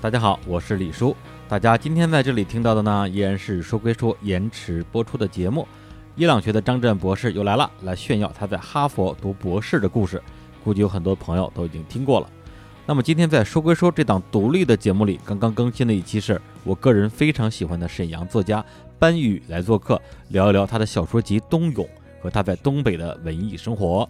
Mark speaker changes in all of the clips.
Speaker 1: 大家好，我是李叔。大家今天在这里听到的呢，依然是《说归说》延迟播出的节目。伊朗学的张震博士又来了，来炫耀他在哈佛读博士的故事。估计有很多朋友都已经听过了。那么今天在《说归说》这档独立的节目里，刚刚更新的一期是我个人非常喜欢的沈阳作家班宇来做客，聊一聊他的小说集《冬泳》和他在东北的文艺生活。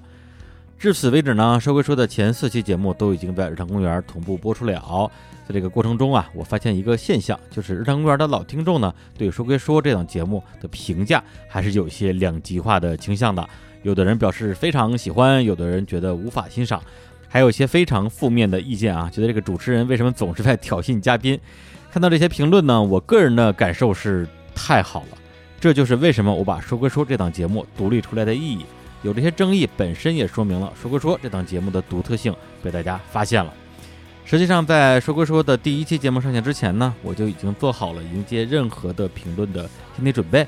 Speaker 1: 至此为止呢，《说归说》的前四期节目都已经在日常公园同步播出了。在这个过程中啊，我发现一个现象，就是日常公园的老听众呢，对《说归说》这档节目的评价还是有一些两极化的倾向的。有的人表示非常喜欢，有的人觉得无法欣赏，还有一些非常负面的意见啊，觉得这个主持人为什么总是在挑衅嘉宾？看到这些评论呢，我个人的感受是太好了，这就是为什么我把《说归说》这档节目独立出来的意义。有这些争议本身也说明了《说归说》这档节目的独特性被大家发现了。实际上，在《说归说》的第一期节目上线之前呢，我就已经做好了迎接任何的评论的心理准备，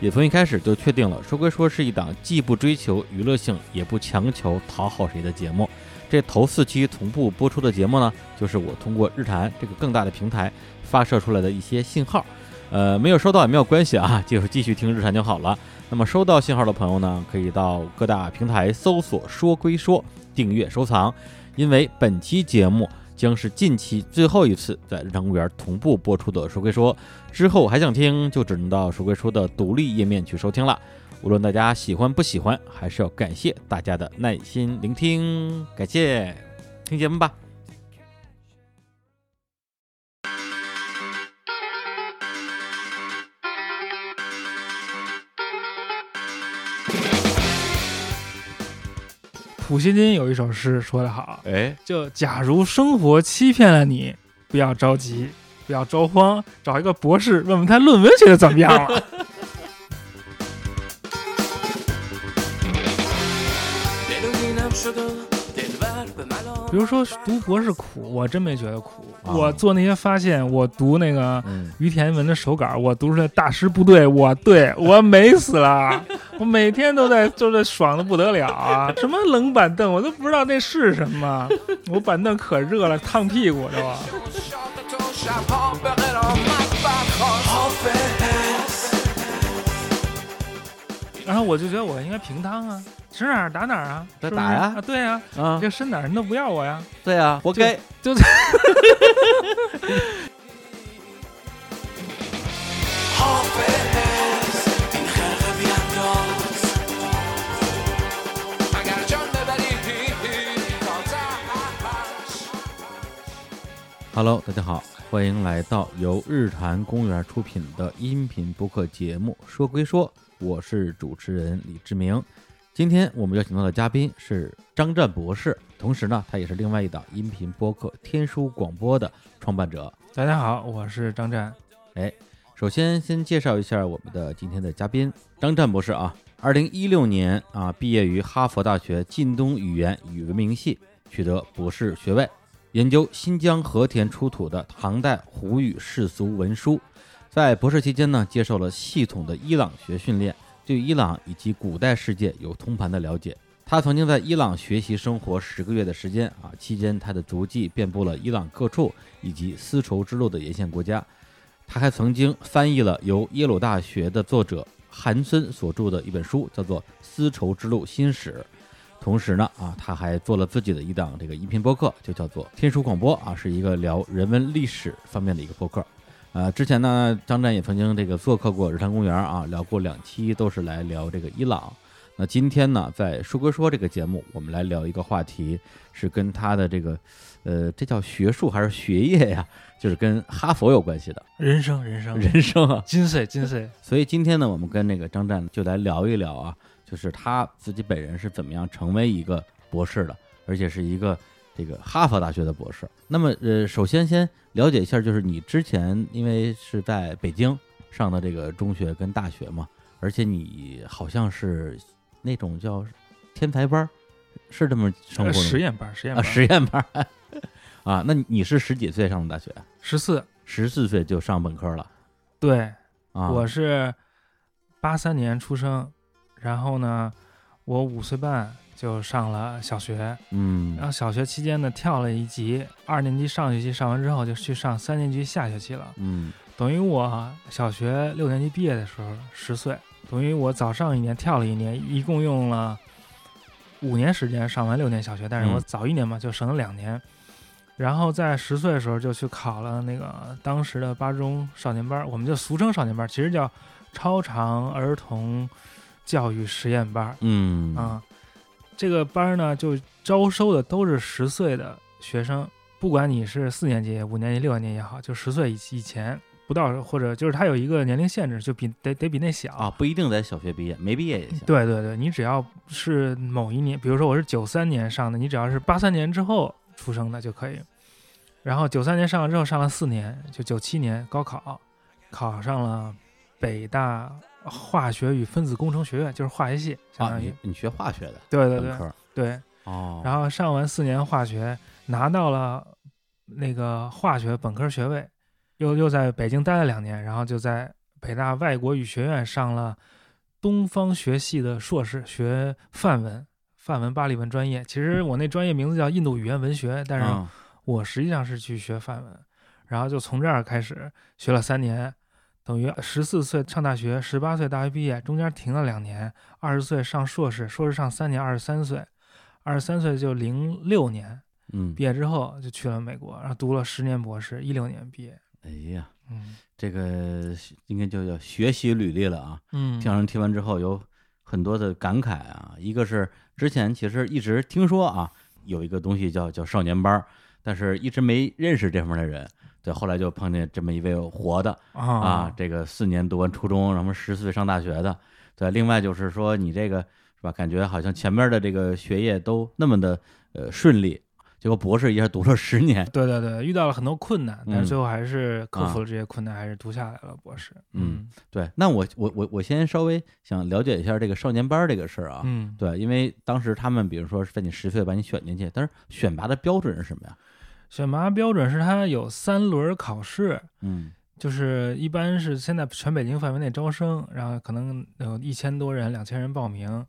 Speaker 1: 也从一开始就确定了《说归说》是一档既不追求娱乐性，也不强求讨好谁的节目。这头四期同步播出的节目呢，就是我通过日坛这个更大的平台发射出来的一些信号。呃，没有收到也没有关系啊，就是继续听日坛就好了。那么收到信号的朋友呢，可以到各大平台搜索“说归说”，订阅收藏，因为本期节目。将是近期最后一次在日常公园同步播出的《说归说》，之后还想听就只能到《说归说》的独立页面去收听了。无论大家喜欢不喜欢，还是要感谢大家的耐心聆听，感谢听节目吧。
Speaker 2: 普希金有一首诗说得好，
Speaker 1: 哎，
Speaker 2: 就假如生活欺骗了你，不要着急，不要着慌，找一个博士问问他论文写的怎么样了。比如说读博士苦，我真没觉得苦。
Speaker 1: 啊
Speaker 2: 我做那些发现，我读那个
Speaker 1: 嗯，
Speaker 2: 于田文的手稿，我读出来大师部队，我对我美死 了，我每天都在就是爽的不得了啊！什么冷板凳，我都不知道那是什么，我板凳可热了，烫屁股都。啊然后我就觉得我应该平摊啊，指哪儿打哪儿啊，
Speaker 1: 再
Speaker 2: 是不
Speaker 1: 打
Speaker 2: 是
Speaker 1: 呀
Speaker 2: 啊，对呀、
Speaker 1: 啊
Speaker 2: 啊，，这伸哪儿人都不要我呀。
Speaker 1: 对啊，活该。
Speaker 2: 就就
Speaker 1: 哈喽，大家好，欢迎来到由日坛公园出品的音频播客节目《说归说》，我是主持人李志明。今天我们邀请到的嘉宾是张湛博士，同时呢，他也是另外一档音频播客《天书广播》的创办者。
Speaker 2: 大家好，我是张湛。
Speaker 1: 首先，先介绍一下我们的今天的嘉宾张湛博士啊。二零一六年啊，毕业于哈佛大学近东语言与文明系，取得博士学位，研究新疆和田出土的唐代胡语世俗文书。在博士期间呢，接受了系统的伊朗学训练，对伊朗以及古代世界有通盘的了解。他曾经在伊朗学习生活十个月的时间啊，期间他的足迹遍布了伊朗各处以及丝绸之路的沿线国家。他还曾经翻译了由耶鲁大学的作者韩森所著的一本书，叫做《丝绸之路新史》。同时呢，啊，他还做了自己的一档这个音频播客，就叫做《天书广播》啊，是一个聊人文历史方面的一个播客。呃，之前呢，张湛也曾经这个做客过日坛公园啊，聊过两期，都是来聊这个伊朗。那今天呢，在《说归说》这个节目，我们来聊一个话题，是跟他的这个，呃，这叫学术还是学业呀？ 就是跟哈佛有关系的。
Speaker 2: 人生，人生，
Speaker 1: 人生啊。
Speaker 2: 金穗，金穗，
Speaker 1: 所以今天呢，我们跟那个张湛就来聊一聊啊，就是他自己本人是怎么样成为一个博士的，而且是一个这个哈佛大学的博士。那么呃，首先先了解一下，就是你之前因为是在北京上的这个中学跟大学嘛，而且你好像是那种叫天才班儿，是这么生活
Speaker 2: 呃
Speaker 1: 的吗
Speaker 2: 实验班，实验
Speaker 1: 啊
Speaker 2: 班，
Speaker 1: 实验班儿 啊？那你是十几岁上的大学？
Speaker 2: 十四。
Speaker 1: 十四岁就上本科了
Speaker 2: 对，
Speaker 1: 啊？
Speaker 2: 我是八三年出生，然后呢，我五岁半就上了小学。
Speaker 1: 嗯
Speaker 2: 然后小学期间呢，跳了一级，二年级上学期上完之后，就去上三年级下学期了。
Speaker 1: 嗯
Speaker 2: 等于我小学六年级毕业的时候十岁，等于我早上一年跳了一年，一共用了五年时间上完六年小学，但是我
Speaker 1: 嗯
Speaker 2: 早一年嘛，就省了两年。然后在十岁的时候就去考了那个当时的八中少年班，我们就俗称少年班，其实叫超常儿童教育实验班。
Speaker 1: 嗯
Speaker 2: 啊，这个班儿呢，就招收的都是十岁的学生，不管你是四年级、五年级、六年级也好，就十岁以以前不到，或者就是他有一个年龄限制，就比得得比那小。
Speaker 1: 啊，不一定在小学毕业，没毕业也行。啊
Speaker 2: 对对对，你只要是某一年，比如说我是九三年上的，你只要是八三年之后出生的就可以。然后九三年上了之后，上了四年，就九七年高考，考上了北大化学与分子工程学院，就是化学系，相
Speaker 1: 啊，
Speaker 2: 当于、
Speaker 1: 你你学化学的
Speaker 2: 对对
Speaker 1: 本
Speaker 2: 对
Speaker 1: 科
Speaker 2: 对。
Speaker 1: 哦，
Speaker 2: 然
Speaker 1: 后
Speaker 2: 后上完四年化学，拿到了那个化学本科学位，又又在北京待了两年，然后就在北大外国语学院上了东方学系的硕士，学范文，范文巴利文专业。其实我那专业名字叫印度语言文学，但是
Speaker 1: 嗯
Speaker 2: 我实际上是去学范文，然后就从这儿开始学了三年，等于十四岁上大学，十八岁大学毕业，中间停了两年，二十岁上硕士，硕士上三年，二十三岁，二十三岁就零六年
Speaker 1: 嗯
Speaker 2: 毕，业之后就去了美国，然后读了十年博士，一六年毕业。
Speaker 1: 哎呀，
Speaker 2: 嗯
Speaker 1: 这个应该就叫学习履历了啊。
Speaker 2: 嗯
Speaker 1: 听人听完之后有很多的感慨啊，一个是之前其实一直听说啊，有一个东西叫叫少年班儿，但是一直没认识这方面的人。对，后来就碰见这么一位活的啊，
Speaker 2: 啊
Speaker 1: 这个四年读完初中，然后十岁上大学的。对，另外就是说你这个是吧，感觉好像前面的这个学业都那么的呃顺利，结果博士一下读了十 年，
Speaker 2: 对对对，遇到了很多困难，但
Speaker 1: 嗯
Speaker 2: 是最后还是克服
Speaker 1: 啊
Speaker 2: 了这些困难，还是读下来了博士。
Speaker 1: 嗯对，那我我我我先稍微想了解一下这个少年班儿这个事儿啊，
Speaker 2: 嗯，
Speaker 1: 对，因为当时他们比如说是在你十岁把你选进去，但是选拔的标准是什么呀？
Speaker 2: 选拔标准是它有三轮考试，
Speaker 1: 嗯
Speaker 2: 就是一般是现在全北京范围内招生，然后可能有一千多人、两千人报名。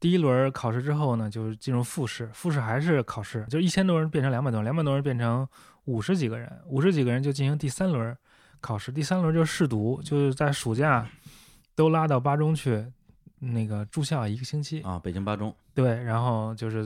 Speaker 2: 第一轮考试之后呢，就是进入复试，复试还是考试，就一千多人变成两百多人，两百多人变成五十几个人，五十几个人就进行第三轮考试，第三轮就是试读，就是在暑假都拉到巴中去那个住校一个星期，
Speaker 1: 啊，北京八中，
Speaker 2: 对，然后就是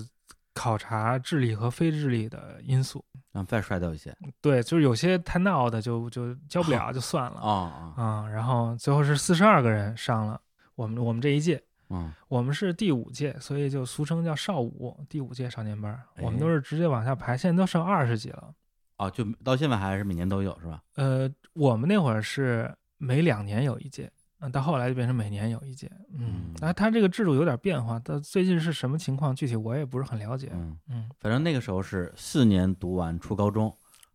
Speaker 2: 考察智力和非智力的因素，
Speaker 1: 然后再摔掉一些
Speaker 2: 对，就是有些太闹的就就教不了就算了
Speaker 1: 啊。啊
Speaker 2: 啊、然后最后是四十二个人上了我们我们这一届，
Speaker 1: 嗯
Speaker 2: 我们是第五届，所以就俗称叫少五，第五届少年班儿，我
Speaker 1: 哎
Speaker 2: 们都是直接往下排，现在都剩二十几了。
Speaker 1: 哦，就到现在还是每年都有是吧？
Speaker 2: 呃，我们那会儿是每两年有一届，嗯，到后来就变成每年有一届，嗯
Speaker 1: 嗯，
Speaker 2: 那、它这个制度有点变化，但最近是什么情况，具体我也不是很了解，
Speaker 1: 嗯，
Speaker 2: 嗯，
Speaker 1: 反正那个时候是四年读完初高中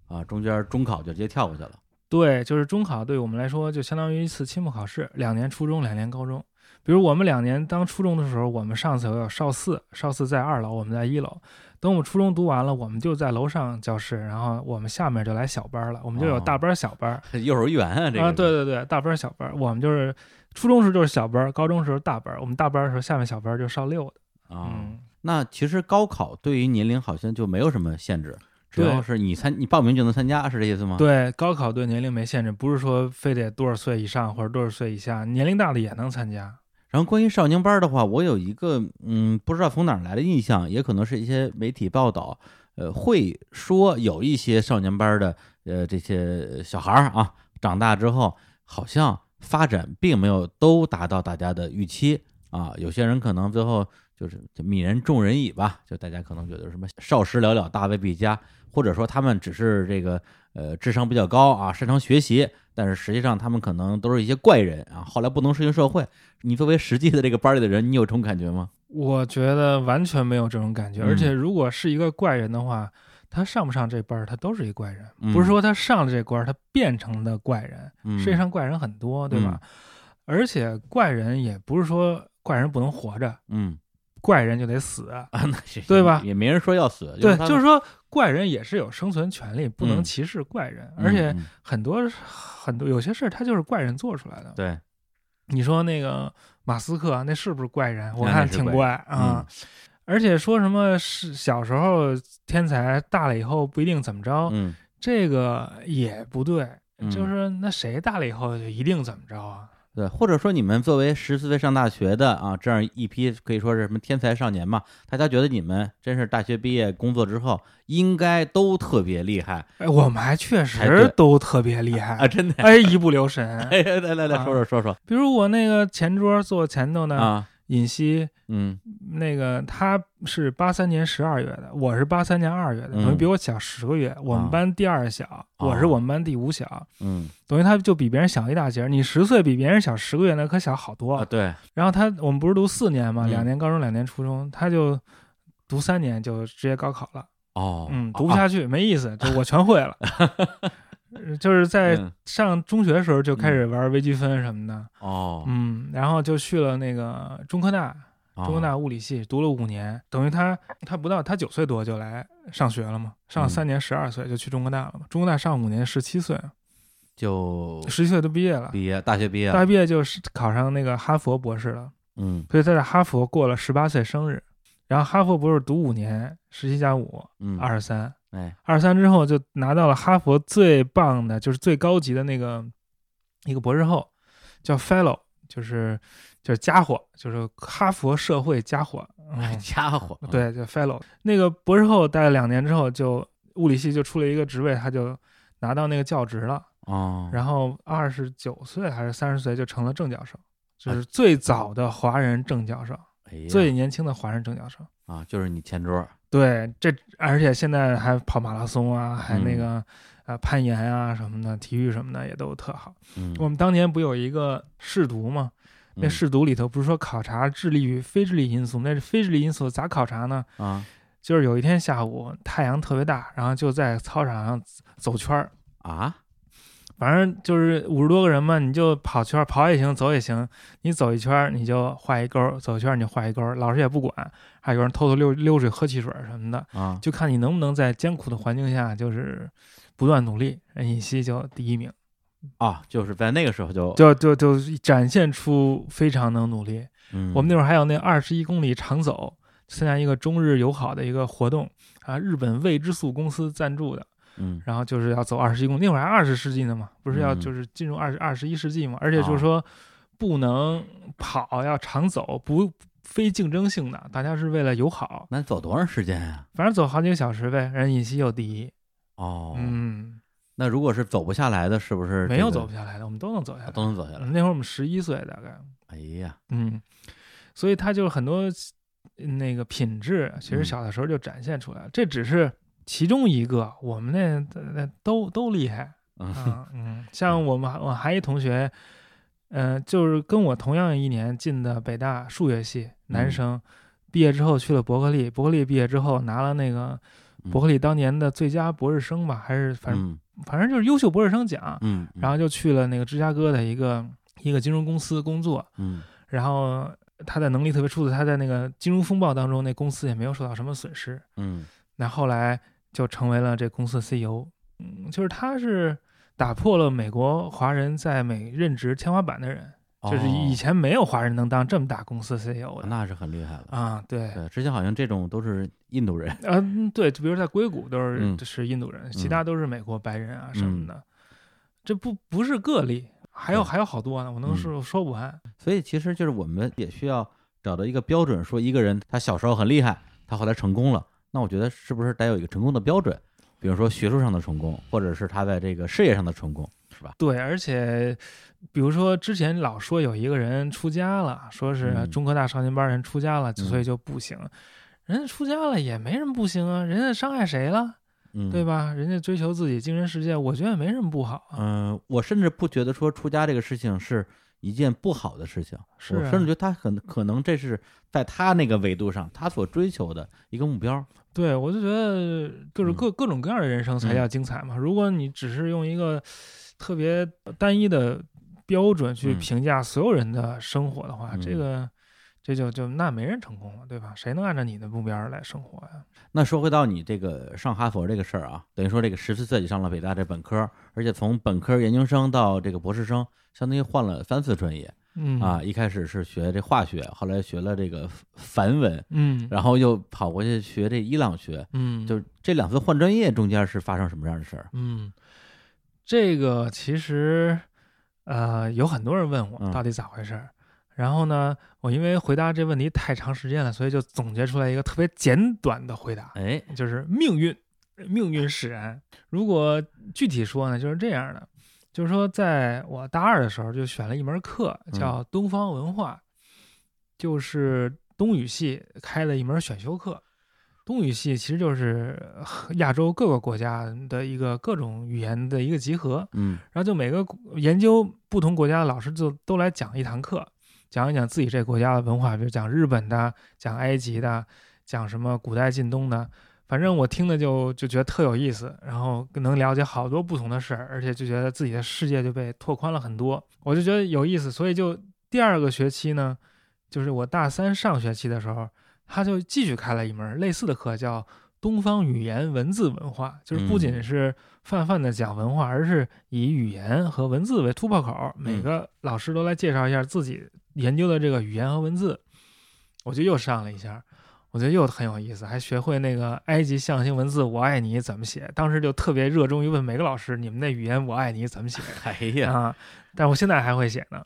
Speaker 1: 啊，中间中考就直接跳过去了。
Speaker 2: 对，就是中考对我们来说就相当于一次期末考试，两年初中，两年高中。比如我们两年当初中的时候，我们上次有少四，少四在二楼，我们在一楼。等我们初中读完了，我们就在楼上教室，然后我们下面就来小班儿了，我们就有大班儿、小班儿、
Speaker 1: 幼儿园哦啊，这个
Speaker 2: 啊，
Speaker 1: 是
Speaker 2: 对对对，大班儿、小班儿，我们就是初中时候就是小班儿，高中时候大班儿，我们大班儿的时候下面小班儿就是少六的，
Speaker 1: 啊，
Speaker 2: 嗯，
Speaker 1: 那其实高考对于年龄好像就没有什么限制，只
Speaker 2: 对
Speaker 1: 要是你参你报名就能参加，是这意思吗？
Speaker 2: 对，高考对年龄没限制，不是说非得多少岁以上或者多少岁以下，年龄大的也能参加。
Speaker 1: 然后关于少年班儿的话，我有一个嗯，不知道从哪儿来的印象，也可能是一些媒体报道，呃，会说有一些少年班儿的呃这些小孩儿啊，长大之后好像发展并没有都达到大家的预期啊，有些人可能最后就是就泯然众人矣吧，就大家可能觉得什么少时了了，大未必佳，或者说他们只是这个呃智商比较高啊，擅长学习，但是实际上他们可能都是一些怪人啊，后来不能适应社会。你作为实际的这个班里的人，你有这种感觉吗？
Speaker 2: 我觉得完全没有这种感觉，
Speaker 1: 嗯
Speaker 2: 而且如果是一个怪人的话，他上不上这班儿，他都是一怪人，
Speaker 1: 嗯
Speaker 2: 不是说他上了这关儿，他变成的怪人。
Speaker 1: 嗯，
Speaker 2: 世界上怪人很多，对吧？而且怪人也不是说怪人不能活着，
Speaker 1: 嗯
Speaker 2: 怪人就得死，
Speaker 1: 啊，那是
Speaker 2: 对吧
Speaker 1: 也没人说要死，
Speaker 2: 对，
Speaker 1: 他们
Speaker 2: 就是说怪人也是有生存权利，不能
Speaker 1: 嗯
Speaker 2: 歧视怪人，
Speaker 1: 嗯
Speaker 2: 而且
Speaker 1: 嗯
Speaker 2: 很多很多有些事儿他就是怪人做出来的。
Speaker 1: 对，
Speaker 2: 啊你说那个马斯克那是不是怪人？我
Speaker 1: 那
Speaker 2: 看
Speaker 1: 是
Speaker 2: 挺
Speaker 1: 怪嗯
Speaker 2: 怪啊。而且说什么是小时候天才，大了以后不一定怎么着，
Speaker 1: 嗯，
Speaker 2: 这个也不对。
Speaker 1: 嗯
Speaker 2: 就是那谁大了以后就一定怎么着啊？
Speaker 1: 对，或者说你们作为十四岁上大学的啊，这样一批可以说是什么天才少年嘛，大家觉得你们真是大学毕业工作之后，应该都特别厉害
Speaker 2: 哎，我们还确
Speaker 1: 哎对
Speaker 2: 实都特别厉害，
Speaker 1: 啊，真的。
Speaker 2: 哎，一不留神。
Speaker 1: 哎，来来来，
Speaker 2: 啊
Speaker 1: 说说说说
Speaker 2: 比如我那个前桌坐我前头呢，
Speaker 1: 啊，
Speaker 2: 尹希，
Speaker 1: 嗯
Speaker 2: 那个他是八三年十二月的，我是八三年二月的，
Speaker 1: 嗯
Speaker 2: 等于比我小十个月。我
Speaker 1: 啊哦
Speaker 2: 们班第二小，我是我们班第五小，
Speaker 1: 嗯
Speaker 2: 等于他就比别人小一大截儿。你十岁比别人小十个月，那可小好多。
Speaker 1: 啊，对，
Speaker 2: 然后他我们不是读四年嘛，
Speaker 1: 嗯
Speaker 2: 两年高中，两年初中，他就读三年就直接高考了。
Speaker 1: 哦，
Speaker 2: 嗯，读不
Speaker 1: 啊
Speaker 2: 下去、没意思，就我全会 了。呃就是在
Speaker 1: 嗯
Speaker 2: 上中学的时候就开始玩微积分什么的，
Speaker 1: 哦，
Speaker 2: 嗯，然后就去了那个中科大，
Speaker 1: 哦
Speaker 2: 中科大物理系读了五年，等于他他不到他九岁多就来上学了嘛，
Speaker 1: 嗯
Speaker 2: 上了三年十二岁就去中科大了嘛，中科大上五年十七岁，
Speaker 1: 哦就
Speaker 2: 十七岁都毕业了，
Speaker 1: 毕业，大学毕业了，
Speaker 2: 啊大毕业就是考上那个哈佛博士了，
Speaker 1: 嗯
Speaker 2: 所以他在哈佛过了十八岁生日，然后哈佛博士读五年，十七加五
Speaker 1: 嗯，
Speaker 2: 二十三，
Speaker 1: 哎，
Speaker 2: 二十三之后就拿到了哈佛最棒的，就是最高级的那个一个博士后，叫 Fellow，就是就是家伙，就是哈佛社会家伙。
Speaker 1: 哎
Speaker 2: 嗯，
Speaker 1: 家伙，
Speaker 2: 对，叫 Fellow。那个博士后待了两年之后就，物理系就出了一个职位，他就拿到那个教职了。
Speaker 1: 哦，
Speaker 2: 然后二十九岁还是三十岁就成了正教授，就是最早的华人正教授，
Speaker 1: 哎呀
Speaker 2: 最年轻的华人正教授。
Speaker 1: 啊，就是你前桌，
Speaker 2: 对，这而且现在还跑马拉松啊，还
Speaker 1: 嗯
Speaker 2: 那个、呃攀岩啊什么的，体育什么的也都特好。
Speaker 1: 嗯，
Speaker 2: 我们当年不有一个试读吗？那
Speaker 1: 嗯
Speaker 2: 试读里头不是说考察智力与非智力因素？那非智力因素咋考察呢？
Speaker 1: 啊
Speaker 2: 就是有一天下午太阳特别大，然后就在操场上走圈儿，
Speaker 1: 啊，
Speaker 2: 反正就是五十多个人嘛，你就跑圈儿，跑也行，走也行。你走一圈儿你就画一勾儿，走一圈儿你就画一勾儿，老师也不管。还有人偷偷溜溜水喝汽水儿什么的，
Speaker 1: 啊，
Speaker 2: 就看你能不能在艰苦的环境下，就是不断努力。尹希就第一名，
Speaker 1: 啊，就是在那个时候就，
Speaker 2: 就就就展现出非常能努力。
Speaker 1: 嗯
Speaker 2: 我们那会儿还有那二十一公里长走，参加一个中日友好的一个活动啊，日本未知素公司赞助的，
Speaker 1: 嗯
Speaker 2: 然后就是要走二十一公里。那会儿还二十世纪呢嘛，不是要
Speaker 1: 嗯
Speaker 2: 就是进入二十二十一世纪嘛，而且就
Speaker 1: 哦
Speaker 2: 是说不能跑，要长走，不非竞争性的，大家是为了友好，
Speaker 1: 那走多长时间呀？
Speaker 2: 反正走好几个小时呗。人尹希又第一，
Speaker 1: 哦，
Speaker 2: 嗯。
Speaker 1: 那如果是走不下来的，是不是
Speaker 2: 没
Speaker 1: 这
Speaker 2: 有
Speaker 1: 个啊
Speaker 2: 走不下来的，我嗯们都能走下来。
Speaker 1: 都能走下来？
Speaker 2: 那会儿我们十一岁大概，
Speaker 1: 哎呀，
Speaker 2: 嗯，所以他就很多那个品质，其
Speaker 1: 嗯
Speaker 2: 实小的时候就展现出来了。这只是其中一个，我们那那都都厉害
Speaker 1: 嗯
Speaker 2: 啊，嗯，像我们我还一同学，嗯、就是跟我同样一年进的北大数学系男
Speaker 1: 嗯
Speaker 2: 生。毕业之后去了伯克利，伯克利毕业之后拿了那个
Speaker 1: 嗯
Speaker 2: 伯克利当年的最佳博士生吧，还是反正、
Speaker 1: 嗯
Speaker 2: 反正就是优秀博士生奖。
Speaker 1: 嗯，
Speaker 2: 然后就去了那个芝加哥的一个一个金融公司工作，
Speaker 1: 嗯
Speaker 2: 然后他的能力特别出色，他在那个金融风暴当中，那公司也没有受到什么损失。
Speaker 1: 嗯
Speaker 2: 那后来就成为了这公司的 CEO，嗯，就是他是打破了美国华人在美任职天花板的人，
Speaker 1: 嗯，
Speaker 2: 就是以
Speaker 1: 哦
Speaker 2: 前没有华人能当这么大公司 CEO 的
Speaker 1: 那是很厉害了。
Speaker 2: 啊，对。
Speaker 1: 对，之前好像这种都是印度人，
Speaker 2: 嗯，对，就比如在硅谷都是、
Speaker 1: 嗯
Speaker 2: 是印度人，其他都是美国白人啊什么
Speaker 1: 嗯
Speaker 2: 的，这不不是个例，还有
Speaker 1: 对
Speaker 2: 还有好多呢，我能
Speaker 1: 嗯
Speaker 2: 说、说不完。
Speaker 1: 所以其实就是我们也需要找到一个标准，说一个人他小时候很厉害，他后来成功了，那我觉得是不是得有一个成功的标准？比如说学术上的成功，或者是他在这个事业上的成功，是吧？
Speaker 2: 对，而且比如说之前老说有一个人出家了，说是
Speaker 1: 嗯
Speaker 2: 中科大少年班人出家了，
Speaker 1: 嗯
Speaker 2: 所以就不行。人家出家了也没什么不行啊，人家伤害谁了，
Speaker 1: 嗯，
Speaker 2: 对吧？人家追求自己精神世界，我觉得没什么不好啊。
Speaker 1: 嗯，我甚至不觉得说出家这个事情是一件不好的事情，
Speaker 2: 是
Speaker 1: 我
Speaker 2: 啊
Speaker 1: 甚至觉得他很可能这是在他那个维度上他所追求的一个目标。
Speaker 2: 对我就觉得就是
Speaker 1: 嗯
Speaker 2: 各、各种各样的人生才叫精彩嘛。如果你只是用一个特别单一的标准去
Speaker 1: 嗯
Speaker 2: 评价所有人的生活的话，
Speaker 1: 嗯
Speaker 2: 这个这就就那没人成功了，对吧？谁能按照你的目标来生活呀、
Speaker 1: 那说回到你这个上哈佛这个事儿啊，等于说这个十四岁就上了北大这本科，而且从本科研究生到这个博士生，相当于换了三次专业。
Speaker 2: 嗯
Speaker 1: 啊，，一开始是学这化学，后来学了这个梵文，
Speaker 2: 嗯
Speaker 1: 然后又跑过去学这伊朗学。
Speaker 2: 嗯，
Speaker 1: 就是这两次换专业中间是发生什么样的事儿？
Speaker 2: 嗯，这个其实呃有很多人问我
Speaker 1: 嗯
Speaker 2: 到底咋回事儿。然后呢，我因为回答这问题太长时间了，所以就总结出来一个特别简短的回答，
Speaker 1: 哎，
Speaker 2: 就是命运，命运使然。如果具体说呢，就是这样的，就是说，在我大二的时候就选了一门课
Speaker 1: 嗯
Speaker 2: 叫东方文化，就是东语系开了一门选修课。东语系其实就是 呃亚洲各个国家的一个各种语言的一个集合，
Speaker 1: 嗯
Speaker 2: 然后就每个国研究不同国家的老师就都来讲一堂课，讲一讲自己这国家的文化，比如讲日本的，讲埃及的，讲什么古代近东的。反正我听的就就觉得特有意思，然后能了解好多不同的事儿，而且就觉得自己的世界就被拓宽了很多，我就觉得有意思，所以就第二个学期呢，就是我大三上学期的时候，他就继续开了一门类似的课，叫东方语言文字文化，就是不仅
Speaker 1: 嗯
Speaker 2: 是泛泛的讲文化，而是以语言和文字为突破口，每
Speaker 1: 嗯
Speaker 2: 个老师都来介绍一下自己研究的这个语言和文字，我就又上了一下。我觉得又很有意思，还学会那个埃及象形文字“我爱你”怎么写，当时就特别热衷于问每个老师：“你们那语言‘我爱你’怎么写？”
Speaker 1: 哎呀，
Speaker 2: 啊，但我现在还会写呢。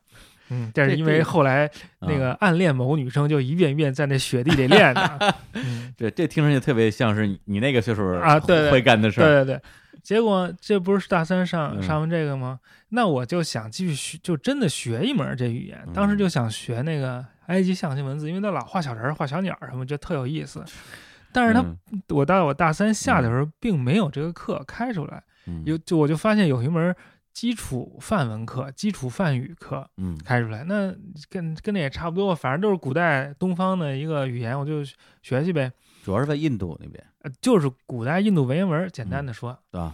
Speaker 2: 嗯，但是
Speaker 1: 这
Speaker 2: 因
Speaker 1: 这
Speaker 2: 为
Speaker 1: 个
Speaker 2: 后来
Speaker 1: 啊
Speaker 2: 那个暗恋某女生，就一遍一遍在那雪地里练 的。嗯，
Speaker 1: 这这听上去特别像是你你那个岁数
Speaker 2: 啊对对
Speaker 1: 会干的事儿。
Speaker 2: 对对对，结果这不是大三上
Speaker 1: 嗯
Speaker 2: 上完这个吗？那我就想继续学，就真的学一门这
Speaker 1: 嗯
Speaker 2: 语言。当时就想学那个埃及象形文字，因为他老画小人儿、画小鸟儿什么，觉得特有意思。但是他，
Speaker 1: 嗯
Speaker 2: 我到我大三下的时候，并没有这个课开出来。
Speaker 1: 嗯
Speaker 2: 有就我就发现有一门基础范文课、基础范语课，
Speaker 1: 嗯
Speaker 2: 开出来，那跟跟那也差不多，反正都是古代东方的一个语言，我就学去呗，
Speaker 1: 主要是在印度那边，
Speaker 2: 呃就是古代印度文言文，简单
Speaker 1: 嗯
Speaker 2: 的说。
Speaker 1: 对吧？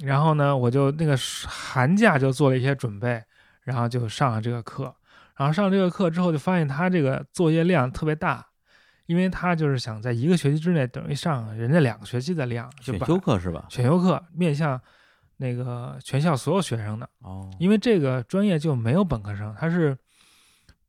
Speaker 2: 然后呢，我就那个暑寒假就做了一些准备，然后就上了这个课。然后上了这个课之后，就发现他这个作业量特别大，因为他就是想在一个学期之内，等于上人家两个学期的量，就
Speaker 1: 选
Speaker 2: 把
Speaker 1: 修课是吧？
Speaker 2: 选修课面向那个全校所有学生的。
Speaker 1: 哦，
Speaker 2: 因为这个专业就没有本科生，它是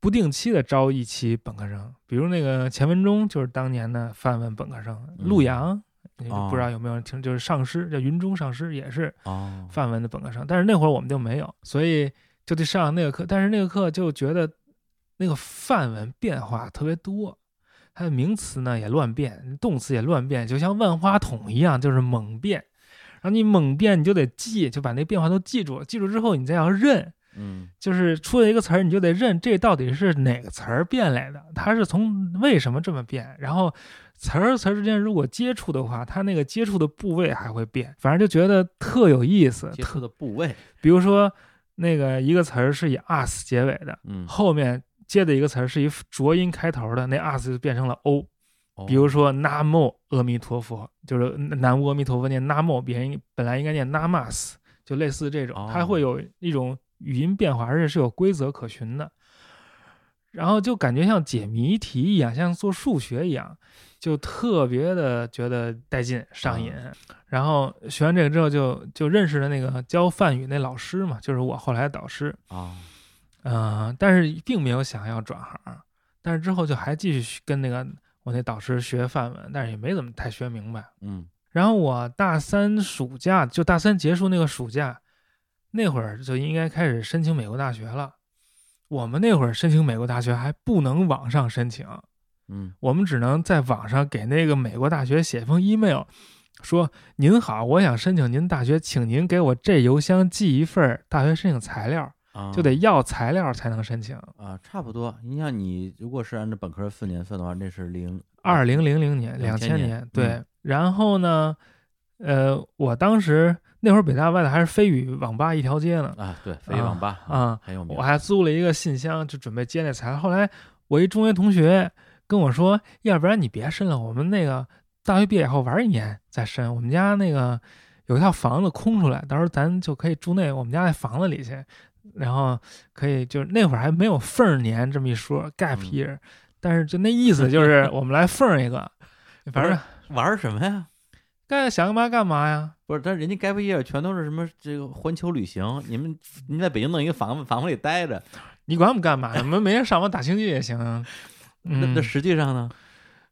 Speaker 2: 不定期的招一期本科生，比如那个钱文忠就是当年的范文本科生，
Speaker 1: 嗯
Speaker 2: 陆阳。你
Speaker 1: 哦
Speaker 2: 不知道有没有人听，就是上师叫云中上师，也是
Speaker 1: 哦，
Speaker 2: 范文的本科生，但是那会儿我们就没有，所以就得上那个课。但是那个课就觉得那个范文变化特别多，它的名词呢也乱变，动词也乱变，就像万花筒一样，就是猛变。然后你猛变，你就得记，就把那变化都记住。记住之后，你再要认，
Speaker 1: 嗯
Speaker 2: 就是出了一个词儿，你就得认这到底是哪个词儿变来的，它是从为什么这么变，然后词儿和词儿之间如果接触的话，它那个接触的部位还会变，反正就觉得特有意思。
Speaker 1: 接触
Speaker 2: 特
Speaker 1: 的部位，
Speaker 2: 比如说那个一个词儿是以 us 结尾的，
Speaker 1: 嗯，
Speaker 2: 后面接的一个词儿是以浊音开头的，那 us 就变成了 o。
Speaker 1: 哦
Speaker 2: 比如说南无阿弥陀佛，就是南无阿弥陀佛念南无，别人本来应该念 namas，就类似这种
Speaker 1: 哦，
Speaker 2: 它会有一种语音变化，而且是有规则可循的。然后就感觉像解谜题一样，像做数学一样，就特别的觉得带劲上瘾。然后学完这个之后就，就认识了那个教梵语那老师嘛，就是我后来的导师。
Speaker 1: 啊，
Speaker 2: 嗯、但是并没有想要转行，但是之后就还继续学跟那个我那导师学范文，但是也没怎么太学明白。
Speaker 1: 嗯
Speaker 2: 然后我大三暑假就大三结束那个暑假，那会儿就应该开始申请美国大学了。我们那会儿申请美国大学还不能网上申请，
Speaker 1: 嗯
Speaker 2: 我们只能在网上给那个美国大学写封 email，说您好，我想申请您大学，请您给我这邮箱寄一份儿大学申请材料，
Speaker 1: 啊，
Speaker 2: 就得要材料才能申请。
Speaker 1: 啊，差不多。你像你如果是按照本科四年算的话，那是零
Speaker 2: 二零零零年，
Speaker 1: 2000
Speaker 2: 两
Speaker 1: 年
Speaker 2: 千
Speaker 1: 嗯
Speaker 2: 对。然后呢，呃，我当时那会儿北大外头还是飞宇网吧一条街呢，
Speaker 1: 啊，对，飞网吧
Speaker 2: 啊，
Speaker 1: 很有名
Speaker 2: 我。还租了一个信箱，就准备接那材料。后来我一中学同学跟我说，要不然你别申了，我们那个大学毕业以后玩一年再申。我们家那个有一套房子空出来，到时候咱就可以住那我们家那房子里去，然后可以就是那会儿还没有缝儿年这么一说，gap
Speaker 1: 嗯
Speaker 2: year，、但是就那意思就是 我们来缝儿一个，反
Speaker 1: 不
Speaker 2: 正
Speaker 1: 是玩什么呀？
Speaker 2: 该想干嘛干嘛呀。
Speaker 1: 不是，但是人家该毕业全都是什么这个环球旅行，你们你们在北京弄一个房子，房子里待着，
Speaker 2: 你管我们干嘛？我们每天上网打星际也行啊。
Speaker 1: 那
Speaker 2: 嗯，
Speaker 1: 那实际上呢？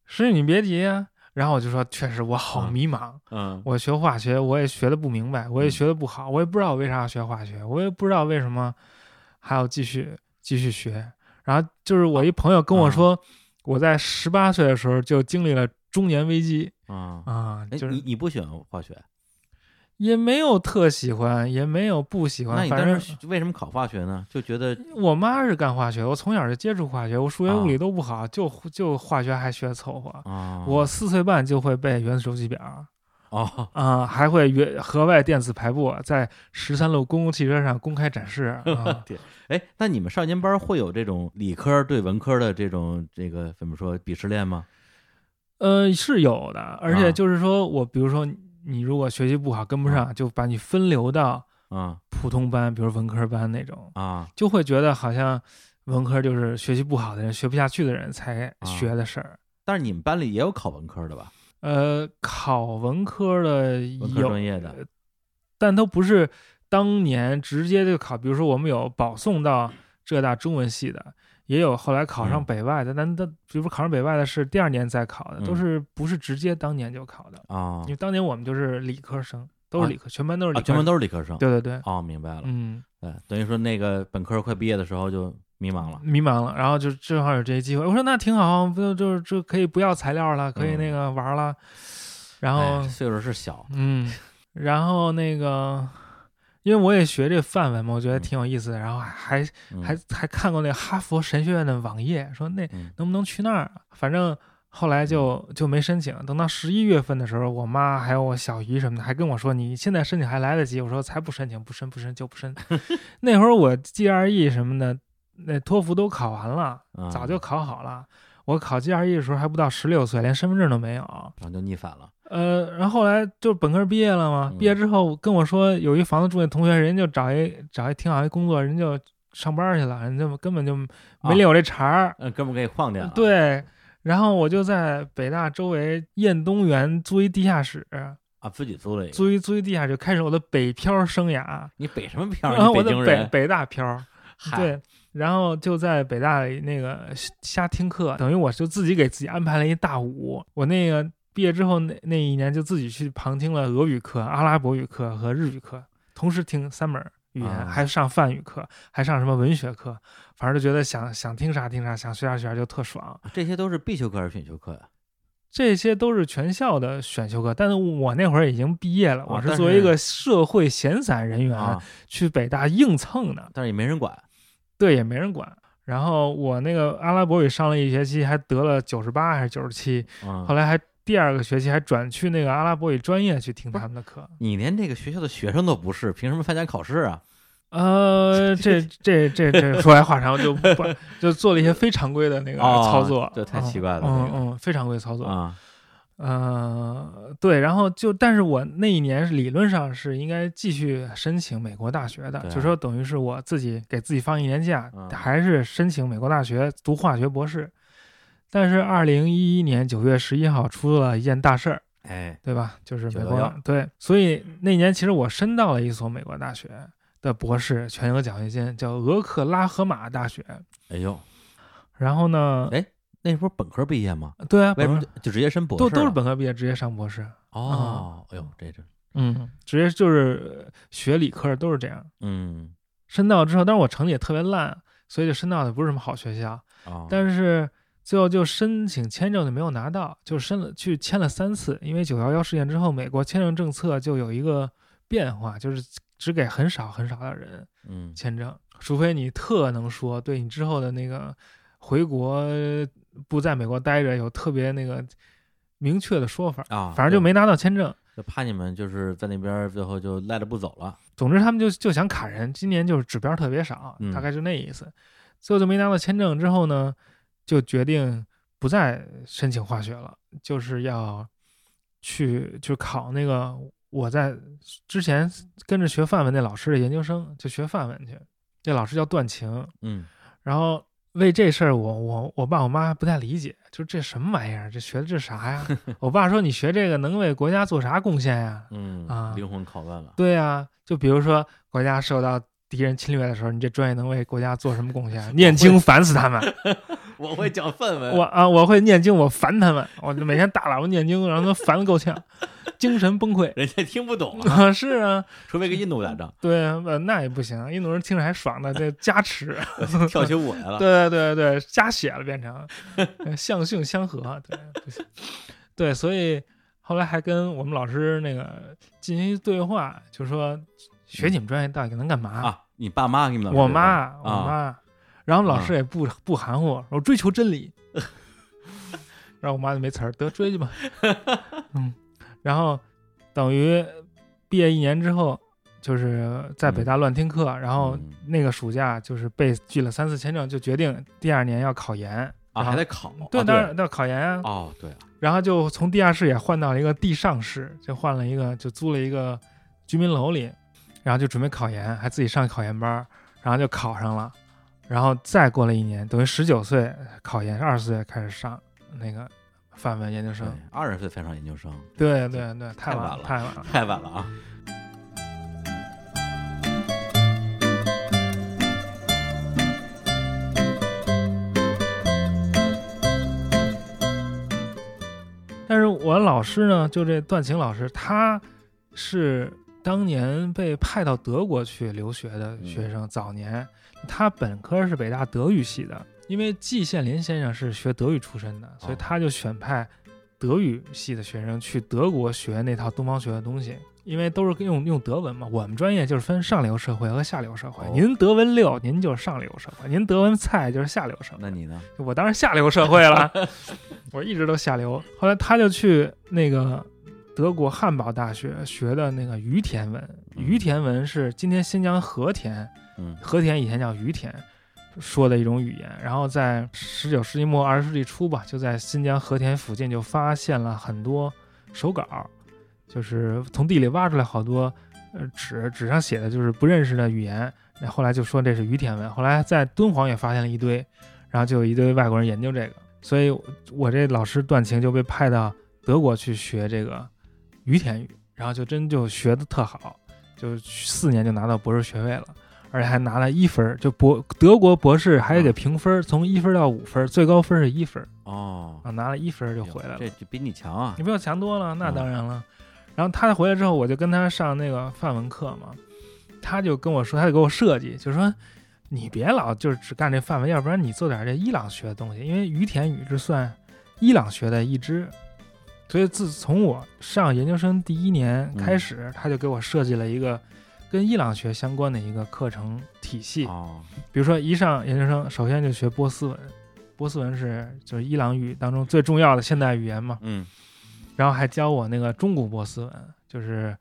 Speaker 2: 是你别急啊。然后我就说，确实我好
Speaker 1: 嗯
Speaker 2: 迷茫。
Speaker 1: 嗯
Speaker 2: 我学化学，我也学的不明白，我也
Speaker 1: 嗯
Speaker 2: 学的不好，我也不知道为啥要学化学，我也不知道为什么还要继续继续学。然后就是
Speaker 1: 哦
Speaker 2: 我一朋友
Speaker 1: 嗯
Speaker 2: 跟我说，我在十八岁的时候就经历了中年危机
Speaker 1: 啊，
Speaker 2: 啊，
Speaker 1: 哎
Speaker 2: 就，
Speaker 1: 你
Speaker 2: 是
Speaker 1: 你不喜欢化学，
Speaker 2: 也没有特喜欢，也没有不喜
Speaker 1: 那
Speaker 2: 欢，
Speaker 1: 你
Speaker 2: 反
Speaker 1: 当
Speaker 2: 正
Speaker 1: 时为什么考化学呢？就觉 得
Speaker 2: 我妈是干化学，我从小就接触化学，我数学、
Speaker 1: 啊
Speaker 2: 物理都不好，就就化学还学得凑合。
Speaker 1: 啊，
Speaker 2: 我四岁半就会背原子周期表，
Speaker 1: 哦，。
Speaker 2: 啊、还会原河外电子排布啊在十三路公共汽车上公开展示啊
Speaker 1: 对，哎，那你们少年班会有这种理科对文科的这种这个怎么说鄙视链吗？
Speaker 2: 呃，是有的，而
Speaker 1: 啊
Speaker 2: 且就是说我，比如说你你如果学习不好跟不上，就把你分流到
Speaker 1: 啊
Speaker 2: 普通班，比如文科班那种，
Speaker 1: 啊，
Speaker 2: 就会觉得好像文科就是学习不好的人、学不下去的人才
Speaker 1: 啊
Speaker 2: 学的事儿。
Speaker 1: 但是你们班里也有考文科的吧？
Speaker 2: 呃，考文科的
Speaker 1: 文科
Speaker 2: 有，
Speaker 1: 专业的
Speaker 2: 但都不是当年直接就考，比如说我们有保送到浙大中文系的，也有后来考上
Speaker 1: 嗯
Speaker 2: 北外的，但但比如说考上北外的是第二年再考的，
Speaker 1: 嗯
Speaker 2: 都是不是直接当年就考的，
Speaker 1: 啊
Speaker 2: 因为当年我们就是理科生，都是理科，全班都是理
Speaker 1: 啊，
Speaker 2: 科生，
Speaker 1: 全班都是理科生。
Speaker 2: 对对对，
Speaker 1: 哦，明白了。
Speaker 2: 嗯，
Speaker 1: 对，等于说那个本科快毕业的时候就迷茫了。
Speaker 2: 迷茫了，然后就正好有这些机会，我说那挺好，不就就是就可以不要材料了，可以
Speaker 1: 嗯
Speaker 2: 那个玩了，嗯然后、
Speaker 1: 哎呀岁数是小，
Speaker 2: 嗯，然后那个，因为我也学这范文嘛，我觉得挺有意思的。然后还
Speaker 1: 嗯
Speaker 2: 还还看过那个哈佛神学院的网页，说那
Speaker 1: 嗯
Speaker 2: 能不能去那儿啊？反正后来就就没申请。等到十一月份的时候，我妈还有我小姨什么的还跟我说：“你现在申请还来得及。”我说：“才不申请，不申不申就不申。”那会儿我 GRE 什么的，那托福都考完了，
Speaker 1: 啊
Speaker 2: 早就考好了。我考 GRE 的时候还不到十六岁，连身份证都没有。
Speaker 1: 然后就逆反了。
Speaker 2: 呃，然后后来就本科毕业了嘛，
Speaker 1: 嗯
Speaker 2: 毕业之后跟我说有一房子住那同学，人家就找一找一挺好一工作，人就上班去了，人家根本就没理我这茬儿。
Speaker 1: 嗯，哥们儿给你晃掉。，
Speaker 2: 对，然后我就在北大周围燕东园租一地下室，
Speaker 1: 啊，自己租了一个。
Speaker 2: 租一租一地下室，开始我的北漂生涯。
Speaker 1: 你北什么漂
Speaker 2: 然
Speaker 1: 儿？
Speaker 2: 后
Speaker 1: 你
Speaker 2: 我
Speaker 1: 北
Speaker 2: 在
Speaker 1: 京
Speaker 2: 北
Speaker 1: 人。
Speaker 2: 北大漂，
Speaker 1: 嗨，
Speaker 2: 对，然后就在北大里那个瞎听课，等于我就自己给自己安排了一大午。我那个毕业之后那那一年就自己去旁听了俄语课、阿拉伯语课和日语课，同时听三门儿语言，
Speaker 1: 啊
Speaker 2: 还上梵语课，还上什么文学课，反正就觉得想想听啥听啥，想学啥学啥就特爽。
Speaker 1: 这些都是必修课还是选修课呀？
Speaker 2: 这些都是全校的选修课，但是我那会儿已经毕业了，
Speaker 1: 啊
Speaker 2: 我
Speaker 1: 但
Speaker 2: 是作为一
Speaker 1: 是
Speaker 2: 个社会闲散人员、
Speaker 1: 啊，
Speaker 2: 去北大硬蹭的。
Speaker 1: 但是也没人管。
Speaker 2: 对，也没人管。然后我那个阿拉伯语上了一学期，还得了九十八还是九十七，
Speaker 1: 嗯
Speaker 2: 后，来还第二个学期还转去那个阿拉伯语专业去听他们的课。
Speaker 1: 你连这个学校的学生都不是，凭什么参加考试啊？
Speaker 2: 呃，这这这这说来话长，我就不就做了一些非常规的那个
Speaker 1: 哦
Speaker 2: 操作，
Speaker 1: 这太奇怪了
Speaker 2: 嗯
Speaker 1: 这个
Speaker 2: 嗯嗯，非常规操作。
Speaker 1: 啊，
Speaker 2: 呃，对，然后就，但是我那一年是理论上是应该继续申请美国大学的，
Speaker 1: 对啊
Speaker 2: 就说等于是我自己给自己放一年假，
Speaker 1: 嗯
Speaker 2: 还是申请美国大学读化学博士。但是二零一一年九月十一号出了一件大事儿，
Speaker 1: 哎，
Speaker 2: 对吧？就是美
Speaker 1: 911
Speaker 2: 国对，所以那年其实我申到了一所美国大学的博士全额奖学金，叫俄克拉荷马大学。
Speaker 1: 哎呦，
Speaker 2: 然后呢，
Speaker 1: 哎那时候本科毕业吗？
Speaker 2: 对啊，
Speaker 1: 哎为
Speaker 2: 本
Speaker 1: 什么
Speaker 2: 科
Speaker 1: 就就直接申博士啊
Speaker 2: 都
Speaker 1: 了？
Speaker 2: 都是本科毕业直接上博士，
Speaker 1: 哦，哎呦，这这，
Speaker 2: 嗯，直接就是呃学理科的都是这样。
Speaker 1: 嗯，
Speaker 2: 申到之后，当然我成绩也特别烂，所以就申到的不是什么好学校，
Speaker 1: 哦，
Speaker 2: 但是最后就申请签证就没有拿到，就申了去签了三次，因为九幺幺事件之后，美国签证政策就有一个变化，就是只给很少很少的人
Speaker 1: 嗯
Speaker 2: 签证，除非你特能说，对你之后的那个回国不在美国待着有特别那个明确的说法，
Speaker 1: 啊，
Speaker 2: 反正就
Speaker 1: 对
Speaker 2: 没拿到签证。
Speaker 1: 就怕你们就是在那边儿最后就赖着不走了。
Speaker 2: 总之他们就就想卡人，今年就是指标特别少，
Speaker 1: 嗯
Speaker 2: 大概就那意思。最后就没拿到签证之后呢，就决定不再申请化学了，就是要去就考那个我在之前跟着学范文那老师的研究生，就学范文去。这老师叫段晴，
Speaker 1: 嗯，
Speaker 2: 然后为这事儿，我我我爸我妈不太理解，就这什么玩意儿，这学的这啥呀？我爸说你学这个能为国家做啥贡献呀？
Speaker 1: 嗯
Speaker 2: 啊
Speaker 1: 灵魂拷问了。
Speaker 2: 对啊，就比如说国家受到敌人侵略的时候，你这专业能为国家做什么贡献？啊念经烦死他们！
Speaker 1: 我会讲范文，
Speaker 2: 我啊，我会念经，我烦他们，我每天大喇叭念经，让他们烦得够呛，精神崩溃。
Speaker 1: 人家听不懂 啊，
Speaker 2: 啊， 是啊，
Speaker 1: 除非跟印度打 仗，
Speaker 2: 对啊，呃那也不行，印度人听着还爽呢，这加持，
Speaker 1: 跳起舞来了。
Speaker 2: 对对对，加血了变成，呃相性相合，对，不行，对，所以后来还跟我们老师那个进行一对话，就说学你们专业到底能干嘛？
Speaker 1: 啊，你爸妈给你们老师啊
Speaker 2: 我
Speaker 1: 说
Speaker 2: 妈，我妈，然后老
Speaker 1: 啊
Speaker 2: 师也不不含糊，我追求真理， 然后我妈就没词儿，得追 去吧，嗯，然后等于毕业一年之后，就是在北大乱听课，然后
Speaker 1: 嗯
Speaker 2: 那个暑假就是被拒了三次签证，就决定第二年要考研
Speaker 1: 啊，
Speaker 2: 然后
Speaker 1: 还在考，
Speaker 2: 对，
Speaker 1: 啊
Speaker 2: 当然要考研啊，
Speaker 1: 哦，对啊，
Speaker 2: 然后就从地下室也换到了一个地上室，就换了一个，就租了一个居民楼里，然后就准备考研，还自己上考研班儿，然后就考上了，然后再过了一年，等于十九岁考研，二十岁开始上那个范文研究生。
Speaker 1: 二十岁才上研究生，
Speaker 2: 对对对，太晚
Speaker 1: 太晚了
Speaker 2: 太晚了。
Speaker 1: 太晚了 啊。
Speaker 2: 但是我老师呢，就这段晴老师，他是当年被派到德国去留学的学生，早年他本科是北大德语系的，因为季羡林先生是学德语出身的，所以他就选派德语系的学生去德国学那套东方学的东西。因为都是用用德文嘛，我们专业就是分上流社会和下流社会。
Speaker 1: 哦
Speaker 2: 您德文六，您就是上流社会；您德文菜就是下流社会。
Speaker 1: 那你呢？
Speaker 2: 我当然下流社会了，我一直都下流。后来他就去那个德国汉堡大学学的那个于田文，
Speaker 1: 嗯
Speaker 2: 于田文是今天新疆和田，
Speaker 1: 嗯
Speaker 2: 和田以前叫于田。说的一种语言，然后在十九世纪末二十世纪初吧，就在新疆和田附近就发现了很多手稿，就是从地里挖出来好多呃纸，纸上写的就是不认识的语言。那后来就说这是于田文，后来在敦煌也发现了一堆，然后就有一堆外国人研究这个，所以我我这老师段晴就被派到德国去学这个于田语，然后就真就学的特好，就四年就拿到博士学位了。而且还拿了一分儿，就博德国博士还得评分儿，从一分儿到五分儿，最高分儿是一分儿
Speaker 1: 哦，
Speaker 2: 啊，拿了一分儿就回来了。
Speaker 1: 这这比你强啊
Speaker 2: 你！比我强多了，那当然了。然后他回来之后，我就跟他上那个范文课嘛，他就跟我说，他就给我设计，就说你别老就是只干这范文，要不然你做点这伊朗学的东西，因为于田语是算伊朗学的一支。所以自从我上研究生第一年开始，他就给我设计了一个跟伊朗学相关的一个课程体系。
Speaker 1: 哦，
Speaker 2: 比如说一上研究生，首先就学波斯文，波斯文是就是伊朗语当中最重要的现代语言嘛。
Speaker 1: 嗯
Speaker 2: 然后还教我那个中古波斯文，就是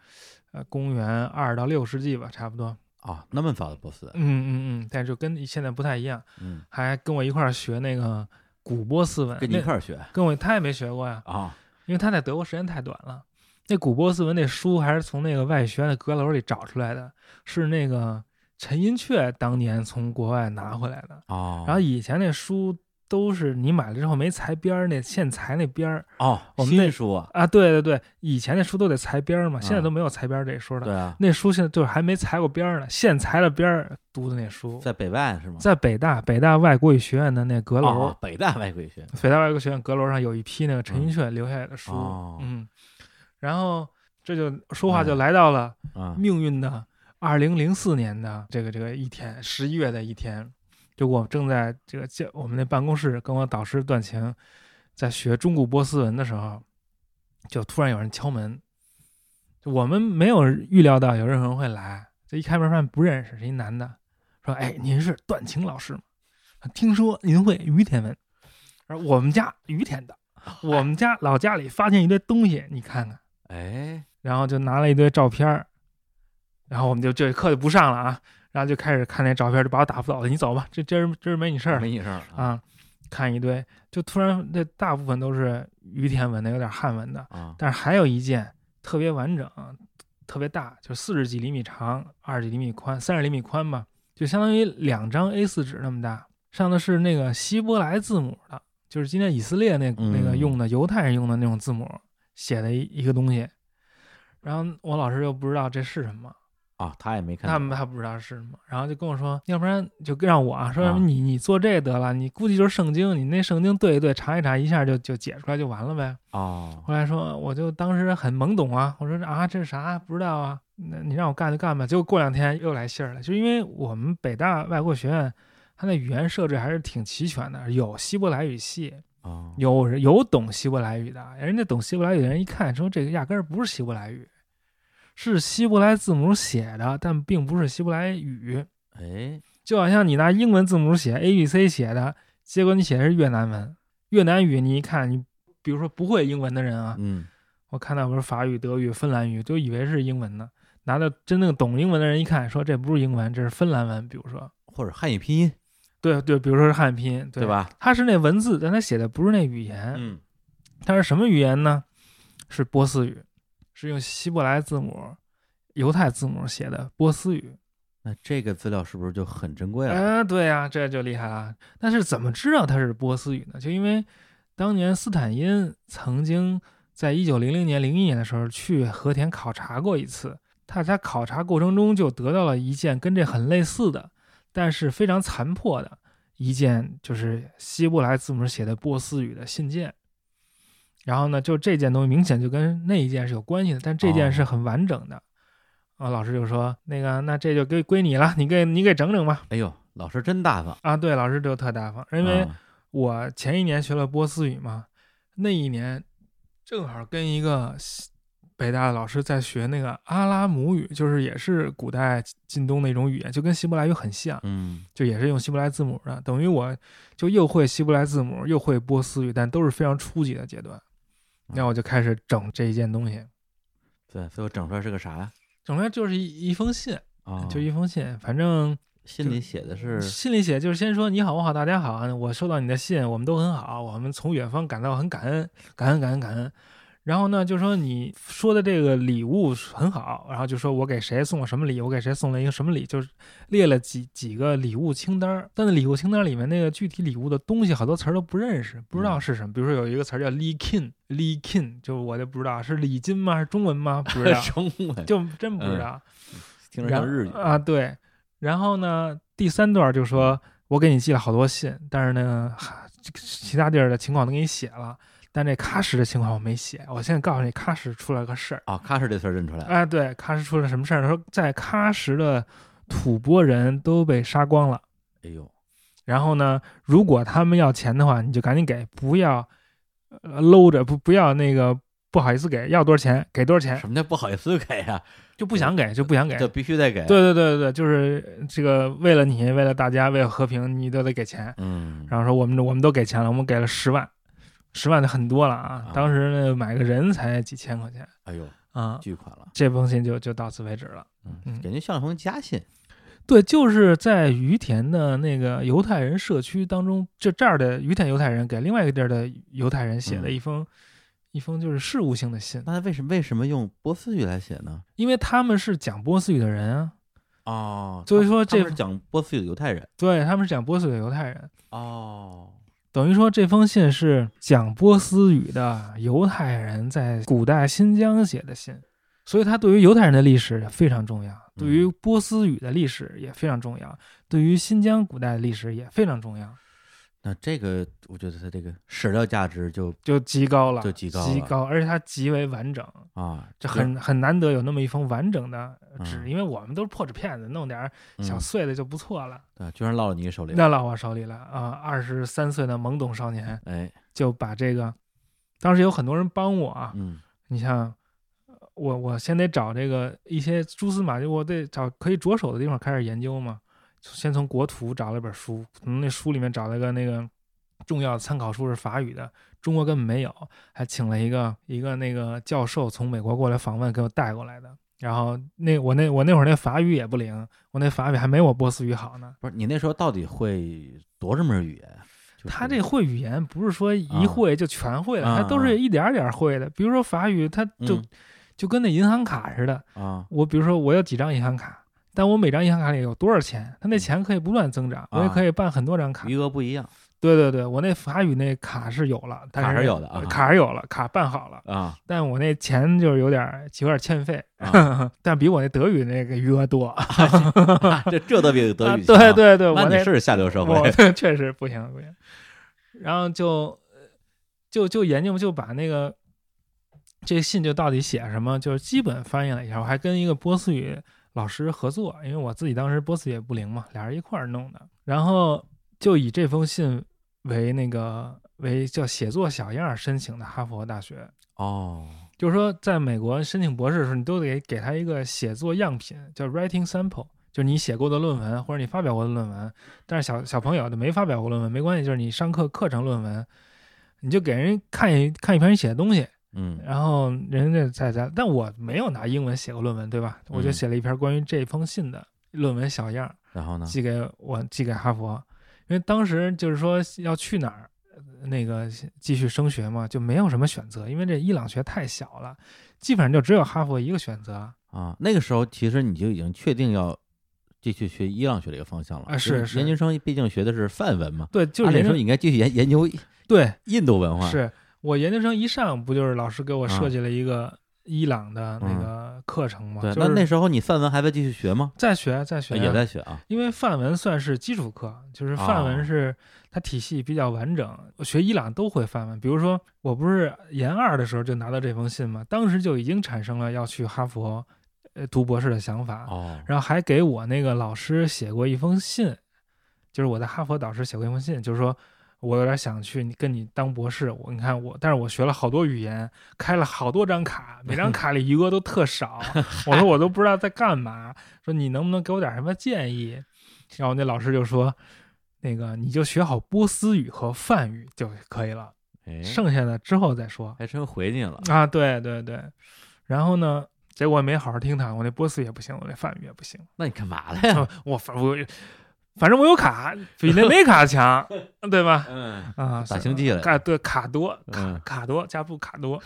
Speaker 2: 呃公元二到六世纪吧，差不多。
Speaker 1: 哦，那么早的波斯，
Speaker 2: 嗯嗯嗯，但是就跟现在不太一样，
Speaker 1: 嗯，
Speaker 2: 还跟我一块儿学那个古波斯文。
Speaker 1: 跟你一
Speaker 2: 那
Speaker 1: 块儿学
Speaker 2: 跟我他也没学过呀，
Speaker 1: 啊
Speaker 2: 因为他在德国时间太短了。那古波斯文那书还是从那个外语学院的阁楼里找出来的，是那个陈寅恪当年从国外拿回来的。
Speaker 1: 哦，
Speaker 2: 然后以前那书都是你买了之后没裁边儿，那现裁那边儿
Speaker 1: 哦，
Speaker 2: 我们那
Speaker 1: 新书啊，
Speaker 2: 啊，对对对，以前那书都得裁边儿嘛，现在
Speaker 1: 嗯
Speaker 2: 都没有裁边儿这一说了。
Speaker 1: 对啊，
Speaker 2: 那书现在就是还没裁过边儿呢，现裁了边儿读的那书，
Speaker 1: 在北外是吗？
Speaker 2: 在北大北大外国语学院的那阁楼，
Speaker 1: 哦，北大外国语学
Speaker 2: 北大外国语学院阁楼上有一批那个陈寅恪留下来的书，
Speaker 1: 哦
Speaker 2: 嗯，然后这就说话
Speaker 1: 嗯
Speaker 2: 就来到了。
Speaker 1: 啊，
Speaker 2: 命运的二零零四年的这个这个一天，十一月的一天，就我正在这个教我们那办公室跟我导师段晴在学中古波斯文的时候，就突然有人敲门，就我们没有预料到有任何人会来，这一开门发现不认识，是一男的，说：“哎，您是段晴老师吗？听说您会于田文，而我们家于田的，我们家老家里发现一堆东西，你看看。”
Speaker 1: 哎，
Speaker 2: 然后就拿了一堆照片儿，然后我们就这课就不上了啊，然后就开始看那照片儿，就把我打发走了。你走吧，这今儿今儿没你事儿
Speaker 1: 没你事儿了
Speaker 2: 啊。看一堆，就突然这大部分都是于田文的，有点汉文的，
Speaker 1: 啊，
Speaker 2: 但是还有一件特别完整，特别大，就四十几厘米长，二十几厘米宽，三十厘米宽吧，就相当于两张 A 4纸那么大，上的是那个希伯来字母的，就是今天以色列那
Speaker 1: 嗯
Speaker 2: 那个用的犹太人用的那种字母写的一一个东西。然后我老师又不知道这是什么，
Speaker 1: 啊，他也没看
Speaker 2: 他
Speaker 1: 到。
Speaker 2: 们还不知道是什么，然后就跟我说，要不然就让我啊，说
Speaker 1: 啊
Speaker 2: 要不你你做这得了，你估计就是圣经，你那圣经对一对，查一查，一下就就解出来就完了呗。
Speaker 1: 哦，
Speaker 2: 后来说，我就当时很懵懂啊，我说啊这是啥不知道啊，那你让我干就干吧。结果过两天又来信儿了，就因为我们北大外国学院。它那语言设置还是挺齐全的，有希伯来语系，
Speaker 1: 哦，
Speaker 2: 有有懂希伯来语的，人家懂希伯来语的人一看说这个压根儿不是希伯来语，是希伯来字母写的，但并不是希伯来语。
Speaker 1: 哎，
Speaker 2: 就好像你拿英文字母写 A B C 写的，结果你写的是越南文，越南语你一看你，比如说不会英文的人啊，
Speaker 1: 嗯，
Speaker 2: 我看到不是法语、德语、芬兰语，就以为是英文呢。拿到真正懂英文的人一看，说这不是英文，这是芬兰文。比如说，
Speaker 1: 或者汉语拼音，
Speaker 2: 对对，比如说是汉拼，对
Speaker 1: 对？吧？
Speaker 2: 它是那文字，但它写的不是那语言。
Speaker 1: 嗯，
Speaker 2: 它是什么语言呢？是波斯语，是用希伯来字母、犹太字母写的波斯语。
Speaker 1: 那这个资料是不是就很珍贵了？
Speaker 2: 嗯、对呀、这就厉害了。但是怎么知道它是波斯语呢？就因为当年斯坦因曾经在一九零零年、零一年的时候去和田考察过一次，他在考察过程中就得到了一件跟这很类似的，但是非常残破的一件，就是希伯来字母写的波斯语的信件。然后呢，就这件东西明显就跟那一件是有关系的，但这件是很完整的。啊、老师就说：“那个，那这就归归你了，你给你给整整吧。”
Speaker 1: 哎呦，老师真大方，
Speaker 2: 啊，对，老师就特大方，因为
Speaker 1: 啊
Speaker 2: 我前一年学了波斯语嘛，那一年正好跟一个西北大的老师在学那个阿拉姆语，就是也是古代近东的一种语言，就跟希伯来语很像，
Speaker 1: 嗯，
Speaker 2: 就也是用希伯来字母的，等于我就又会希伯来字母，又会波斯语，但都是非常初级的阶段。
Speaker 1: 啊
Speaker 2: 然后我就开始整这一件东西，
Speaker 1: 对，最后整出来是个啥呀？
Speaker 2: 整出来就是一一封信，
Speaker 1: 啊，
Speaker 2: 就一封信，反正
Speaker 1: 信里写的是
Speaker 2: 信里写就是先说你好，我好，大家好，我收到你的信，我们都很好，我们从远方感到很感恩，感恩，感恩，感恩。然后呢，就说你说的这个礼物很好，然后就说我给谁送了什么礼，我给谁送了一个什么礼，就是列了几几个礼物清单儿。但是礼物清单里面那个具体礼物的东西，好多词儿都不认识，不知
Speaker 1: 嗯
Speaker 2: 道是什么。比如说有一个词儿叫 “li kin”，“li kin” 就我就不知道是礼金吗？是中文吗？ 不知道，
Speaker 1: 中文，
Speaker 2: 就真不知
Speaker 1: 嗯
Speaker 2: 道。
Speaker 1: 听着
Speaker 2: 然
Speaker 1: 像日语
Speaker 2: 啊，，对。然后呢，第三段就说我给你寄了好多信，但是呢，哈其他地儿的情况都给你写了，但这喀什的情况我没写。我现在告诉你，喀什出了个事儿。
Speaker 1: 啊，喀什这词儿认出来了，
Speaker 2: 哎，对，喀什出了什么事儿？说在喀什的吐蕃人都被杀光了。
Speaker 1: 哎呦，
Speaker 2: 然后呢，如果他们要钱的话，你就赶紧给，不要呃搂着，不不要那个不好意思给，要多少钱给多少钱，
Speaker 1: 什么叫不好意思给呀？
Speaker 2: 就不想给就不想给，
Speaker 1: 这必须得给，，
Speaker 2: 哎对对对对对，就是这个为了你，为了大家，为了和平，你都得给钱。
Speaker 1: 嗯，
Speaker 2: 然后说我们我们都给钱了，我们给了十万，十万就很多了啊
Speaker 1: 啊！
Speaker 2: 当时呢买个人才几千块钱
Speaker 1: 哎呦，
Speaker 2: 啊、
Speaker 1: 巨款了，
Speaker 2: 这封信就就到此为止了。
Speaker 1: 嗯，
Speaker 2: 嗯
Speaker 1: 感觉像封家信，
Speaker 2: 对，就是在于田的那个犹太人社区当中，就这儿的于田犹太人给另外一个地儿的犹太人写的
Speaker 1: 嗯
Speaker 2: 一封、一封就是事务性的信，
Speaker 1: 那他为什么为什么用波斯语来写呢？
Speaker 2: 因为他们是讲波斯语的人啊，
Speaker 1: 哦，
Speaker 2: 所以
Speaker 1: 他
Speaker 2: 说
Speaker 1: 他们
Speaker 2: 这
Speaker 1: 是讲波斯语的犹太人，
Speaker 2: 对，他们是讲波斯语的犹太人。
Speaker 1: 哦，
Speaker 2: 等于说，这封信是讲波斯语的犹太人在古代新疆写的信，所以它对于犹太人的历史非常重要，对于波斯语的历史也非常重要，对于新疆古代的历史也非常重要，
Speaker 1: 那这个我觉得他这个史料价值就
Speaker 2: 就极高了，
Speaker 1: 就极高了
Speaker 2: 极高，而且它极为完整，
Speaker 1: 啊，
Speaker 2: 这很很难得有那么一封完整的
Speaker 1: 嗯
Speaker 2: 纸，因为我们都是破纸片子，弄点儿小
Speaker 1: 嗯
Speaker 2: 碎的就不错了。
Speaker 1: 对，居然落到你手里了，
Speaker 2: 那落我手里了啊！二十三岁的懵懂少年
Speaker 1: 哎，
Speaker 2: 就把这个，当时有很多人帮我啊，
Speaker 1: 嗯，
Speaker 2: 你像呃我，我先得找这个一些蛛丝马迹，我得找可以着手的地方开始研究嘛。先从国图找了本书，从那书里面找了个那个重要的参考书是法语的，中国根本没有，还请了一个一个那个教授从美国过来访问，给我带过来的。然后那我那我那会儿那法语也不灵，我那法语还没我波斯语好呢。
Speaker 1: 不是你那时候到底会多少门语言啊？就是
Speaker 2: 他这会语言不是说一会就全会了，
Speaker 1: 啊
Speaker 2: 他都是一点儿点儿会的。比如说法语，他就、
Speaker 1: 嗯
Speaker 2: 就跟那银行卡似的，
Speaker 1: 啊，
Speaker 2: 我比如说我有几张银行卡，
Speaker 1: 嗯啊
Speaker 2: 但我每张银行卡里有多少钱，它那钱可以不断增长，我也可以办很多张卡。
Speaker 1: 余额不一样，
Speaker 2: 对对对，我那法语那卡是有了，但
Speaker 1: 卡是有的啊
Speaker 2: 卡是有了，卡办好了，
Speaker 1: 啊
Speaker 2: 但我那钱就是有点儿有点儿欠费，
Speaker 1: 啊，
Speaker 2: 但比我那德语那个余额多。
Speaker 1: 这这都比德语强
Speaker 2: 啊
Speaker 1: 啊
Speaker 2: 对，对对，我
Speaker 1: 那
Speaker 2: 那
Speaker 1: 你是下流社
Speaker 2: 我
Speaker 1: 会
Speaker 2: 确实不行不行。然后就就就研究就把那个这信就到底写什么，就是基本翻译了一下。我还跟一个波斯语老师合作，因为我自己当时波斯语也不灵嘛，俩人一块儿弄的。然后就以这封信为那个为叫写作小样儿申请的哈佛大学。
Speaker 1: 哦，
Speaker 2: 就是说，在美国申请博士的时候，你都得给他一个写作样品，叫 writing sample，就是你写过的论文或者你发表过的论文。但是小小朋友就没发表过论文，没关系，就是你上课课程论文，你就给人看一看一篇你写的东西，
Speaker 1: 嗯
Speaker 2: 然后人家再再。但我没有拿英文写过论文，对吧？我就
Speaker 1: 嗯
Speaker 2: 写了一篇关于这封信的论文小样，
Speaker 1: 然后呢？
Speaker 2: 寄给我寄给哈佛，因为当时就是说要去哪儿，呃那个继续升学嘛，就没有什么选择，因为这伊朗学太小了，基本上就只有哈佛一个选择啊、
Speaker 1: 啊，那个时候其实你就已经确定要继续学伊朗学这个方向了
Speaker 2: 啊
Speaker 1: 因为
Speaker 2: 是是
Speaker 1: 研究生毕竟学的是梵文嘛，
Speaker 2: 对，就
Speaker 1: 按
Speaker 2: 是
Speaker 1: 理
Speaker 2: 研
Speaker 1: 说
Speaker 2: 究
Speaker 1: 你应该继续研研究
Speaker 2: 对，
Speaker 1: 印度文化，
Speaker 2: 是我研究生一上不就是老师给我
Speaker 1: 啊嗯
Speaker 2: 设计了一个伊朗的那个课程嘛，
Speaker 1: 对。
Speaker 2: 就
Speaker 1: 那
Speaker 2: 是
Speaker 1: 那时候你梵文还在继续学吗？
Speaker 2: 再学再学、
Speaker 1: 也在学啊，
Speaker 2: 因为范文算是基础课，就是范
Speaker 1: 哦
Speaker 2: 文是它体系比较完整。我学伊朗都会范文，比如说我不是研二的时候就拿到这封信嘛，当时就已经产生了要去哈佛，呃，读博士的想法。
Speaker 1: 哦，
Speaker 2: 然后还给我那个老师写过一封信，就是我在哈佛导师写过一封信，就是说我有点想去你跟你当博士，我你看我，但是我学了好多语言，开了好多张卡，每张卡里余额都特少，我说我都不知道在干嘛，说你能不能给我点什么建议？然后那老师就说，那个你就学好波斯语和梵语就可以了，
Speaker 1: 哎，
Speaker 2: 剩下的之后再说。
Speaker 1: 还真回你了，
Speaker 2: 啊，对对对，然后呢，结果没好好听他，我那波斯语也不行，我那梵语也不行。
Speaker 1: 那你干嘛了呀？
Speaker 2: 啊 我反我反正我有卡，比那没卡强，对吧？
Speaker 1: 嗯
Speaker 2: 啊，
Speaker 1: 打
Speaker 2: 是
Speaker 1: 星际了
Speaker 2: 卡对卡多
Speaker 1: 嗯
Speaker 2: 卡多加布卡多，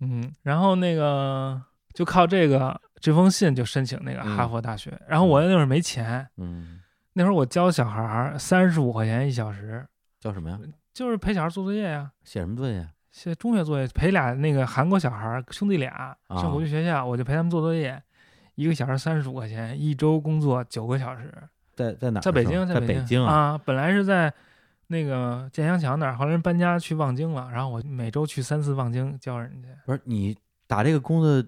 Speaker 2: 嗯，然后那个就靠这个这封信就申请那个
Speaker 1: 嗯
Speaker 2: 哈佛大学，然后我那会儿没钱，
Speaker 1: 嗯，
Speaker 2: 那会儿我教小孩儿三十五块钱一小时，
Speaker 1: 叫什么呀？
Speaker 2: 就是陪小孩儿做作业呀、
Speaker 1: 写什么作业呀？
Speaker 2: 写中学作业，陪俩那个韩国小孩儿兄弟俩
Speaker 1: 啊
Speaker 2: 上国际学校，我就陪他们做作业，一个小时三十五块钱，一周工作九个小时，
Speaker 1: 在在哪儿
Speaker 2: 在
Speaker 1: 上？
Speaker 2: 北京，
Speaker 1: 在
Speaker 2: 北
Speaker 1: 北京啊，
Speaker 2: 啊本来是在那个建祥桥那儿，后来人搬家去望京了，然后我每周去三次望京教人家
Speaker 1: 不是你打这个工作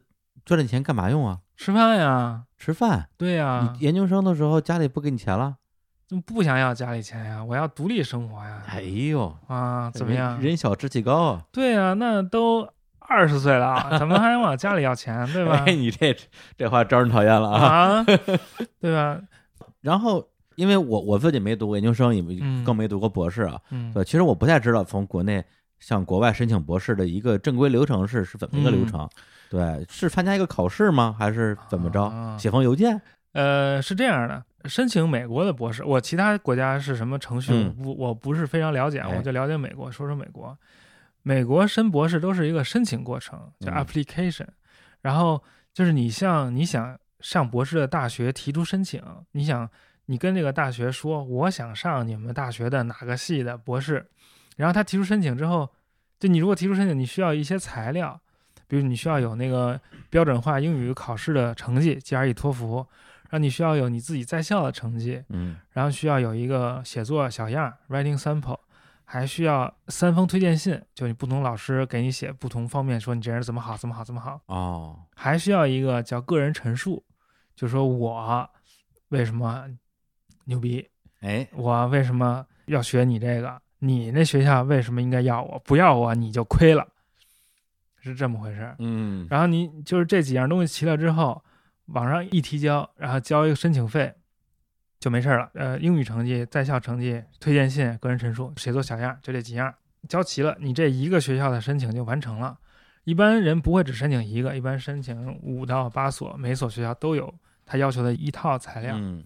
Speaker 1: 赚这钱干嘛用啊？
Speaker 2: 吃饭呀，
Speaker 1: 吃饭。
Speaker 2: 对呀
Speaker 1: 你，研究生的时候家里不给你钱
Speaker 2: 啊
Speaker 1: 了？
Speaker 2: 就不想要家里钱呀，我要独立生活呀，
Speaker 1: 哎呦，
Speaker 2: 啊，怎么
Speaker 1: 人
Speaker 2: 样？
Speaker 1: 人小志气高啊！
Speaker 2: 对呀，那都二十岁了，啊怎么还往家里要钱，对吧
Speaker 1: 哎，？你这这话招人讨厌了啊！
Speaker 2: 啊，对吧？
Speaker 1: 然后，因为我我自己没读过研究生，也没
Speaker 2: 嗯
Speaker 1: 更没读过博士啊，
Speaker 2: 嗯，
Speaker 1: 对，其实我不太知道从国内向国外申请博士的一个正规流程是是怎么一
Speaker 2: 嗯
Speaker 1: 个流程。对，是参加一个考试吗？还是怎么着？
Speaker 2: 啊
Speaker 1: 写封邮件？
Speaker 2: 呃，是这样的，申请美国的博士，我其他国家是什么程序，我
Speaker 1: 嗯
Speaker 2: 不我不是非常了解，
Speaker 1: 哎
Speaker 2: 我就了解美国，说说美国。美国申博士都是一个申请过程，叫
Speaker 1: 嗯
Speaker 2: application，、然后就是你向你想上博士的大学提出申请，你想你跟这个大学说，我想上你们大学的哪个系的博士，然后他提出申请之后，就你如果提出申请，你需要一些材料，比如你需要有那个标准化英语考试的成绩，GRE、托福，然后你需要有你自己在校的成绩，
Speaker 1: 嗯，
Speaker 2: 然后需要有一个写作小样儿 （writing sample），还需要三封推荐信，就你不同老师给你写不同方面，说你这人怎么好，怎么好，怎么好，
Speaker 1: 哦，
Speaker 2: 还需要一个叫个人陈述，就说我为什么牛逼，
Speaker 1: 哎，
Speaker 2: 我为什么要学你这个，你那学校为什么应该要我，不要我你就亏了，是这么回事儿。
Speaker 1: 嗯，
Speaker 2: 然后你就是这几样东西齐了之后，网上一提交，然后交一个申请费，就没事儿了。呃，英语成绩、在校成绩、推荐信、个人陈述、写作小样，就这几样交齐了，你这一个学校的申请就完成了。一般人不会只申请一个，一般申请五到八所，每所学校都有他要求的一套材料，
Speaker 1: 嗯，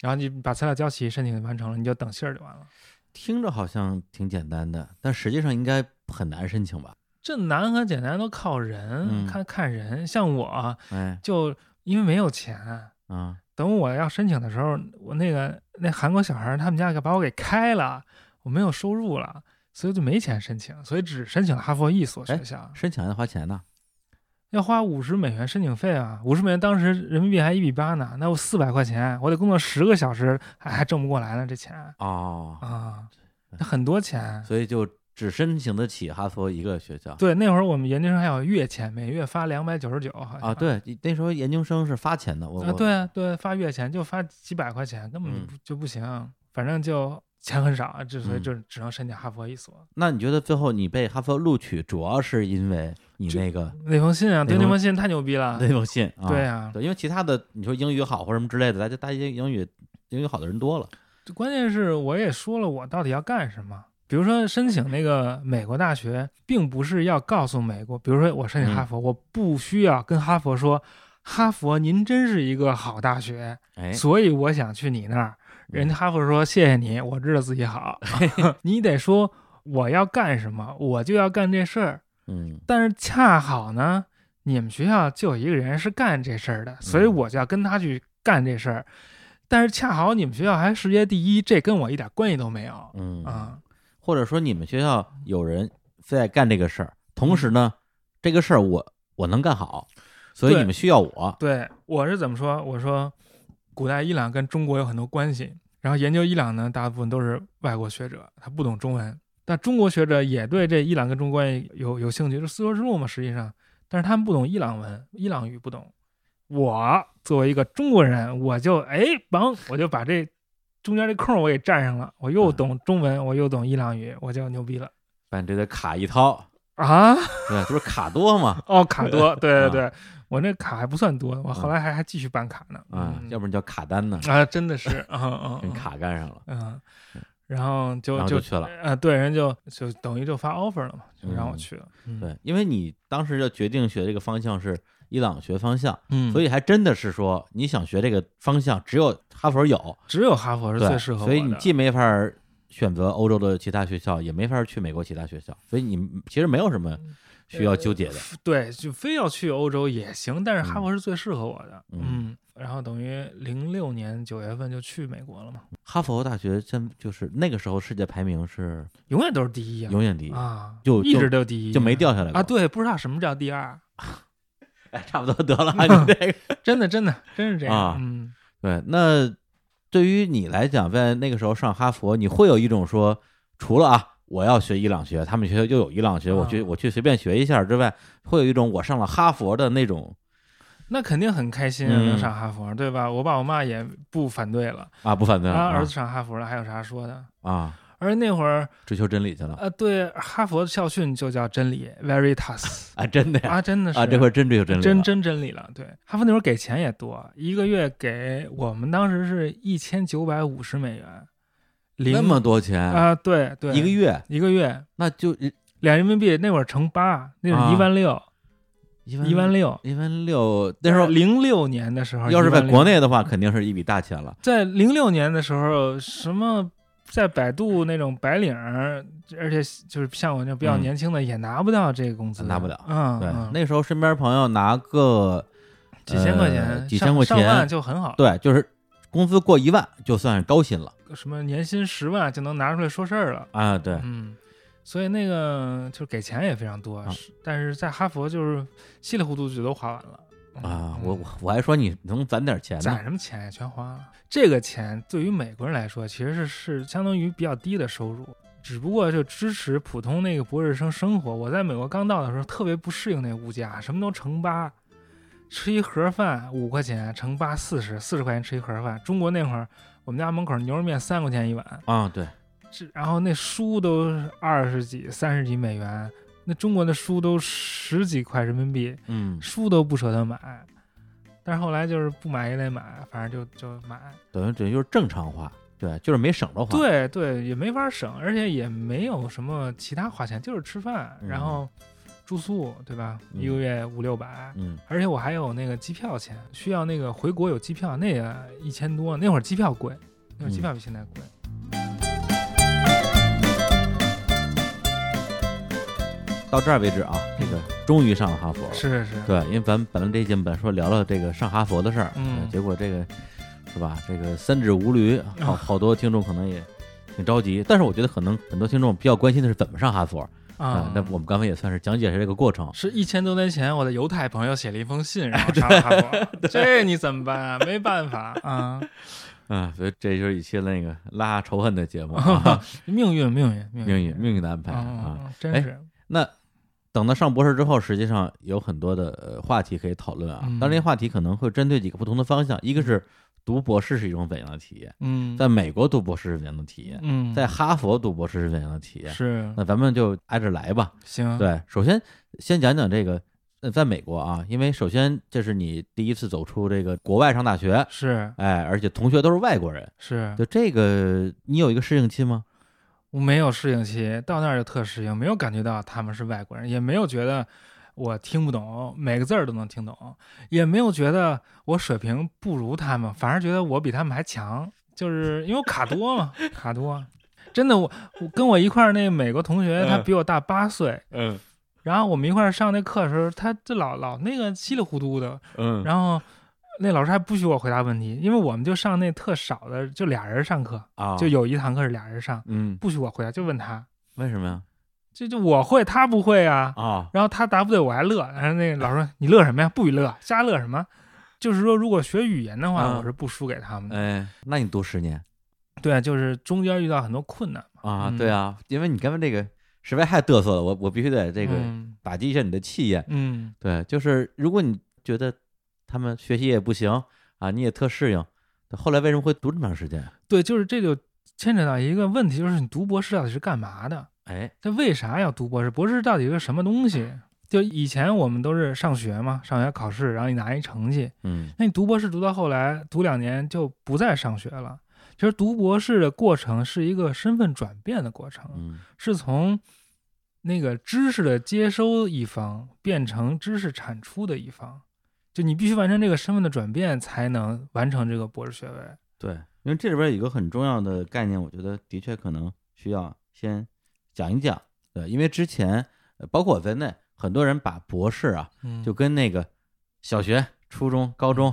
Speaker 2: 然后你把材料交齐，申请就完成了，你就等信儿就完了。
Speaker 1: 听着好像挺简单的，但实际上应该很难申请吧？
Speaker 2: 这难和简单都靠人，
Speaker 1: 嗯
Speaker 2: 看看人。像我啊
Speaker 1: 哎，
Speaker 2: 就因为没有钱，
Speaker 1: 啊，
Speaker 2: 等我要申请的时候，我那个那韩国小孩儿他们家给把我给开了，我没有收入了，所以就没钱申请，所以只申请了哈佛一所学校，
Speaker 1: 申请还得花钱呢。
Speaker 2: 要花五十美元申请费啊，五十美元当时人民币还一比八呢，那我四百块钱，我得工作十个小时还还挣不过来呢，这钱
Speaker 1: 哦，
Speaker 2: 啊，那很多钱。
Speaker 1: 所以就只申请得起哈佛一个学校
Speaker 2: 对，那会儿我们研究生还有月钱，每月发两百九十九，好像
Speaker 1: 啊。对，那时候研究生是发钱的，我
Speaker 2: 啊，对啊对，发月钱就发几百块钱，根本就
Speaker 1: 嗯
Speaker 2: 不、就不行，啊反正就钱很少，啊之所以
Speaker 1: 嗯
Speaker 2: 就只能申请哈佛一所。
Speaker 1: 那你觉得最后你被哈佛录取，主要是因为你
Speaker 2: 这
Speaker 1: 那个
Speaker 2: 那封信啊，对
Speaker 1: 那
Speaker 2: 那
Speaker 1: 封
Speaker 2: 封信太牛逼了，
Speaker 1: 那封信啊？
Speaker 2: 对啊，
Speaker 1: 对，因为其他的你说英语好或者什么之类的，大家大家英语英语好的人多了，
Speaker 2: 就关键是我也说了，我到底要干什么。比如说申请那个美国大学，并不是要告诉美国，比如说我申
Speaker 1: 嗯
Speaker 2: 请哈佛，我不需要跟哈佛说，哈佛您真是一个好大学，
Speaker 1: 哎，嗯
Speaker 2: 所以我想去你那儿。人家哈佛说谢谢你，我知道自己 好。 你得说我要干什么，我就要干这事儿。
Speaker 1: 嗯
Speaker 2: 但是恰好呢，你们学校就有一个人是干这事儿
Speaker 1: 嗯
Speaker 2: 的，所以我就要跟他去干这事儿。但是恰好你们学校还世界第一，这跟我一点关系都没有啊、
Speaker 1: 嗯，或者说你们学校有人在干这个事儿，同
Speaker 2: 嗯
Speaker 1: 时呢，这个事儿我我能干好，所以
Speaker 2: 对
Speaker 1: 你们需要我，
Speaker 2: 对，我是怎么说？我说，古代伊朗跟中国有很多关系，然后研究伊朗呢，大部分都是外国学者，他不懂中文，但中国学者也对这伊朗跟中国关系有有兴趣，就丝绸之路嘛，实际上，但是他们不懂伊朗文，伊朗语不懂。我作为一个中国人，我就哎，帮我就把这中间这空我给占上了，我
Speaker 1: 嗯
Speaker 2: 又懂中文，我又懂伊朗语，我就牛逼了
Speaker 1: 把你这个卡一掏，
Speaker 2: 啊！
Speaker 1: 对，就是卡多 嘛
Speaker 2: 哦，卡多，对
Speaker 1: 啊嗯
Speaker 2: 对对，我那卡还不算多，我后来还还继续办卡呢
Speaker 1: 啊，
Speaker 2: 嗯
Speaker 1: 要不然叫卡丹呢，
Speaker 2: 啊，真的是，嗯
Speaker 1: 跟
Speaker 2: 嗯
Speaker 1: 卡干上了，
Speaker 2: 嗯，然后就
Speaker 1: 然后
Speaker 2: 就
Speaker 1: 就去了。
Speaker 2: 啊，对，人就就等于就发 offer 了嘛，就让我
Speaker 1: 嗯
Speaker 2: 去了。
Speaker 1: 对，因为你当时就决定学这个方向是伊朗学方向，
Speaker 2: 嗯，
Speaker 1: 所
Speaker 2: 以
Speaker 1: 以还真的是说你想学这个方向，只有哈佛有，
Speaker 2: 只有哈佛是
Speaker 1: 对
Speaker 2: 最适合我
Speaker 1: 所以你
Speaker 2: 的
Speaker 1: 既没法儿选择欧洲的其他学校，也没法儿去美国其他学校，所以你其实没有什么需要纠结的。
Speaker 2: 嗯对，就呃非要去欧洲也行，但是哈佛是最适合我的。
Speaker 1: 嗯
Speaker 2: 嗯，然后等于零六年九月份就去美国了嘛，
Speaker 1: 哈佛大学现就是那个时候世界排名是
Speaker 2: 永远都是第一啊，
Speaker 1: 永远第一，
Speaker 2: 啊，
Speaker 1: 就
Speaker 2: 一
Speaker 1: 就
Speaker 2: 直都第一，
Speaker 1: 就没掉下来过
Speaker 2: 啊。，对，不知道什么叫第二，
Speaker 1: 哎差不多得 了，你这个
Speaker 2: 真的真的真是这样。
Speaker 1: 啊
Speaker 2: 嗯，
Speaker 1: 对，那对于你来讲，在那个时候上哈佛，你会有一种说，除了啊，我要学伊朗学，他们学校又有伊朗学，我去
Speaker 2: 啊
Speaker 1: 我去随便学一下之外，会有一种我上了哈佛的那种
Speaker 2: 那肯定很开心啊，
Speaker 1: 嗯
Speaker 2: 能上哈佛，对吧？我爸我妈也不反对了。
Speaker 1: 啊不反对
Speaker 2: 啊，儿
Speaker 1: 啊
Speaker 2: 子上哈佛了，还有啥说的？
Speaker 1: 啊
Speaker 2: 而那会儿，
Speaker 1: 追求真理去了
Speaker 2: 呃，对哈佛的校训就叫真理 （Veritas）
Speaker 1: 啊，真的呀
Speaker 2: 啊，真的是
Speaker 1: 啊，这回真追求真理
Speaker 2: 真
Speaker 1: 了
Speaker 2: 真真理了。对，哈佛那会儿给钱也多，一个月给我们当时是一千九百五十美元，零
Speaker 1: 那么多钱
Speaker 2: 啊，对对，
Speaker 1: 一个月，
Speaker 2: 一个月
Speaker 1: 那就
Speaker 2: 两人民币，那会儿乘八，那
Speaker 1: 啊
Speaker 2: 是一万六，
Speaker 1: 一
Speaker 2: 一万六。
Speaker 1: 一万六，那时候
Speaker 2: 零六年的时候，
Speaker 1: 要是在
Speaker 2: 16
Speaker 1: 国，内的话，肯定是一笔大钱了。
Speaker 2: 在零六年的时候，什么在百度那种白领儿，而且就是像我这种比较
Speaker 1: 嗯
Speaker 2: 年轻的，也拿不到这个工资，
Speaker 1: 拿不了
Speaker 2: 嗯，
Speaker 1: 对
Speaker 2: 嗯，
Speaker 1: 那时候身边朋友拿个
Speaker 2: 几千块
Speaker 1: 呃
Speaker 2: 钱，
Speaker 1: 几千块
Speaker 2: 上上万
Speaker 1: 钱，
Speaker 2: 就很好，
Speaker 1: 对，就是工资过一万就算是高薪了
Speaker 2: 什么年薪十万就能拿出来说事儿了，
Speaker 1: 啊。对，
Speaker 2: 嗯。所以那个就是给钱也非常多，
Speaker 1: 啊
Speaker 2: 是但是在哈佛就是稀里糊涂就都花完了嗯
Speaker 1: 啊，
Speaker 2: 嗯
Speaker 1: 我我我还说你能攒点钱呢
Speaker 2: 攒什么钱呀，全花了。这个钱对于美国人来说，其实是是相当于比较低的收入，只不过就支持普通那个博士生生活。我在美国刚到的时候，特别不适应那物价，什么都乘八，吃一盒饭五块钱，乘八四十，四十块钱吃一盒饭。中国那会儿，我们家门口牛肉面三块钱一碗，
Speaker 1: 啊，对，
Speaker 2: 这然后那书都二十几、三十几美元，那中国的书都十几块人民币，
Speaker 1: 嗯，
Speaker 2: 书都不舍得买，但是后来就是不买也得买，反正就就买。
Speaker 1: 等于等于就是正常化，对，就是没省着花，
Speaker 2: 对对，也没法省，而且也没有什么其他花钱，就是吃饭，
Speaker 1: 嗯
Speaker 2: 然后住宿，对吧？
Speaker 1: 嗯
Speaker 2: 一个月五六百，
Speaker 1: 嗯
Speaker 2: 而且我还有那个机票钱，需要那个回国有机票，那也一千多，那会儿机票贵，
Speaker 1: 嗯
Speaker 2: 那会儿机票比现在贵。
Speaker 1: 到这儿为止啊，这个终于上了哈佛了。
Speaker 2: 是是是，
Speaker 1: 对，因为咱们本来这节目本来说聊聊这个上哈佛的事儿，
Speaker 2: 嗯啊
Speaker 1: 结果这个是吧？这个三指无驴，好好多听众可能也挺着急。但是我觉得可能很多听众比较关心的是怎么上哈佛
Speaker 2: 啊，
Speaker 1: 嗯那我们刚才也算是讲解了这个过程。
Speaker 2: 是一千多年前，我的犹太朋友写了一封 信，然后上了哈佛，这你怎么办啊？没办法 啊，
Speaker 1: 嗯，所以这就是一期那个拉仇恨的节目啊，
Speaker 2: 命运，命运，命
Speaker 1: 命运命运的安排啊。
Speaker 2: 啊，真是
Speaker 1: 那等到上博士之后，实际上有很多的呃话题可以讨论啊。
Speaker 2: 嗯
Speaker 1: 当然，这些话题可能会针对几个不同的方向，一个是读博士是一种怎样的体验，
Speaker 2: 嗯，
Speaker 1: 在美国读博士是怎样的体验，
Speaker 2: 嗯，
Speaker 1: 在哈佛读博士是怎样的体验。
Speaker 2: 是嗯
Speaker 1: 那咱们就挨着来吧。
Speaker 2: 行，
Speaker 1: 对，首先先讲讲这个，呃，在美国啊，因为首先这是你第一次走出这个国外上大学，
Speaker 2: 是
Speaker 1: 哎，而且同学都是外国人，
Speaker 2: 是，
Speaker 1: 就这个你有一个适应期吗？
Speaker 2: 我没有适应期，到那儿就特适应，没有感觉到他们是外国人，也没有觉得我听不懂，每个字儿都能听懂，也没有觉得我水平不如他们，反而觉得我比他们还强，就是因为我卡多嘛，卡多。真的，我我跟我一块儿那美国同学，他
Speaker 1: 嗯
Speaker 2: 比我大八岁，
Speaker 1: 嗯
Speaker 2: 然后我们一块儿上那课的时候，他就老老那个稀里糊涂的，
Speaker 1: 嗯
Speaker 2: 然后那老师还不许我回答问题，因为我们就上那特少的，就俩人上课，
Speaker 1: 啊，
Speaker 2: 就有一堂课是俩人上，
Speaker 1: 嗯，
Speaker 2: 不许我回答，就问他，
Speaker 1: 为什么呀？
Speaker 2: 这就我会，他不会啊。
Speaker 1: 啊，
Speaker 2: 然后他答不对，我还乐。然后那个老师说：“你乐什么呀？不许乐，瞎乐什么？”就是说，如果学语言的话，
Speaker 1: 嗯
Speaker 2: 我是不输给他们的。
Speaker 1: 哎，那你读十年
Speaker 2: 对，啊就是中间遇到很多困难嘛。
Speaker 1: 啊？
Speaker 2: 嗯
Speaker 1: 对啊，因为你刚才这个实在太嘚瑟了，我我必须得这个
Speaker 2: 嗯
Speaker 1: 打击一下你的气焰。
Speaker 2: 嗯
Speaker 1: 对，就是如果你觉得他们学习也不行啊，你也特适应，后来为什么会读这么长时间？
Speaker 2: 对，就是这就牵扯到一个问题，就是你读博士到底是干嘛的？
Speaker 1: 哎，
Speaker 2: 这为啥要读博士？博士到底是个什么东西？就以前我们都是上学嘛，上学考试，然后你拿一成绩，
Speaker 1: 嗯
Speaker 2: 那你读博士读到后来，读两年就不再上学了。其实读博士的过程是一个身份转变的过程，
Speaker 1: 嗯
Speaker 2: 是从那个知识的接收一方变成知识产出的一方，就你必须完成这个身份的转变，才能完成这个博士学位。
Speaker 1: 对，因为这里边有一个很重要的概念，我觉得的确可能需要先讲一讲。对，因为之前呃包括我在内，很多人把博士啊
Speaker 2: 嗯
Speaker 1: 就跟那个小学、初中、高中、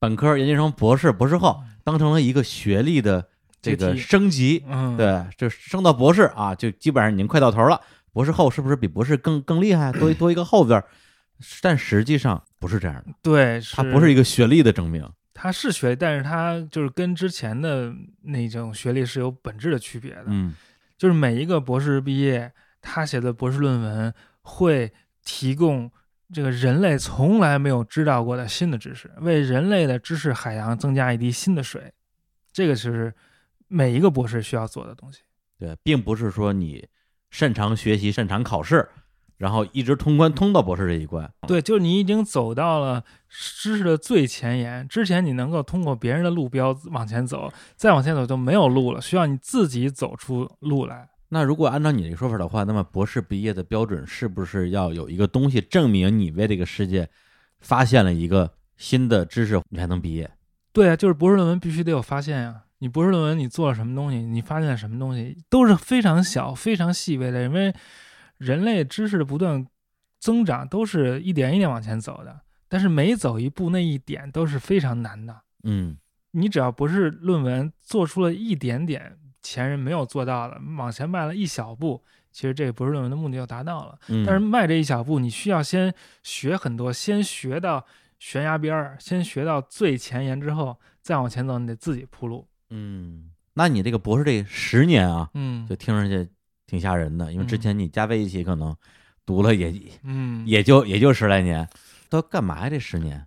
Speaker 1: 本科、研究生、博士、博士后当成了一个学历的这
Speaker 2: 阶
Speaker 1: 个
Speaker 2: 梯
Speaker 1: 升级。
Speaker 2: 嗯，
Speaker 1: 对，就升到博士啊，就基本上已经快到头了。博士后是不是比博士更更厉害，多一多一个后字儿？但实际上不是这样的，
Speaker 2: 对，
Speaker 1: 它不是一个学历的证明。
Speaker 2: 他是学历，但是他就是跟之前的那种学历是有本质的区别的。
Speaker 1: 嗯
Speaker 2: 就是每一个博士毕业，他写的博士论文会提供这个人类从来没有知道过的新的知识，为人类的知识海洋增加一滴新的水。这个就是每一个博士需要做的东西。
Speaker 1: 对，并不是说你擅长学习、擅长考试，然后一直通关通到博士这一关。
Speaker 2: 对，就是你已经走到了知识的最前沿，之前你能够通过别人的路标往前走，再往前走就没有路了，需要你自己走出路来。
Speaker 1: 那如果按照你的说法的话，那么博士毕业的标准是不是要有一个东西证明你为这个世界发现了一个新的知识，你才能毕业？
Speaker 2: 对啊，就是博士论文必须得有发现呀、你博士论文你做了什么东西，你发现了什么东西，都是非常小、非常细微的，因为人类知识的不断增长都是一点一点往前走的，但是每走一步那一点都是非常难的。
Speaker 1: 嗯，
Speaker 2: 你只要博士论文做出了一点点前人没有做到的，往前迈了一小步，其实这个博士论文的目的就达到了。
Speaker 1: 嗯
Speaker 2: 但是迈这一小步，你需要先学很多，先学到悬崖边儿，先学到最前沿之后，再往前走，你得自己铺路。
Speaker 1: 嗯，那你这个博士这十年啊，
Speaker 2: 嗯
Speaker 1: 就听上去挺吓人的，因为之
Speaker 2: 嗯
Speaker 1: 前你加在一起可能读了也、
Speaker 2: 嗯，
Speaker 1: 也就也就十来年，都干嘛呀？这十年，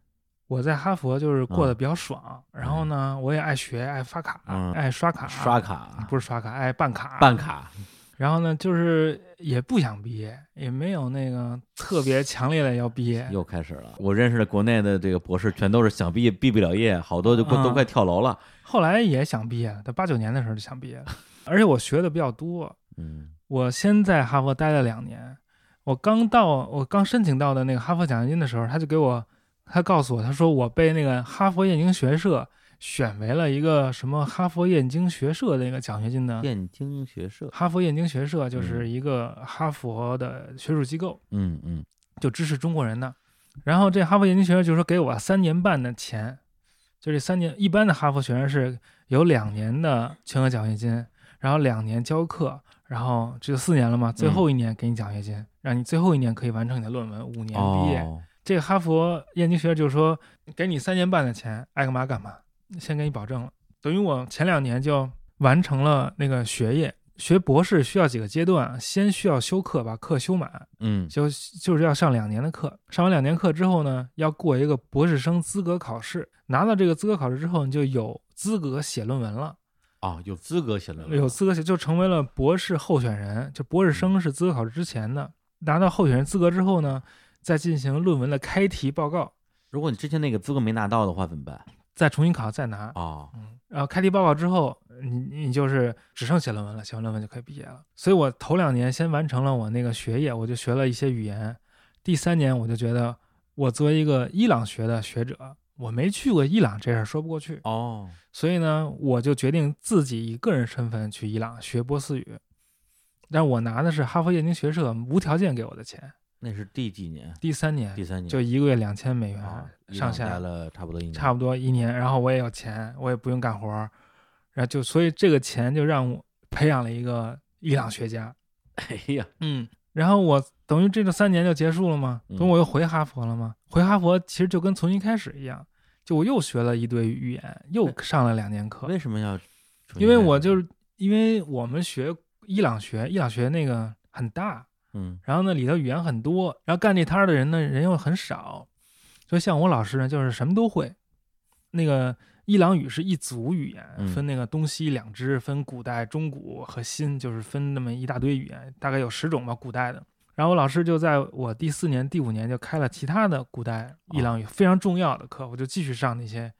Speaker 2: 我在哈佛就是过得
Speaker 1: 嗯
Speaker 2: 比较爽，然后呢，我也爱学，爱发卡，
Speaker 1: 嗯
Speaker 2: 爱刷卡，啊
Speaker 1: 刷卡、啊
Speaker 2: 不是刷卡，爱办卡，啊
Speaker 1: 办。卡，
Speaker 2: 然后呢，就是也不想毕业，也没有那个特别强烈的要毕业。
Speaker 1: 又开始了。我认识的国内的这个博士，全都是想毕业毕不了业，好多就快、都
Speaker 2: 嗯
Speaker 1: 快跳楼了。
Speaker 2: 后来也想毕业了，在八九年的时候就想毕业了，而且我学的比较多，
Speaker 1: 嗯
Speaker 2: 我先在哈佛待了两年，我刚到，我刚申请到的那个哈佛奖学金的时候，他就给我，他告诉我，他说我被那个哈佛燕京学社选为了一个什么哈佛燕京学社的那个奖学金的。
Speaker 1: 燕京嗯学社，
Speaker 2: 哈佛燕京学社就是一个哈佛的学术机构，
Speaker 1: 嗯嗯
Speaker 2: 就支持中国人的。然后这哈佛燕京学社就说给我三年半的钱，就这三年，一般的哈佛学生是有两年的全额奖学金，然后两年教课，然后只有四年了嘛，最后一年给你奖学金，让你最后一年可以完成你的论文，五年毕业。
Speaker 1: 哦，
Speaker 2: 这个哈佛燕京学院就是说，给你三年半的钱，爱干嘛干嘛，先给你保证了。等于我前两年就完成了那个学业，学博士需要几个阶段，先需要修课，把课修满，
Speaker 1: 嗯
Speaker 2: 就就是要上两年的课，上完两年课之后呢，要过一个博士生资格考试，拿到这个资格考试之后，你就有资格写论文了，
Speaker 1: 哦，有资格写论文，
Speaker 2: 有资格写就成为了博士候选人。就博士生是资格考试之前的，拿到候选人资格之后呢，再进行论文的开题报告，
Speaker 1: 如果你之前那个资格没拿到的话，怎么办？
Speaker 2: 再重新考再拿。
Speaker 1: 哦，
Speaker 2: 然后开题报告之后，你你就是只剩写论文了，写完论文就可以毕业了。所以我头两年先完成了我那个学业，我就学了一些语言。第三年我就觉得，我作为一个伊朗学的学者，我没去过伊朗这事儿说不过去，
Speaker 1: 哦，
Speaker 2: 所以呢，我就决定自己以个人身份去伊朗学波斯语。但我拿的是哈佛燕京学社无条件给我的钱。
Speaker 1: 那是第几年？
Speaker 2: 第三年
Speaker 1: 第三年，
Speaker 2: 就一个月两千美元
Speaker 1: 啊，伊朗
Speaker 2: 上下，
Speaker 1: 待了差不多一年，
Speaker 2: 差不多一年，然后我也有钱，我也不用干活儿，然后就所以这个钱就让我培养了一个伊朗学家，
Speaker 1: 哎呀，
Speaker 2: 嗯，然后我等于这个三年就结束了嘛，
Speaker 1: 嗯
Speaker 2: 等我又回哈佛了嘛，回哈佛其实就跟重新开始一样，就我又学了一堆语言，又上了两年课，
Speaker 1: 为什么要重新开始？
Speaker 2: 因为我就是因为我们学伊朗学，伊朗学那个很大，
Speaker 1: 嗯
Speaker 2: 然后呢，里头语言很多，然后干这摊儿的人呢，人又很少，所以像我老师呢，就是什么都会。那个伊朗语是一组语言，
Speaker 1: 嗯
Speaker 2: 分那个东西两支，分古代、中古和新，就是分那么一大堆语言，大概有十种吧，古代的。然后我老师就在我第四年、第五年就开了其他的古代伊朗语、非常重要的课，我就继续上那些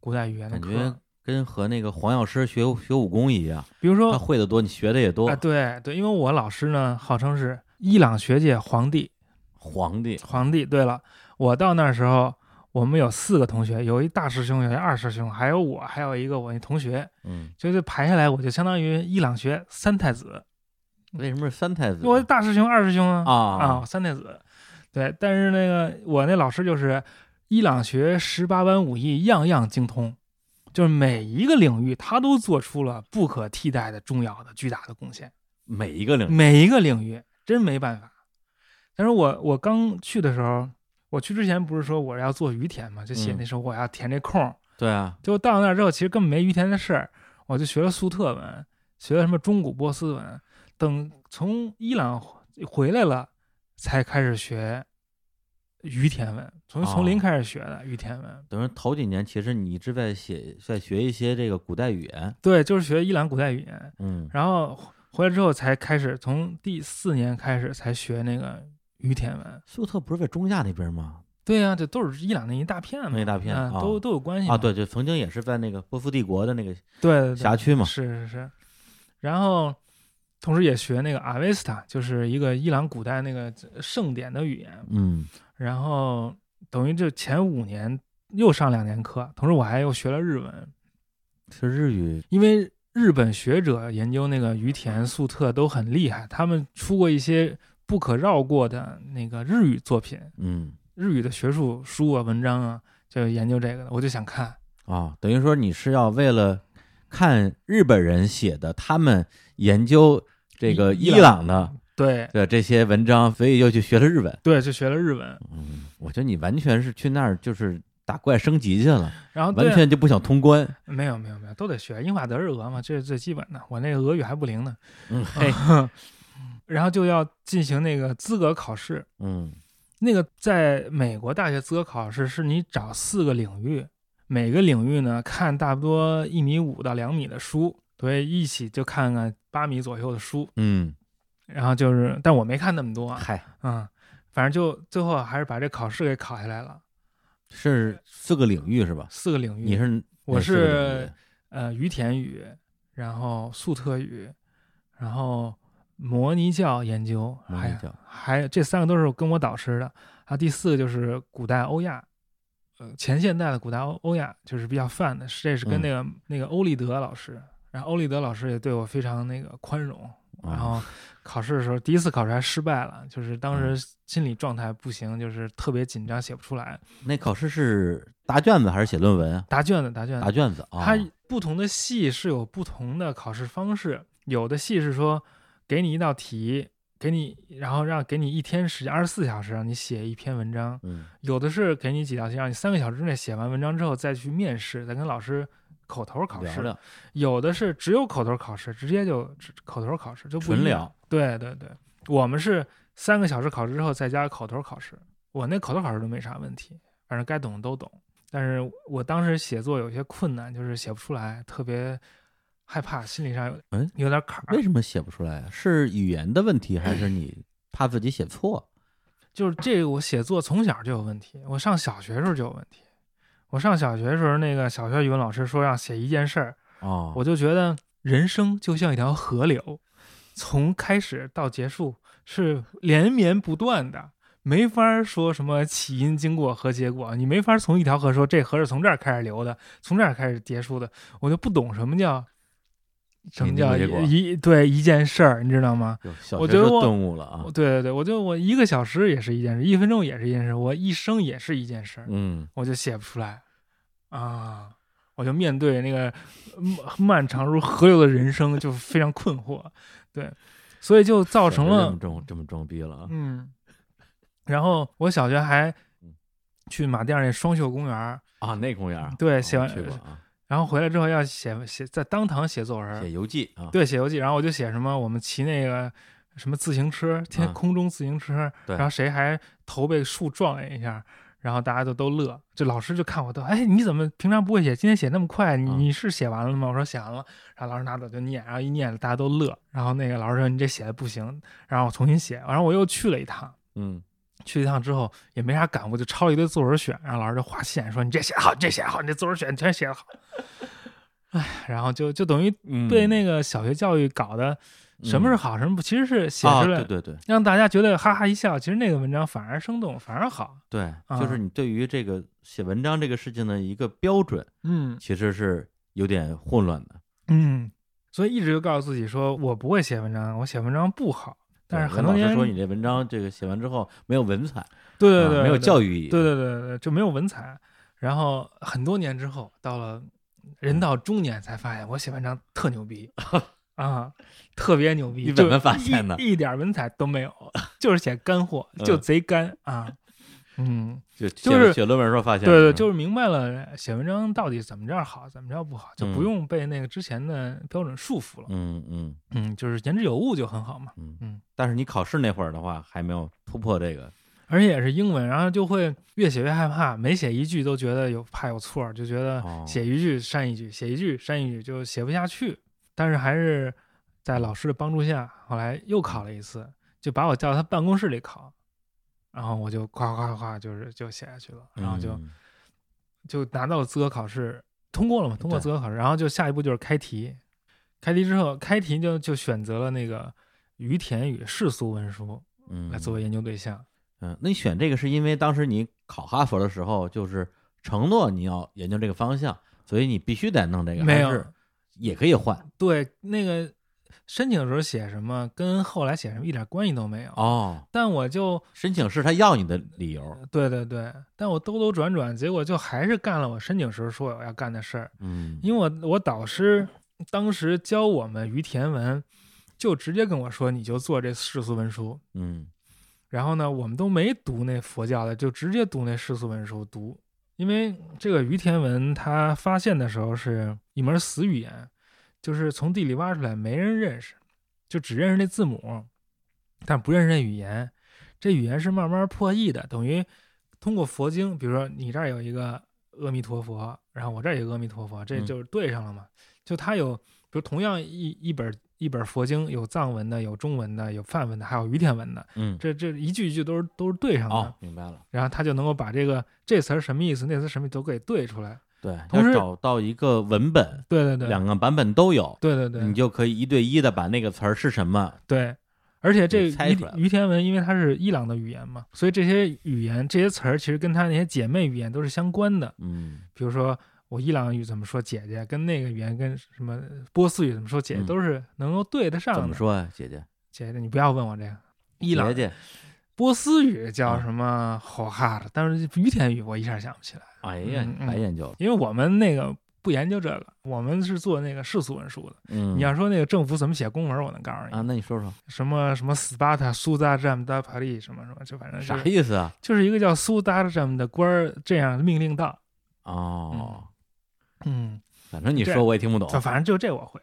Speaker 2: 古代语言的
Speaker 1: 感觉
Speaker 2: 课，
Speaker 1: 跟和那个黄药师学学武功一样，
Speaker 2: 比如说
Speaker 1: 他会的多，你学的也多
Speaker 2: 啊，。对对，因为我老师呢号称是伊朗学界皇帝，
Speaker 1: 皇帝，
Speaker 2: 皇帝。对了，我到那时候，我们有四个同学，有一大师兄，有一二师兄，还有我，还有一个我那同学，
Speaker 1: 嗯，
Speaker 2: 就是排下来，我就相当于伊朗学三太子。
Speaker 1: 为什么是三太子？
Speaker 2: 我大师兄、二师兄啊，
Speaker 1: 嗯啊，
Speaker 2: 三太子。对，但是那个我那老师就是伊朗学十八般武艺，样样精通，就是每一个领域他都做出了不可替代的重要的巨大的贡献。
Speaker 1: 每一个领域，
Speaker 2: 每一个领域，真没办法。但是我我刚去的时候，我去之前不是说我要做于田嘛，就写
Speaker 1: 嗯
Speaker 2: 那时候我要填这空儿。
Speaker 1: 对啊，
Speaker 2: 结果到那儿之后，其实根本没于田的事儿，我就学了粟特文，学了什么中古波斯文。等从伊朗回来了，才开始学于田文，从从零
Speaker 1: 哦
Speaker 2: 开始学的于田文。
Speaker 1: 等于头几年其实你一直在写，在学一些这个古代语言，
Speaker 2: 对，就是学伊朗古代语言。
Speaker 1: 嗯，
Speaker 2: 然后回来之后才开始，从第四年开始才学那个于田文。
Speaker 1: 粟特不是在中亚那边吗？
Speaker 2: 对啊呀、这都是伊朗那一大片嘛，
Speaker 1: 那一大片
Speaker 2: 嗯
Speaker 1: 啊
Speaker 2: 都都有关系嘛
Speaker 1: 啊，对对，曾经也是在那个波斯帝国的那个
Speaker 2: 对对对
Speaker 1: 辖区嘛，
Speaker 2: 是是是。然后，同时也学那个阿维斯塔，就是一个伊朗古代那个盛典的语言。
Speaker 1: 嗯，
Speaker 2: 然后等于就前五年又上两年课，同时我还又学了日文，
Speaker 1: 是日语，
Speaker 2: 因为。日本学者研究那个于田、粟特都很厉害，他们出过一些不可绕过的那个日语作品，
Speaker 1: 嗯
Speaker 2: 日语的学术书啊、文章啊，就研究这个的，我就想看。
Speaker 1: 啊，等于说你是要为了看日本人写的，他们研究这个
Speaker 2: 伊
Speaker 1: 伊
Speaker 2: 伊
Speaker 1: 朗
Speaker 2: 朗
Speaker 1: 的
Speaker 2: 对
Speaker 1: 的这些文章，所以又去学了日本。
Speaker 2: 对，就学了日文，
Speaker 1: 嗯，我觉得你完全是去那儿就是打怪升级去了，
Speaker 2: 然哦后对啊
Speaker 1: 完全就不想通关。
Speaker 2: 没有没有没有，都得学英法德日俄嘛，这是最基本的。我那个俄语还不灵呢，
Speaker 1: 嗯，嘿，
Speaker 2: 然后就要进行那个资格考试。
Speaker 1: 嗯，
Speaker 2: 那个在美国大学资格考试是你找四个领域，每个领域呢看差不多一米五到两米的书，所以一起就看看八米左右的书。
Speaker 1: 嗯，
Speaker 2: 然后就是，但我没看那么多啊，
Speaker 1: 嗨，
Speaker 2: 嗯，反正就最后还是把这考试给考下来了。
Speaker 1: 是四个领域是吧？
Speaker 2: 四个领域，
Speaker 1: 你是
Speaker 2: 我
Speaker 1: 哪四个
Speaker 2: 是
Speaker 1: 领域
Speaker 2: 呃于田语，然后粟特语，然后摩尼教研究，
Speaker 1: 摩
Speaker 2: 还
Speaker 1: 尼
Speaker 2: 有
Speaker 1: 教
Speaker 2: 还有这三个都是跟我导师的，还有第四个就是古代欧亚，呃前现代的古代欧欧亚就是比较泛的，是这是跟
Speaker 1: 嗯
Speaker 2: 那个、那个欧立德老师，然后欧立德老师也对我非常那个宽容，然
Speaker 1: 啊
Speaker 2: 后考试的时候，第一次考试还失败了，就是当
Speaker 1: 嗯
Speaker 2: 时心理状态不行，就是特别紧张，写不出来，
Speaker 1: 那考试是答卷子还是写论文啊？
Speaker 2: 呃答卷子答卷子
Speaker 1: 答卷子啊，
Speaker 2: 它不同的系是有不同的考试方式，有的戏是说给你一道题，给你然后让给你一天时间，二十四小时让你写一篇文章；
Speaker 1: 嗯
Speaker 2: 有的是给你几道题，让你三个小时之内写完文章之后再去面试，再跟老师口头考
Speaker 1: 聊
Speaker 2: 试；
Speaker 1: 聊
Speaker 2: 有的是只有口头考试，直接就只口头考试就不一
Speaker 1: 纯
Speaker 2: 样。啊
Speaker 1: 聊，
Speaker 2: 对对对，我们是三个小时考试之后再加口头考试，我那口头考试都没啥问题，反正该懂的都懂。但是我当时写作有些困难，就是写不出来，特别害怕，心理上有
Speaker 1: 嗯
Speaker 2: 有点坎儿
Speaker 1: 为。什么写不出来啊？是语言的问题，还是 你怕自己写错？
Speaker 2: 就是这个，我写作从小就有问题，我上小学时候就有问题。我上小学时候，那个小学语文老师说让写一件事儿，
Speaker 1: 哦，
Speaker 2: 我就觉得人生就像一条河流，从开始到结束是连绵不断的，没法儿说什么起因、经过和结果，你没法儿从一条河说这河是从这儿开始流的，从这儿开始结束的，我就不懂什么叫什
Speaker 1: 起
Speaker 2: 么
Speaker 1: 因经过
Speaker 2: 叫
Speaker 1: 结果
Speaker 2: 一一对一件事儿，你知道吗？
Speaker 1: 有小
Speaker 2: 我
Speaker 1: 学
Speaker 2: 觉得
Speaker 1: 生
Speaker 2: 我
Speaker 1: 顿悟了啊
Speaker 2: 对，对对，我就我一个小时也是一件事，一分钟也是一件事，我一生也是一件事，
Speaker 1: 嗯，
Speaker 2: 我就写不出来啊，我就面对那个嗯漫长如河流的人生，就非常困惑，对，所以就造成
Speaker 1: 这
Speaker 2: 了
Speaker 1: 么装这么装逼了啊，
Speaker 2: 嗯，然后我小学还
Speaker 1: 嗯
Speaker 2: 去马甸儿那双秀公园儿，
Speaker 1: 啊，那公园儿
Speaker 2: 对
Speaker 1: 哦
Speaker 2: 写完
Speaker 1: 去过啊，
Speaker 2: 然后回来之后要写写在当堂写作文儿，
Speaker 1: 写游记啊，
Speaker 2: 对，写游记，然后我就写什么我们骑那个。什么自行车，天
Speaker 1: 嗯
Speaker 2: 空中自行车，
Speaker 1: 对
Speaker 2: 然后谁还头被树撞了一下，然后大家就都乐。这老师就看我都，哎，你怎么平常不会写，今天写那么快？你
Speaker 1: 嗯
Speaker 2: 你是写完了吗？我说写完了。然后老师拿走就念，然后一念大家都乐。然后那个老师说你这写的不行，然后我重新写。然后我又去了一趟，
Speaker 1: 嗯，
Speaker 2: 去一趟之后也没啥感悟，就抄了一堆作文选，然后老师就划线说你这写得好，你这写得好，你这作文选全写得好。 哎，然后就就等于
Speaker 1: 嗯
Speaker 2: 被那个小学教育搞得什么是好，什么不，其实是写
Speaker 1: 啊，
Speaker 2: 出来
Speaker 1: 对对对
Speaker 2: 让大家觉得哈哈一笑，其实那个文章反而生动，反而好。
Speaker 1: 对，就是
Speaker 2: 啊
Speaker 1: 你对于这个写文章这个事情的一个标准，
Speaker 2: 嗯
Speaker 1: 其实是有点混乱的。
Speaker 2: 嗯，所以一直就告诉自己说，我不会写文章，我写文章不好。但是
Speaker 1: 对人
Speaker 2: 很多
Speaker 1: 老
Speaker 2: 年
Speaker 1: 师说你这文章这个写完之后没有文采，
Speaker 2: 对对
Speaker 1: 啊
Speaker 2: 对，
Speaker 1: 没有教
Speaker 2: 育，
Speaker 1: 育意义，
Speaker 2: 对对对对，就没有文采。然后很多年之后，到了人到中年才发现，我写文章特 牛逼啊，特别牛逼。
Speaker 1: 你怎么
Speaker 2: 就
Speaker 1: 发现的
Speaker 2: 一一点文采都没有，就是写干货，就
Speaker 1: 嗯
Speaker 2: 贼干啊。嗯，
Speaker 1: 就
Speaker 2: 就
Speaker 1: 写
Speaker 2: 是
Speaker 1: 写论文时候发现的，
Speaker 2: 对对，
Speaker 1: 嗯
Speaker 2: 就是明白了写文章到底怎么着好，怎么着不好，就
Speaker 1: 嗯
Speaker 2: 不用被那个之前的标准束缚了。
Speaker 1: 嗯嗯
Speaker 2: 嗯，就是言之有物就很好嘛。
Speaker 1: 嗯
Speaker 2: 嗯。
Speaker 1: 但是你考试那会儿的话，还没有突破这个，
Speaker 2: 而且也是英文，然后就会越写越害怕，每写一句都觉得有怕有错儿，就觉得
Speaker 1: 哦
Speaker 2: 写一句删一句，写一句删一句，就写不下去。但是还是在老师的帮助下，后来又考了一次，就把我叫到他办公室里考，然后我就夸夸夸，就是就写下去了，然后就
Speaker 1: 嗯
Speaker 2: 就拿到了资格考试，通过了嘛？通过
Speaker 1: 对
Speaker 2: 资格考试，然后就下一步就是开题，开题之后，开题就就选择了那个于田与世俗文书
Speaker 1: 嗯
Speaker 2: 来作为研究对象。
Speaker 1: 嗯，那你选这个是因为当时你考哈佛的时候，就是承诺你要研究这个方向，所以你必须得弄这个，
Speaker 2: 没
Speaker 1: 还
Speaker 2: 有
Speaker 1: 是，也可以换
Speaker 2: 对那个申请的时候写什么，跟后来写什么一点关系都没有。
Speaker 1: 哦。
Speaker 2: 但我就
Speaker 1: 申请是他要你的理由，
Speaker 2: 对对对，但我兜兜转转，结果就还是干了我申请时候说我要干的事儿，
Speaker 1: 嗯，
Speaker 2: 因为我我导师当时教我们于田文，就直接跟我说你就做这世俗文书，
Speaker 1: 嗯
Speaker 2: 然后呢，我们都没读那佛教的，就直接读那世俗文书读，因为这个于田文他发现的时候是一门死语言，就是从地里挖出来，没人认识，就只认识那字母，但不认识那语言。这语言是慢慢破译的，等于通过佛经，比如说你这儿有一个阿弥陀佛，然后我这儿有一个阿弥陀佛，这
Speaker 1: 嗯
Speaker 2: 就是对上了嘛。就它有，比如同样一一本一本佛经，有藏文的，有中文的，有梵文的，还有于田文的。
Speaker 1: 嗯，
Speaker 2: 这这一句一句都是都是对上的，
Speaker 1: 哦，明白了。
Speaker 2: 然后他就能够把这个这词儿什么意思，那词儿什么意思都给对出来。
Speaker 1: 对，
Speaker 2: 同
Speaker 1: 要
Speaker 2: 时
Speaker 1: 找到一个文本，
Speaker 2: 对对对，
Speaker 1: 两个版本都有，
Speaker 2: 对对
Speaker 1: 你
Speaker 2: 对
Speaker 1: 就可以一对一的把那个词儿是什么，
Speaker 2: 对，而且这
Speaker 1: 你猜
Speaker 2: 于
Speaker 1: 出来了
Speaker 2: 于田文，因为它是伊朗的语言嘛，所以这些语言这些词儿其实跟他那些姐妹语言都是相关的。
Speaker 1: 嗯，
Speaker 2: 比如说我伊朗语怎么说姐姐，跟那个语言跟什么波斯语怎么说姐姐，
Speaker 1: 嗯
Speaker 2: 都是能够对得上的。
Speaker 1: 怎么说呀、姐姐？
Speaker 2: 姐姐，你不要问我这个。伊朗
Speaker 1: 姐啊姐，
Speaker 2: 波斯语叫什么吼哈的，但是于田语我一下想不起来。
Speaker 1: 哎呀
Speaker 2: 嗯，嗯
Speaker 1: 白研究了，
Speaker 2: 因为我们那个不研究这个，我们是做那个世俗文书的。
Speaker 1: 嗯，
Speaker 2: 你要说那个政府怎么写公文，我能告诉你，
Speaker 1: 啊，那你说说
Speaker 2: 什么什么斯巴塔苏达占达帕利什么什么，就反正就
Speaker 1: 啥
Speaker 2: 是
Speaker 1: 意思啊？
Speaker 2: 就是一个叫苏达占的官儿这样命令道，
Speaker 1: 哦，
Speaker 2: 嗯，
Speaker 1: 反正你
Speaker 2: 这
Speaker 1: 说我也听不懂。
Speaker 2: 啊反正就这我会。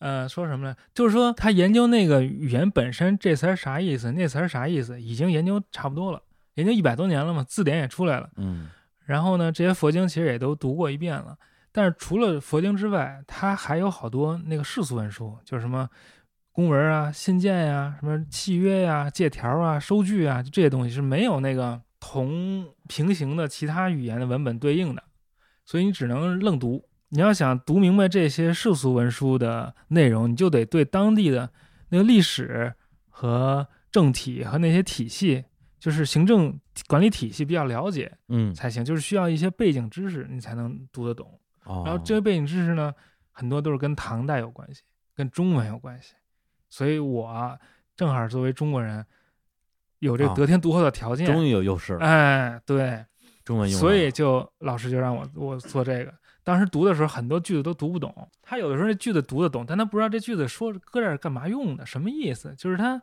Speaker 2: 呃，说什么呢？就是说他研究那个语言本身这词儿啥意思，那词儿啥意思，已经研究差不多了，研究一百多年了嘛，字典也出来了。
Speaker 1: 嗯
Speaker 2: 然后呢，这些佛经其实也都读过一遍了。但是除了佛经之外，它还有好多那个世俗文书，就是什么公文啊、信件呀、什么契约呀、借条啊、收据啊，就这些东西是没有那个同平行的其他语言的文本对应的，所以你只能愣读。你要想读明白这些世俗文书的内容，你就得对当地的那个历史和政体和那些体系，就是行政管理体系比较了解。
Speaker 1: 嗯，
Speaker 2: 才行，就是需要一些背景知识，你才能读得懂。
Speaker 1: 哦，
Speaker 2: 然后这些背景知识呢，很多都是跟唐代有关系，跟中文有关系。所以我正好作为中国人，有这
Speaker 1: 啊
Speaker 2: 个得天独厚的条件。
Speaker 1: 终于有优势了，
Speaker 2: 哎，对，
Speaker 1: 中文用上
Speaker 2: 所
Speaker 1: 了
Speaker 2: 以就老师就让我我做这个。当时读的时候，很多句子都读不懂。他有的时候这句子读得懂，但他不知道这句子说搁这儿干嘛用的，什么意思。就是他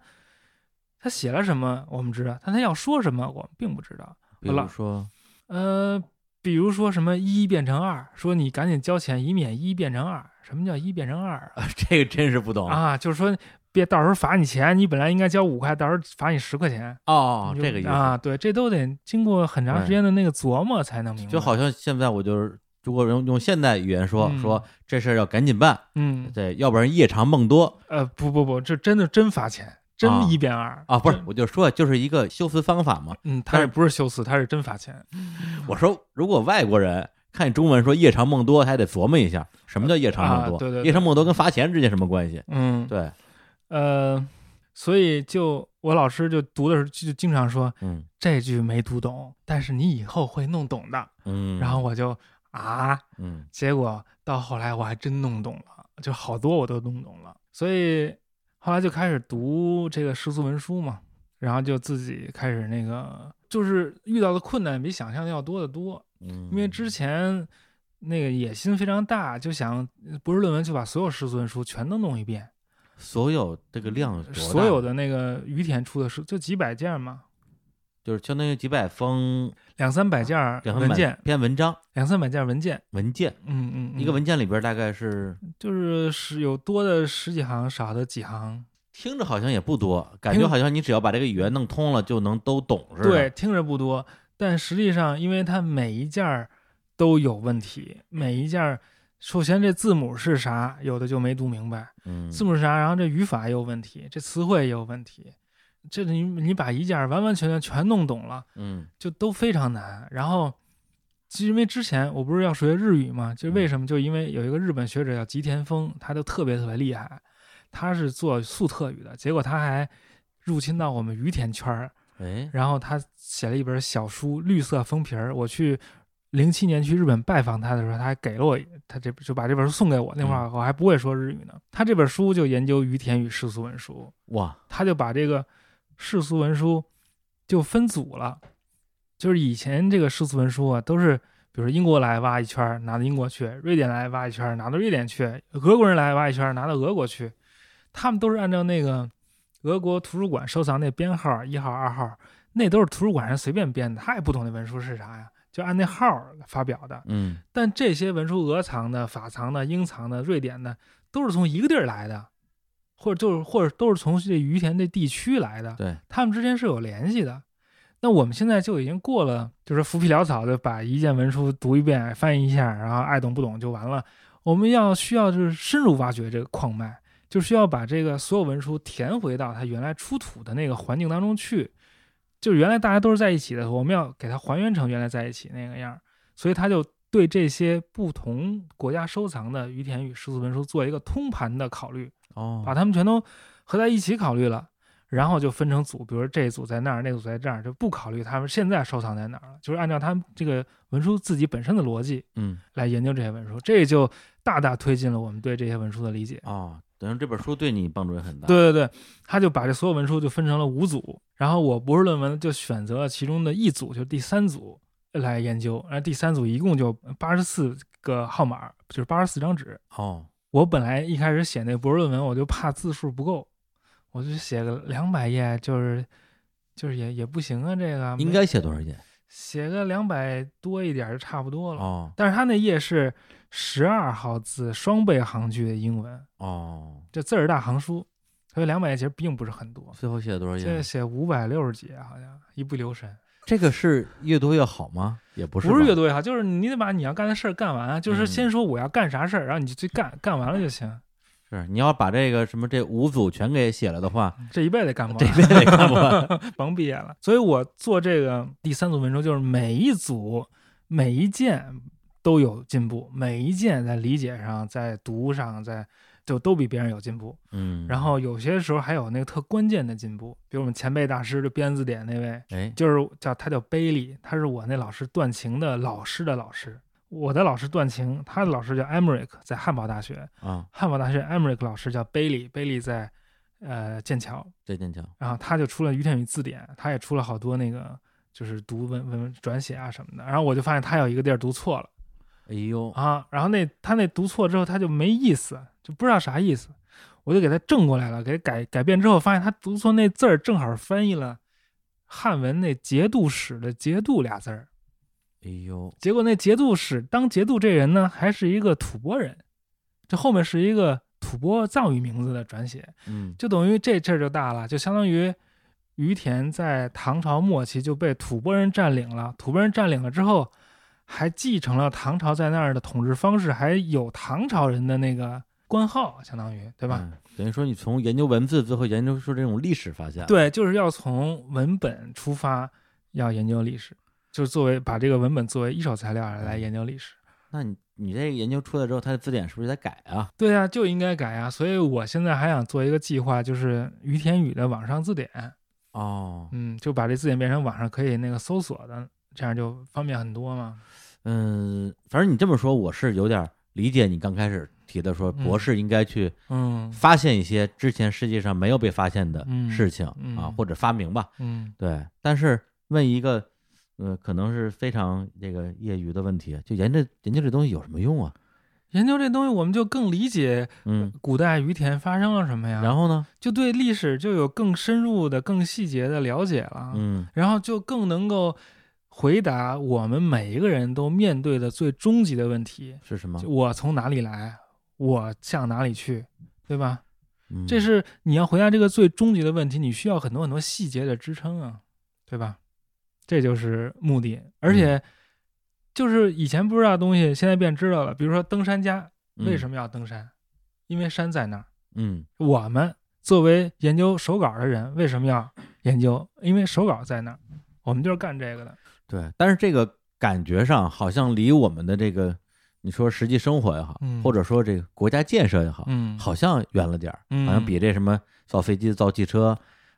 Speaker 2: 他写了什么我们知道，但他要说什么我们并不知道。
Speaker 1: 比如
Speaker 2: 了
Speaker 1: 说
Speaker 2: 呃，比如说什么一变成二，说你赶紧交钱，以免一变成二。什么叫一变成二啊？
Speaker 1: 这个真是不懂
Speaker 2: 啊，就是说别到时候罚你钱，你本来应该交五块，到时候罚你十块钱。
Speaker 1: 哦，
Speaker 2: 你就
Speaker 1: 这个意思，
Speaker 2: 啊，对，这都得经过很长时间的那个琢磨才能明白。
Speaker 1: 就好，像现在我就是。如果用用现代语言说
Speaker 2: 嗯
Speaker 1: 说这事儿要赶紧办，
Speaker 2: 嗯，
Speaker 1: 对，要不然夜长梦多
Speaker 2: 呃，不不不，这真的真罚钱，真
Speaker 1: 啊
Speaker 2: 一变二
Speaker 1: 啊！不是
Speaker 2: 真，
Speaker 1: 我就说就是一个修辞方法嘛。但
Speaker 2: 嗯，他
Speaker 1: 是
Speaker 2: 也不是修辞，他是真罚钱。嗯
Speaker 1: 我说如果外国人看你中文说夜长梦多，还得琢磨一下什么叫夜长梦多。
Speaker 2: 啊对对对
Speaker 1: 夜长梦多跟罚钱之间什么关系？
Speaker 2: 嗯，
Speaker 1: 对，
Speaker 2: 呃，所以就我老师就读的时候就就经常说
Speaker 1: 嗯
Speaker 2: 这句没读懂，但是你以后会弄懂的。
Speaker 1: 嗯，
Speaker 2: 然后我就啊，
Speaker 1: 嗯
Speaker 2: 结果到后来我还真弄懂了，就好多我都弄懂了，所以后来就开始读这个世俗文书嘛，然后就自己开始那个，就是遇到的困难比想象的要多得多，
Speaker 1: 嗯，
Speaker 2: 因为之前那个野心非常大，就想博士论文就把所有世俗文书全都弄一遍，
Speaker 1: 所有这个量有多大，
Speaker 2: 所有的那个于田出的书就几百件嘛，
Speaker 1: 就是相当于几百封
Speaker 2: 两三百件儿
Speaker 1: 啊两
Speaker 2: 文件，
Speaker 1: 篇文章
Speaker 2: 两三百件儿文件，
Speaker 1: 文件，
Speaker 2: 嗯嗯，嗯
Speaker 1: 一个文件里边大概是
Speaker 2: 就是是有多的十几行，少的几行。
Speaker 1: 听着好像也不多，感觉好像你只要把这个语言弄通了就能都懂似的。
Speaker 2: 对，，听着不多，但实际上，因为它每一件儿都有问题，每一件儿首先这字母是啥，有的就没读明白，
Speaker 1: 嗯，
Speaker 2: 字母是啥，然后这语法也有问题，这词汇也有问题，这你你把一件儿完完全全全弄懂了，
Speaker 1: 嗯
Speaker 2: 就都非常难。然后，其实因为之前我不是要学日语嘛，就是为什么？就因为有一个日本学者叫吉田丰，他就特别特别厉害，他是做粟特语的，结果他还入侵到我们于田圈儿，
Speaker 1: 哎，
Speaker 2: 然后他写了一本小书《绿色封皮儿》，我去。零七年去日本拜访他的时候，他还给了我他这就把这本书送给我。那会儿我还不会说日语呢。他这本书就研究于田与世俗文书，
Speaker 1: 哇，
Speaker 2: 他就把这个世俗文书就分组了，就是以前这个世俗文书啊，都是比如说英国来挖一圈儿拿到英国去，瑞典来挖一圈儿拿到瑞典去，俄国人来挖一圈儿拿到俄国去，他们都是按照那个俄国图书馆收藏那编号一号、二号，那都是图书馆上随便编的，他也不懂那文书是啥呀，就按那号儿发表的。
Speaker 1: 嗯
Speaker 2: 但这些文书俄藏的、法藏的、英藏的、瑞典的，都是从一个地儿来的，或者就是或者都是从这于田这地区来的，
Speaker 1: 对，
Speaker 2: 他们之间是有联系的。那我们现在就已经过了，就是浮皮潦草的把一件文书读一遍、翻译一下，然后爱懂不懂就完了。我们要需要就是深入挖掘这个矿脉，就需要把这个所有文书填回到它原来出土的那个环境当中去。就是原来大家都是在一起的，我们要给它还原成原来在一起那个样儿。所以他就对这些不同国家收藏的于田与世俗文书做一个通盘的考虑，
Speaker 1: 哦，
Speaker 2: 把它们全都合在一起考虑了，然后就分成组，比如说这一组在那儿，那组在这儿，就不考虑他们现在收藏在哪儿了，就是按照他们这个文书自己本身的逻辑
Speaker 1: 嗯
Speaker 2: 来研究这些文书，这就大大推进了我们对这些文书的理解。
Speaker 1: 哦，等于这本书对你帮助也很大。，
Speaker 2: 对对对，他就把这所有文书就分成了五组，然后我博士论文就选择了其中的一组，就是第三组，来研究。然后第三组一共就八十四个号码，就是八十四张纸。
Speaker 1: 哦，
Speaker 2: 我本来一开始写那博士论文，我就怕字数不够，我就写个两百页，就是就是也也不行啊，这个
Speaker 1: 应该写多少页？
Speaker 2: 写个两百多一点儿就差不多了。
Speaker 1: 哦
Speaker 2: 但是他那页是十二号字双倍行距的英文，
Speaker 1: 哦，
Speaker 2: 这字儿大行书，所以两百页其实并不是很多，
Speaker 1: 最后写了多少
Speaker 2: 这
Speaker 1: 页？
Speaker 2: 写五百六十几啊好像一不留神，
Speaker 1: 这个是越多越好吗？也不是吧，
Speaker 2: 不是越多越好，就是你得把你要干的事儿干完啊，就是
Speaker 1: 嗯
Speaker 2: 先说我要干啥事儿，然后你就去干，干完了 就行，
Speaker 1: 是你要把这个什么这五组全给写了的话，
Speaker 2: 这一辈子干不完。
Speaker 1: 这辈子也看不完。
Speaker 2: 甭毕业了。所以我做这个第三组文章，就是每一组每一件都有进步，每一件在理解上、在读上、在就都比别人有进步。
Speaker 1: 嗯，
Speaker 2: 然后有些时候还有那个特关键的进步，比如我们前辈大师就编字典那位，
Speaker 1: 哎，
Speaker 2: 就是叫他叫贝利，他是我那老师段晴的老师的老师。我的老师段晴，他的老师叫 Emmerich，在汉堡大学。
Speaker 1: 啊，
Speaker 2: 汉堡大学 Emmerich 老师叫贝利，贝利在呃剑桥。
Speaker 1: 这剑桥，
Speaker 2: 然后他就出了《于天宇字典》，他也出了好多那个就是读文文文转写啊什么的。然后我就发现他有一个地儿读错了
Speaker 1: 哎呦，
Speaker 2: 啊，然后那他那读错之后他就没意思，就不知道啥意思。我就给他正过来了，给改改变之后，发现他读错那字儿正好翻译了汉文那节度使的“节度”俩字儿。
Speaker 1: 哎呦，
Speaker 2: 结果那节度使当节度这人呢，还是一个吐蕃人，这后面是一个吐蕃藏语名字的转写。
Speaker 1: 嗯，
Speaker 2: 就等于这事儿就大了，就相当于于田在唐朝末期就被吐蕃人占领了，吐蕃人占领了之后，还继承了唐朝在那儿的统治方式，还有唐朝人的那个官号，相当于对吧？
Speaker 1: 嗯？等于说你从研究文字，最后研究出这种历史发现，，
Speaker 2: 对，就是要从文本出发，要研究历史，就是作为把这个文本作为一手材料来研究历史。
Speaker 1: 那你你这个研究出来之后，它的字典是不是得改啊？
Speaker 2: 对呀、就应该改呀、所以我现在还想做一个计划，就是于田宇的网上字典。
Speaker 1: 哦，
Speaker 2: 嗯，就把这字典变成网上可以那个搜索的，这样就方便很多嘛。
Speaker 1: 嗯，反正你这么说，我是有点理解你刚开始提的说，
Speaker 2: 嗯
Speaker 1: 博士应该去
Speaker 2: 嗯
Speaker 1: 发现一些之前世界上没有被发现的
Speaker 2: 嗯
Speaker 1: 事情
Speaker 2: 嗯
Speaker 1: 啊，或者发明吧，
Speaker 2: 嗯
Speaker 1: 对。但是问一个。呃，可能是非常这个业余的问题，就研究研究这东西有什么用啊？
Speaker 2: 研究这东西，我们就更理解
Speaker 1: 嗯，
Speaker 2: 古代于田发生了什么呀，
Speaker 1: 然后呢？
Speaker 2: 就对历史就有更深入的、更细节的了解了，
Speaker 1: 嗯，
Speaker 2: 然后就更能够回答我们每一个人都面对的最终极的问题：
Speaker 1: 是什么
Speaker 2: 就？我从哪里来，我向哪里去，对吧？
Speaker 1: 嗯
Speaker 2: 这是你要回答这个最终极的问题，你需要很多很多细节的支撑啊，对吧？这就是目的，而
Speaker 1: 嗯
Speaker 2: 且就是以前不知道的东西，现在变知道了。比如说登山家为什
Speaker 1: 么？
Speaker 2: 么要登山？因为山在那儿。
Speaker 1: 嗯
Speaker 2: 我们作为研究手稿的人，为什么要研究？因为手稿在那儿，我们就是干这个的。
Speaker 1: 对，但是这个感觉上好像离我们的这个，你说实际生活也好，
Speaker 2: 嗯
Speaker 1: 或者说这个国家建设也好，
Speaker 2: 嗯，
Speaker 1: 好像远了点儿，
Speaker 2: 嗯
Speaker 1: 好像比这什么造飞机、造汽车，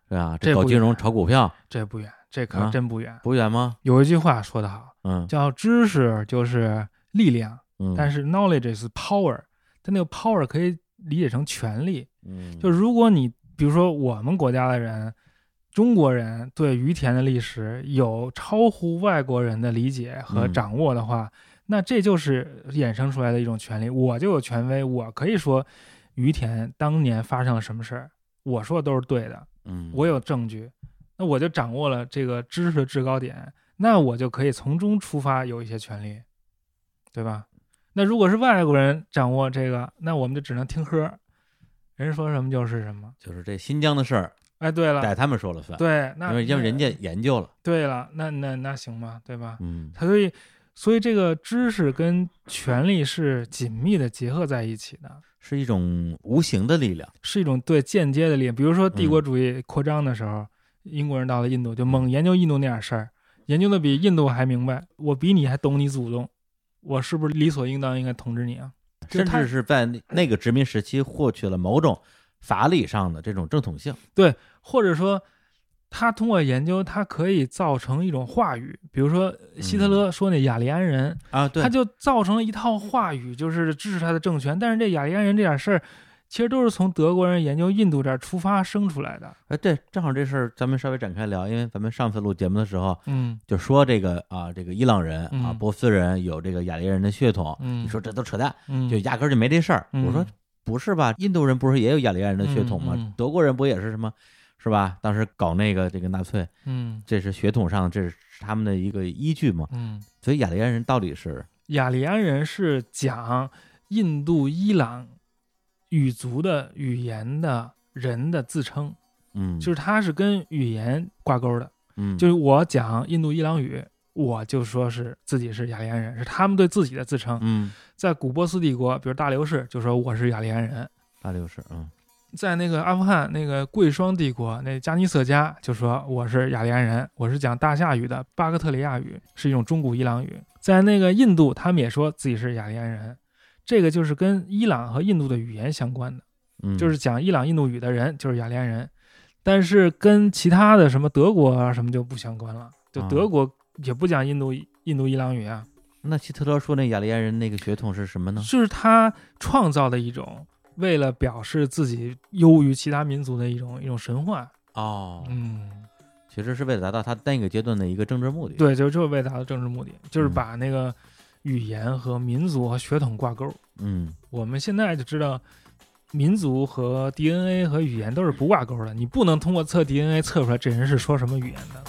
Speaker 1: 是吧？
Speaker 2: 这
Speaker 1: 搞
Speaker 2: 不
Speaker 1: 金融、
Speaker 2: 远
Speaker 1: 炒股票
Speaker 2: 这不远，这可
Speaker 1: 啊
Speaker 2: 真不远。
Speaker 1: 不远吗？
Speaker 2: 有一句话说得好，
Speaker 1: 嗯
Speaker 2: 叫“知识就是力量”。
Speaker 1: 嗯，
Speaker 2: 但
Speaker 1: 是
Speaker 2: 是 knowledge is power，它那个 power 可以理解成权力。
Speaker 1: 嗯，
Speaker 2: 就是如果你比如说我们国家的人，中国人对于田的历史有超乎外国人的理解和
Speaker 1: 嗯
Speaker 2: 掌握的话，那这就是衍生出来的一种权利。我就有权威，我可以说于田当年发生了什么事儿，我说的都是对的，
Speaker 1: 嗯，
Speaker 2: 我有证据，那我就掌握了这个知识的制高点，那我就可以从中出发有一些权利，对吧？那如果是外国人掌握这个，那我们就只能听喝，人说什么就是什么。
Speaker 1: 就是这新疆的事儿，
Speaker 2: 哎，对了，
Speaker 1: 得他们说了算，
Speaker 2: 对，那
Speaker 1: 因为因为人家研究了，
Speaker 2: 对了，那那那行吧，对吧？
Speaker 1: 嗯
Speaker 2: 他所以所以这个知识跟权力是紧密的结合在一起的。
Speaker 1: 是一种无形的力量，
Speaker 2: 是一种对间接的力量。比如说帝国主义扩张的时
Speaker 1: 嗯
Speaker 2: 候，英国人到了印度就猛研究印度那点事儿，研究的比印度还明白，我比你还懂你祖宗，我是不是理所应当应该统治你啊？就
Speaker 1: 甚
Speaker 2: 他
Speaker 1: 至是在那那个殖民时期获取了某种法理上的这种正统性。
Speaker 2: 或者说，他通过研究，他可以造成一种话语，比如说希特勒说那雅利安人，
Speaker 1: 嗯啊，对，
Speaker 2: 他就造成了一套话语，就是支持他的政权。但是这雅利安人这点事儿，其实都是从德国人研究印度这儿出发生出来的。
Speaker 1: 哎，对，正好这事儿咱们稍微展开聊，因为咱们上次录节目的时候
Speaker 2: 嗯
Speaker 1: 就说这个啊，这个伊朗人啊，
Speaker 2: 嗯
Speaker 1: 波斯人有这个雅利安人的血统，
Speaker 2: 嗯，
Speaker 1: 你说这都扯淡，
Speaker 2: 嗯
Speaker 1: 就压根儿就没这事儿。
Speaker 2: 嗯
Speaker 1: 我说不是吧？印度人不是也有雅利安人的血统吗？
Speaker 2: 嗯嗯
Speaker 1: 德国人不也是什么？是吧？当时搞那个这个纳粹，
Speaker 2: 嗯
Speaker 1: 这是血统上这是他们的一个依据嘛。
Speaker 2: 嗯，
Speaker 1: 所以雅利安人到底是
Speaker 2: 雅利安人是讲印度伊朗语族的语言的人的自称，
Speaker 1: 嗯，
Speaker 2: 就是是它是跟语言挂钩的。
Speaker 1: 嗯
Speaker 2: 就是我讲印度伊朗语，我就说是自己是雅利安人，是他们对自己的自称。
Speaker 1: 嗯，
Speaker 2: 在古波斯帝国，比如大流士就说我是雅利安人；
Speaker 1: 大六是嗯
Speaker 2: 在那个阿富汗那个贵霜帝国，那加尼色加就说我是雅利安人，我是讲大夏语的巴格特里亚语，是一种中古伊朗语。在那个印度，他们也说自己是雅利安人，这个就是跟伊朗和印度的语言相关的。
Speaker 1: 嗯，
Speaker 2: 就是讲伊朗印度语的人就是雅利安人，但是跟其他的什么德国啊什么就不相关了，就
Speaker 1: 啊
Speaker 2: 德国也不讲印度印度伊朗语啊，
Speaker 1: 那希特勒说那雅利安人那个血统是什么呢？
Speaker 2: 就是他创造的一种为了表示自己优于其他民族的一种一种神话，
Speaker 1: 哦
Speaker 2: 嗯，
Speaker 1: 其实是为了达到他那个阶段的一个政治目的。，
Speaker 2: 对，就就是为达到政治目的，就是
Speaker 1: 嗯
Speaker 2: 把那个语言和民族和血统挂钩。
Speaker 1: 嗯
Speaker 2: 我们现在就知道。民族和 DNA 和语言都是不挂钩的，你不能通过测 DNA 测出来这人是说什么语言的。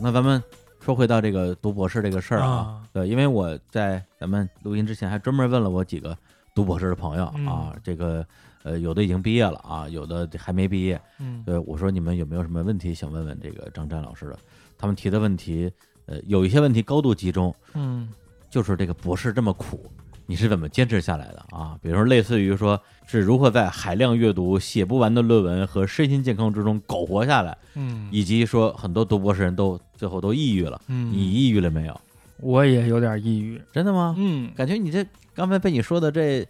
Speaker 1: 那咱们说回到这个读博士这个事儿啊，
Speaker 2: 啊
Speaker 1: 对，因为我在咱们录音之前还专门问了我几个读博士的朋友
Speaker 2: 嗯
Speaker 1: 啊，这个呃有的已经毕业了啊，有的还没毕业，
Speaker 2: 嗯
Speaker 1: 对，我说你们有没有什么问题想问问这个张湛老师的？他们提的问题，呃，有一些问题高度集中，
Speaker 2: 嗯
Speaker 1: 就是这个博士这么苦，你是怎么坚持下来的啊？比如说，类似于说是如何在海量阅读、写不完的论文和身心健康之中苟活下来，
Speaker 2: 嗯
Speaker 1: 以及说很多读博士人都最后都抑郁了，
Speaker 2: 嗯，
Speaker 1: 你啊抑郁了没有？
Speaker 2: 我也有点抑郁。
Speaker 1: 真的吗？
Speaker 2: 嗯，
Speaker 1: 感觉你这刚才被你说的这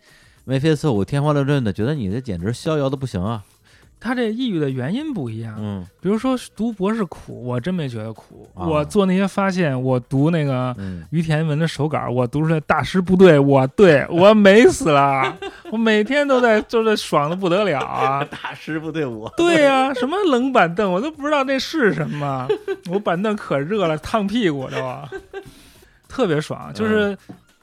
Speaker 1: 眉飞色舞、天花乱坠的，觉得你这简直逍遥的不行啊！
Speaker 2: 他这抑郁的原因不一样。
Speaker 1: 嗯
Speaker 2: 比如说读博士苦，我真没觉得苦。
Speaker 1: 啊
Speaker 2: 我做那些发现，我读那个
Speaker 1: 嗯，！
Speaker 2: 于田文的手稿，我读出来大师不对，我对我美死了，我每天都在就是爽的不得了啊
Speaker 1: 大师不对我，
Speaker 2: 对呀、什么冷板凳，我都不知道那是什么，我板凳可热了，烫屁股都啊，特别爽，就是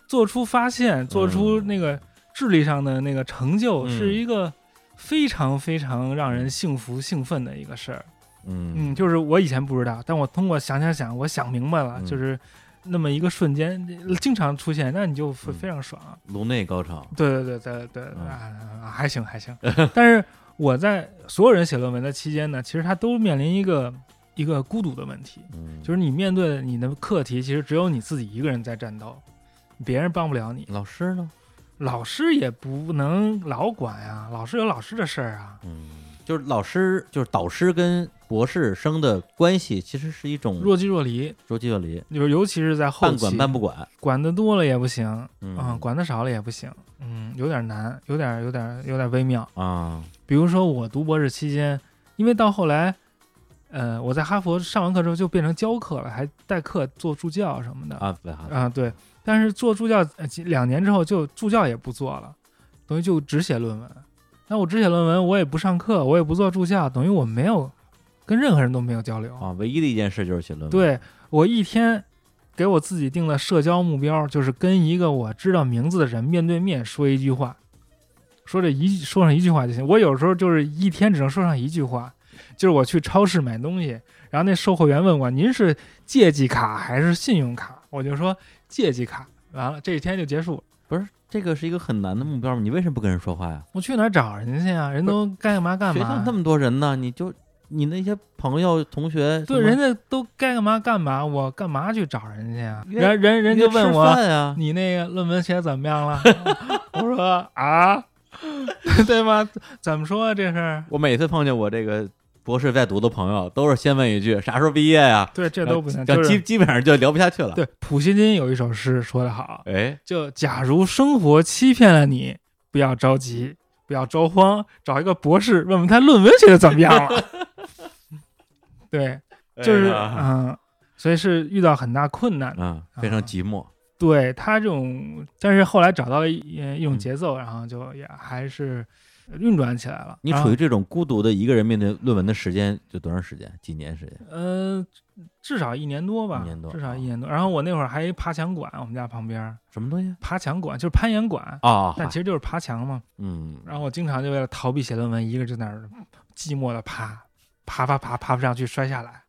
Speaker 2: 做出发现，做出那个智力上的那个成就，
Speaker 1: 嗯
Speaker 2: 是一个非常非常让人幸福兴奋的一个事儿。
Speaker 1: 嗯
Speaker 2: 嗯，就是我以前不知道，但我通过想想想，我想明白了，
Speaker 1: 嗯
Speaker 2: 就是那么一个瞬间，经常出现，那你就非
Speaker 1: 嗯
Speaker 2: 非常爽。
Speaker 1: 颅内高潮，
Speaker 2: 对对对对对，
Speaker 1: 嗯
Speaker 2: 啊，啊还行还行。但是我在所有人写论文的期间呢，其实他都面临一个一个孤独的问题，
Speaker 1: 嗯，
Speaker 2: 就是你面对你的课题，其实只有你自己一个人在战斗，别人帮不了你，
Speaker 1: 老师呢？
Speaker 2: 老师也不能老管呀、老师有老师的事儿啊。
Speaker 1: 嗯，就是老师，就是导师跟博士生的关系，其实是一种
Speaker 2: 若即若离，
Speaker 1: 若即若离，
Speaker 2: 就是尤其是在后
Speaker 1: 嗯半
Speaker 2: 期，
Speaker 1: 管半不管。
Speaker 2: 管得多了也不行，
Speaker 1: 嗯
Speaker 2: 嗯，管得少了也不行，嗯，有点难，有点有点有点微妙。
Speaker 1: 啊，
Speaker 2: 比如说我读博士期间，因为到后来，呃，我在哈佛上完课之后就变成教课了，还代课做助教什么的
Speaker 1: 啊，对啊，
Speaker 2: 啊对。但是做助教呃几两年之后就助教也不做了，等于就只写论文。那我只写论文，我也不上课，我也不做助教，等于我没有跟任何人都没有交流。
Speaker 1: 啊，唯一的一件事就是写论文。，
Speaker 2: 对我一天给我自己定的社交目标，就是跟一个我知道名字的人面对面说一句话，说这一说上一句话就行。我有时候就是一天只能说上一句话，就是我去超市买东西，然后那售货员问我您是借记卡还是信用卡，我就说借记卡，完了这一天就结束了。
Speaker 1: 不是这个是一个很难的目标吗？你为什么不跟人说话呀？
Speaker 2: 我去哪儿找人去啊？人都该干嘛干
Speaker 1: 学校
Speaker 2: 嘛
Speaker 1: 那。么多人呢，你就你那些朋友、同学，
Speaker 2: 对，
Speaker 1: 什么
Speaker 2: 人家都该干嘛干嘛，我干嘛去找人去啊？
Speaker 1: 约
Speaker 2: 人人人家
Speaker 1: 约
Speaker 2: 问
Speaker 1: 吃
Speaker 2: 我，
Speaker 1: 饭呀，
Speaker 2: 你那个论文写得怎么 样了？我说啊， 对吗？怎么说啊、这是？
Speaker 1: 我每次碰见我这个博士在读的朋友，都是先问一句啥时候毕业呀？
Speaker 2: 对，这
Speaker 1: 这
Speaker 2: 都不行。
Speaker 1: 呃基、
Speaker 2: 就是
Speaker 1: 基本上就聊不下去了。，
Speaker 2: 对，普希金有一首诗说得好，
Speaker 1: 哎，
Speaker 2: 就假如生活欺骗了你，不要着急，不要着 慌，找一个博士问问他论文写的怎么样了。对，就是
Speaker 1: 啊
Speaker 2: 嗯，所以是遇到很大困难的。
Speaker 1: 啊，非常寂寞，
Speaker 2: 对他这种，但是后来找到了一呃一种
Speaker 1: 嗯
Speaker 2: 节奏，然后就也还是运转起来了。
Speaker 1: 你
Speaker 2: 然后
Speaker 1: 处于这种孤独的一个人面对论文的时间就多长时间？几年时间？
Speaker 2: 呃，至少一年多吧，
Speaker 1: 一年多
Speaker 2: 至少
Speaker 1: 啊
Speaker 2: 一年多。然后我那会儿还爬墙馆，我们家旁边儿
Speaker 1: 什么东西
Speaker 2: 爬墙馆就是攀岩馆，
Speaker 1: 啊？
Speaker 2: 但其实就是爬墙嘛。
Speaker 1: 嗯，
Speaker 2: 然后我经常就为了逃避写论文，一个就在那儿寂寞的爬，爬爬爬爬不上去，摔下来，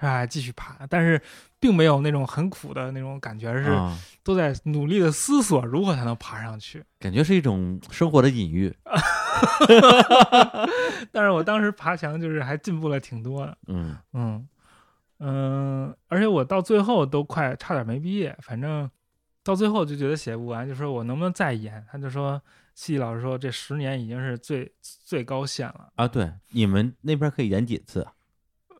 Speaker 2: 哎，继续爬，但是并没有那种很苦的那种感觉，而是
Speaker 1: 啊
Speaker 2: 都在努力的思索如何才能爬上去。
Speaker 1: 感觉是一种生活的隐喻。
Speaker 2: 但是我当时爬墙就是还进步了挺多的，
Speaker 1: 嗯
Speaker 2: 嗯嗯、而且我到最后都快差点没毕业，反正到最后就觉得写不完，就说我能不能再延？他就说，系老师说这十年已经是最最高限了。
Speaker 1: 啊，对，你们那边可以演几次？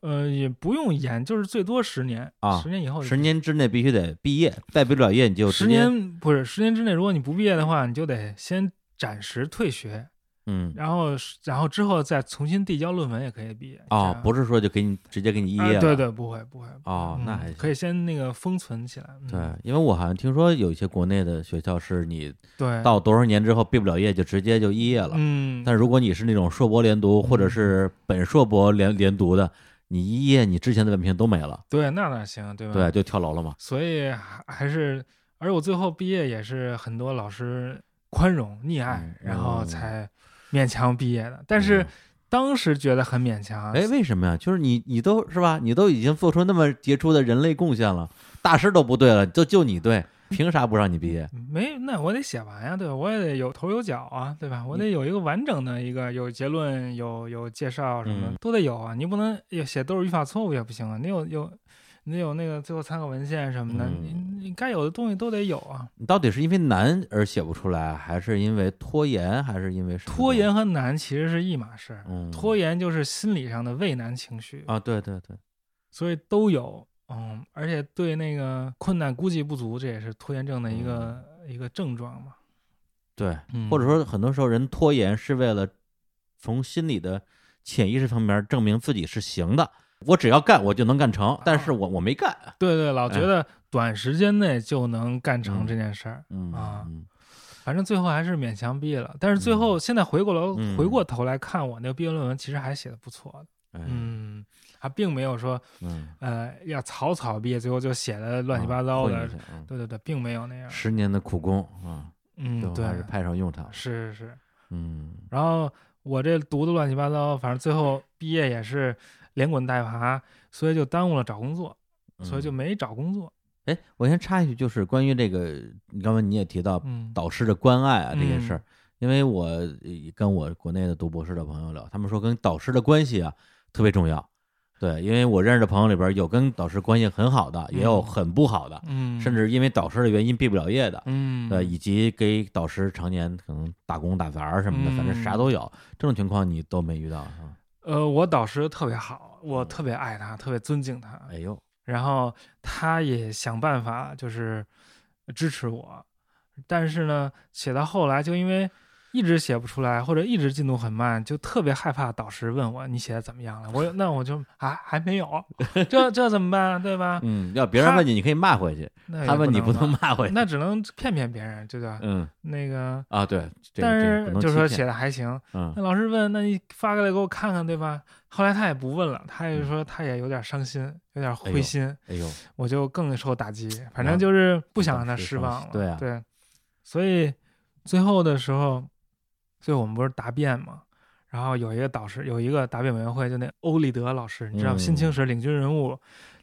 Speaker 2: 呃，也不用延，就是最多十年
Speaker 1: 啊
Speaker 2: 十年以后就
Speaker 1: 十年之内必须得毕业，再毕不了业你就
Speaker 2: 哦十
Speaker 1: 直接，
Speaker 2: 年不是十年之内，如果你不毕业的话，你就得先暂时退学，
Speaker 1: 嗯
Speaker 2: 然后然后之后再重新递交论文也可以毕业
Speaker 1: 啊，
Speaker 2: 这样
Speaker 1: 不是说就给你直接给你毕
Speaker 2: 啊
Speaker 1: 业了。
Speaker 2: 对对，不会不会
Speaker 1: 哦，那
Speaker 2: 嗯
Speaker 1: 还行
Speaker 2: 可以先那个封存起来，嗯、
Speaker 1: 对，因为我好像听说有一些国内的学校是你
Speaker 2: 对
Speaker 1: 到多少年之后毕不了业就直接就肄业了，
Speaker 2: 嗯，
Speaker 1: 但如果你是那种硕博连读或者是本硕博连连读的，你肄业你之前的文凭都没了，
Speaker 2: 对那哪行对吧？
Speaker 1: 对，，就跳楼了嘛。
Speaker 2: 所以还还是，而我最后毕业也是很多老师宽容溺爱，
Speaker 1: 嗯
Speaker 2: 然后
Speaker 1: 嗯
Speaker 2: 才勉强毕业的，但是。
Speaker 1: 嗯
Speaker 2: 当时觉得很勉强，啊
Speaker 1: 哎，为什么呀？就是你，你都是吧？你都已经做出那么杰出的人类贡献了，大师都不对了，就就你对，凭啥不让你毕
Speaker 2: 嗯
Speaker 1: 业？
Speaker 2: 没，那我得写完呀，对吧？我也得有头有脚啊，对吧？我
Speaker 1: 嗯
Speaker 2: 得有一个完整的一个，有结论，有有介绍什么的、
Speaker 1: 嗯
Speaker 2: 都得有啊。你不能也写都是语法错误也不行啊，你有有你得有那个最后参考文献什么的，
Speaker 1: 嗯
Speaker 2: 你你该有的东西都得有啊。
Speaker 1: 你到底是因为难而写不出来，还是因为拖延，还是因为什么
Speaker 2: 拖延？和难其实是一码事儿，
Speaker 1: 嗯，
Speaker 2: 拖延就是心理上的畏难情绪，
Speaker 1: 啊，对对对，
Speaker 2: 所以都有。嗯，而且对那个困难估计不足，这也是拖延症的一个、
Speaker 1: 嗯
Speaker 2: 一个症状嘛。
Speaker 1: 对，
Speaker 2: 嗯，
Speaker 1: 或者说很多时候人拖延是为了从心理的潜意识方面证明自己是行的，我只要干我就能干
Speaker 2: 啊
Speaker 1: 成，但是我我没干，
Speaker 2: 对对，老觉
Speaker 1: 哎
Speaker 2: 得短时间内就能干成
Speaker 1: 嗯
Speaker 2: 这件事儿，
Speaker 1: 嗯
Speaker 2: 啊
Speaker 1: 嗯
Speaker 2: 反正最后还是勉强毕业了。但是最后现在回过头、
Speaker 1: 嗯
Speaker 2: 回过头来看，我那个毕业论文其实还写的不错的，
Speaker 1: 哎
Speaker 2: 嗯，还并没有说
Speaker 1: 嗯，
Speaker 2: 呃要草草毕业，最后就写的乱七八糟的。
Speaker 1: 啊。混一下嗯
Speaker 2: 对对对，并没有那样。
Speaker 1: 十年的苦功啊，最
Speaker 2: 嗯，
Speaker 1: 后
Speaker 2: 对
Speaker 1: 还，是派上用场了。
Speaker 2: 是是是。
Speaker 1: 嗯，
Speaker 2: 然后我这读的乱七八糟，反正最后毕业也是连滚带爬，所以就耽误了找工作，所以就
Speaker 1: 嗯
Speaker 2: 没找工作。
Speaker 1: 哎，我先插一句，就是关于这个，你刚才你也提到
Speaker 2: 嗯，
Speaker 1: 导师的关爱啊这件事儿
Speaker 2: 嗯，
Speaker 1: 因为我呃跟我国内的读博士的朋友聊，他们说跟导师的关系啊特别重要。对，因为我认识的朋友里边有跟导师关系很好的，也有
Speaker 2: 嗯
Speaker 1: 很不好的，
Speaker 2: 嗯，
Speaker 1: 甚至因为导师的原因毕不了业的。
Speaker 2: 嗯，
Speaker 1: 呃，以及给导师常年可能打工打杂儿什么的，反正啥
Speaker 2: 嗯
Speaker 1: 都有。这种情况你都没遇到啊？
Speaker 2: 呃，我导师特别好，我
Speaker 1: 嗯
Speaker 2: 特别爱他，特别尊敬他，
Speaker 1: 哎呦，
Speaker 2: 然后他也想办法就是支持我，但是呢，写到后来就因为一直写不出来，或者一直进度很慢，就特别害怕导师问我你写的怎么样了，我那我就啊还没有，这这怎么办，啊对吧？
Speaker 1: 嗯，要别人
Speaker 2: 他
Speaker 1: 问你，你可以骂回去；
Speaker 2: 那也
Speaker 1: 他问你
Speaker 2: 不
Speaker 1: 不能
Speaker 2: 骂，
Speaker 1: 骂回去。
Speaker 2: 那只能骗骗别人，对吧？
Speaker 1: 嗯
Speaker 2: 那个，
Speaker 1: 啊，对，这个
Speaker 2: 但
Speaker 1: 这个
Speaker 2: 是
Speaker 1: 不能
Speaker 2: 就
Speaker 1: 欺
Speaker 2: 说
Speaker 1: 骗
Speaker 2: 写的还行，
Speaker 1: 嗯
Speaker 2: 那老师问，那你发过来给我看看，对吧？后来他也不问了，他也说他也有点伤心，有
Speaker 1: 嗯
Speaker 2: 点
Speaker 1: 哎
Speaker 2: 灰
Speaker 1: 呦
Speaker 2: 心，
Speaker 1: 哎呦，
Speaker 2: 我就更受打击。反
Speaker 1: 啊
Speaker 2: 正就是不想
Speaker 1: 导
Speaker 2: 让他
Speaker 1: 师
Speaker 2: 失
Speaker 1: 伤
Speaker 2: 望
Speaker 1: 心
Speaker 2: 了，
Speaker 1: 对啊
Speaker 2: 所以最后的时候，最后我们不是答辩嘛，然后有一个导师，有一个答辩委员会，就那欧立德老师，你知道吗新青
Speaker 1: 嗯
Speaker 2: 史领军人物，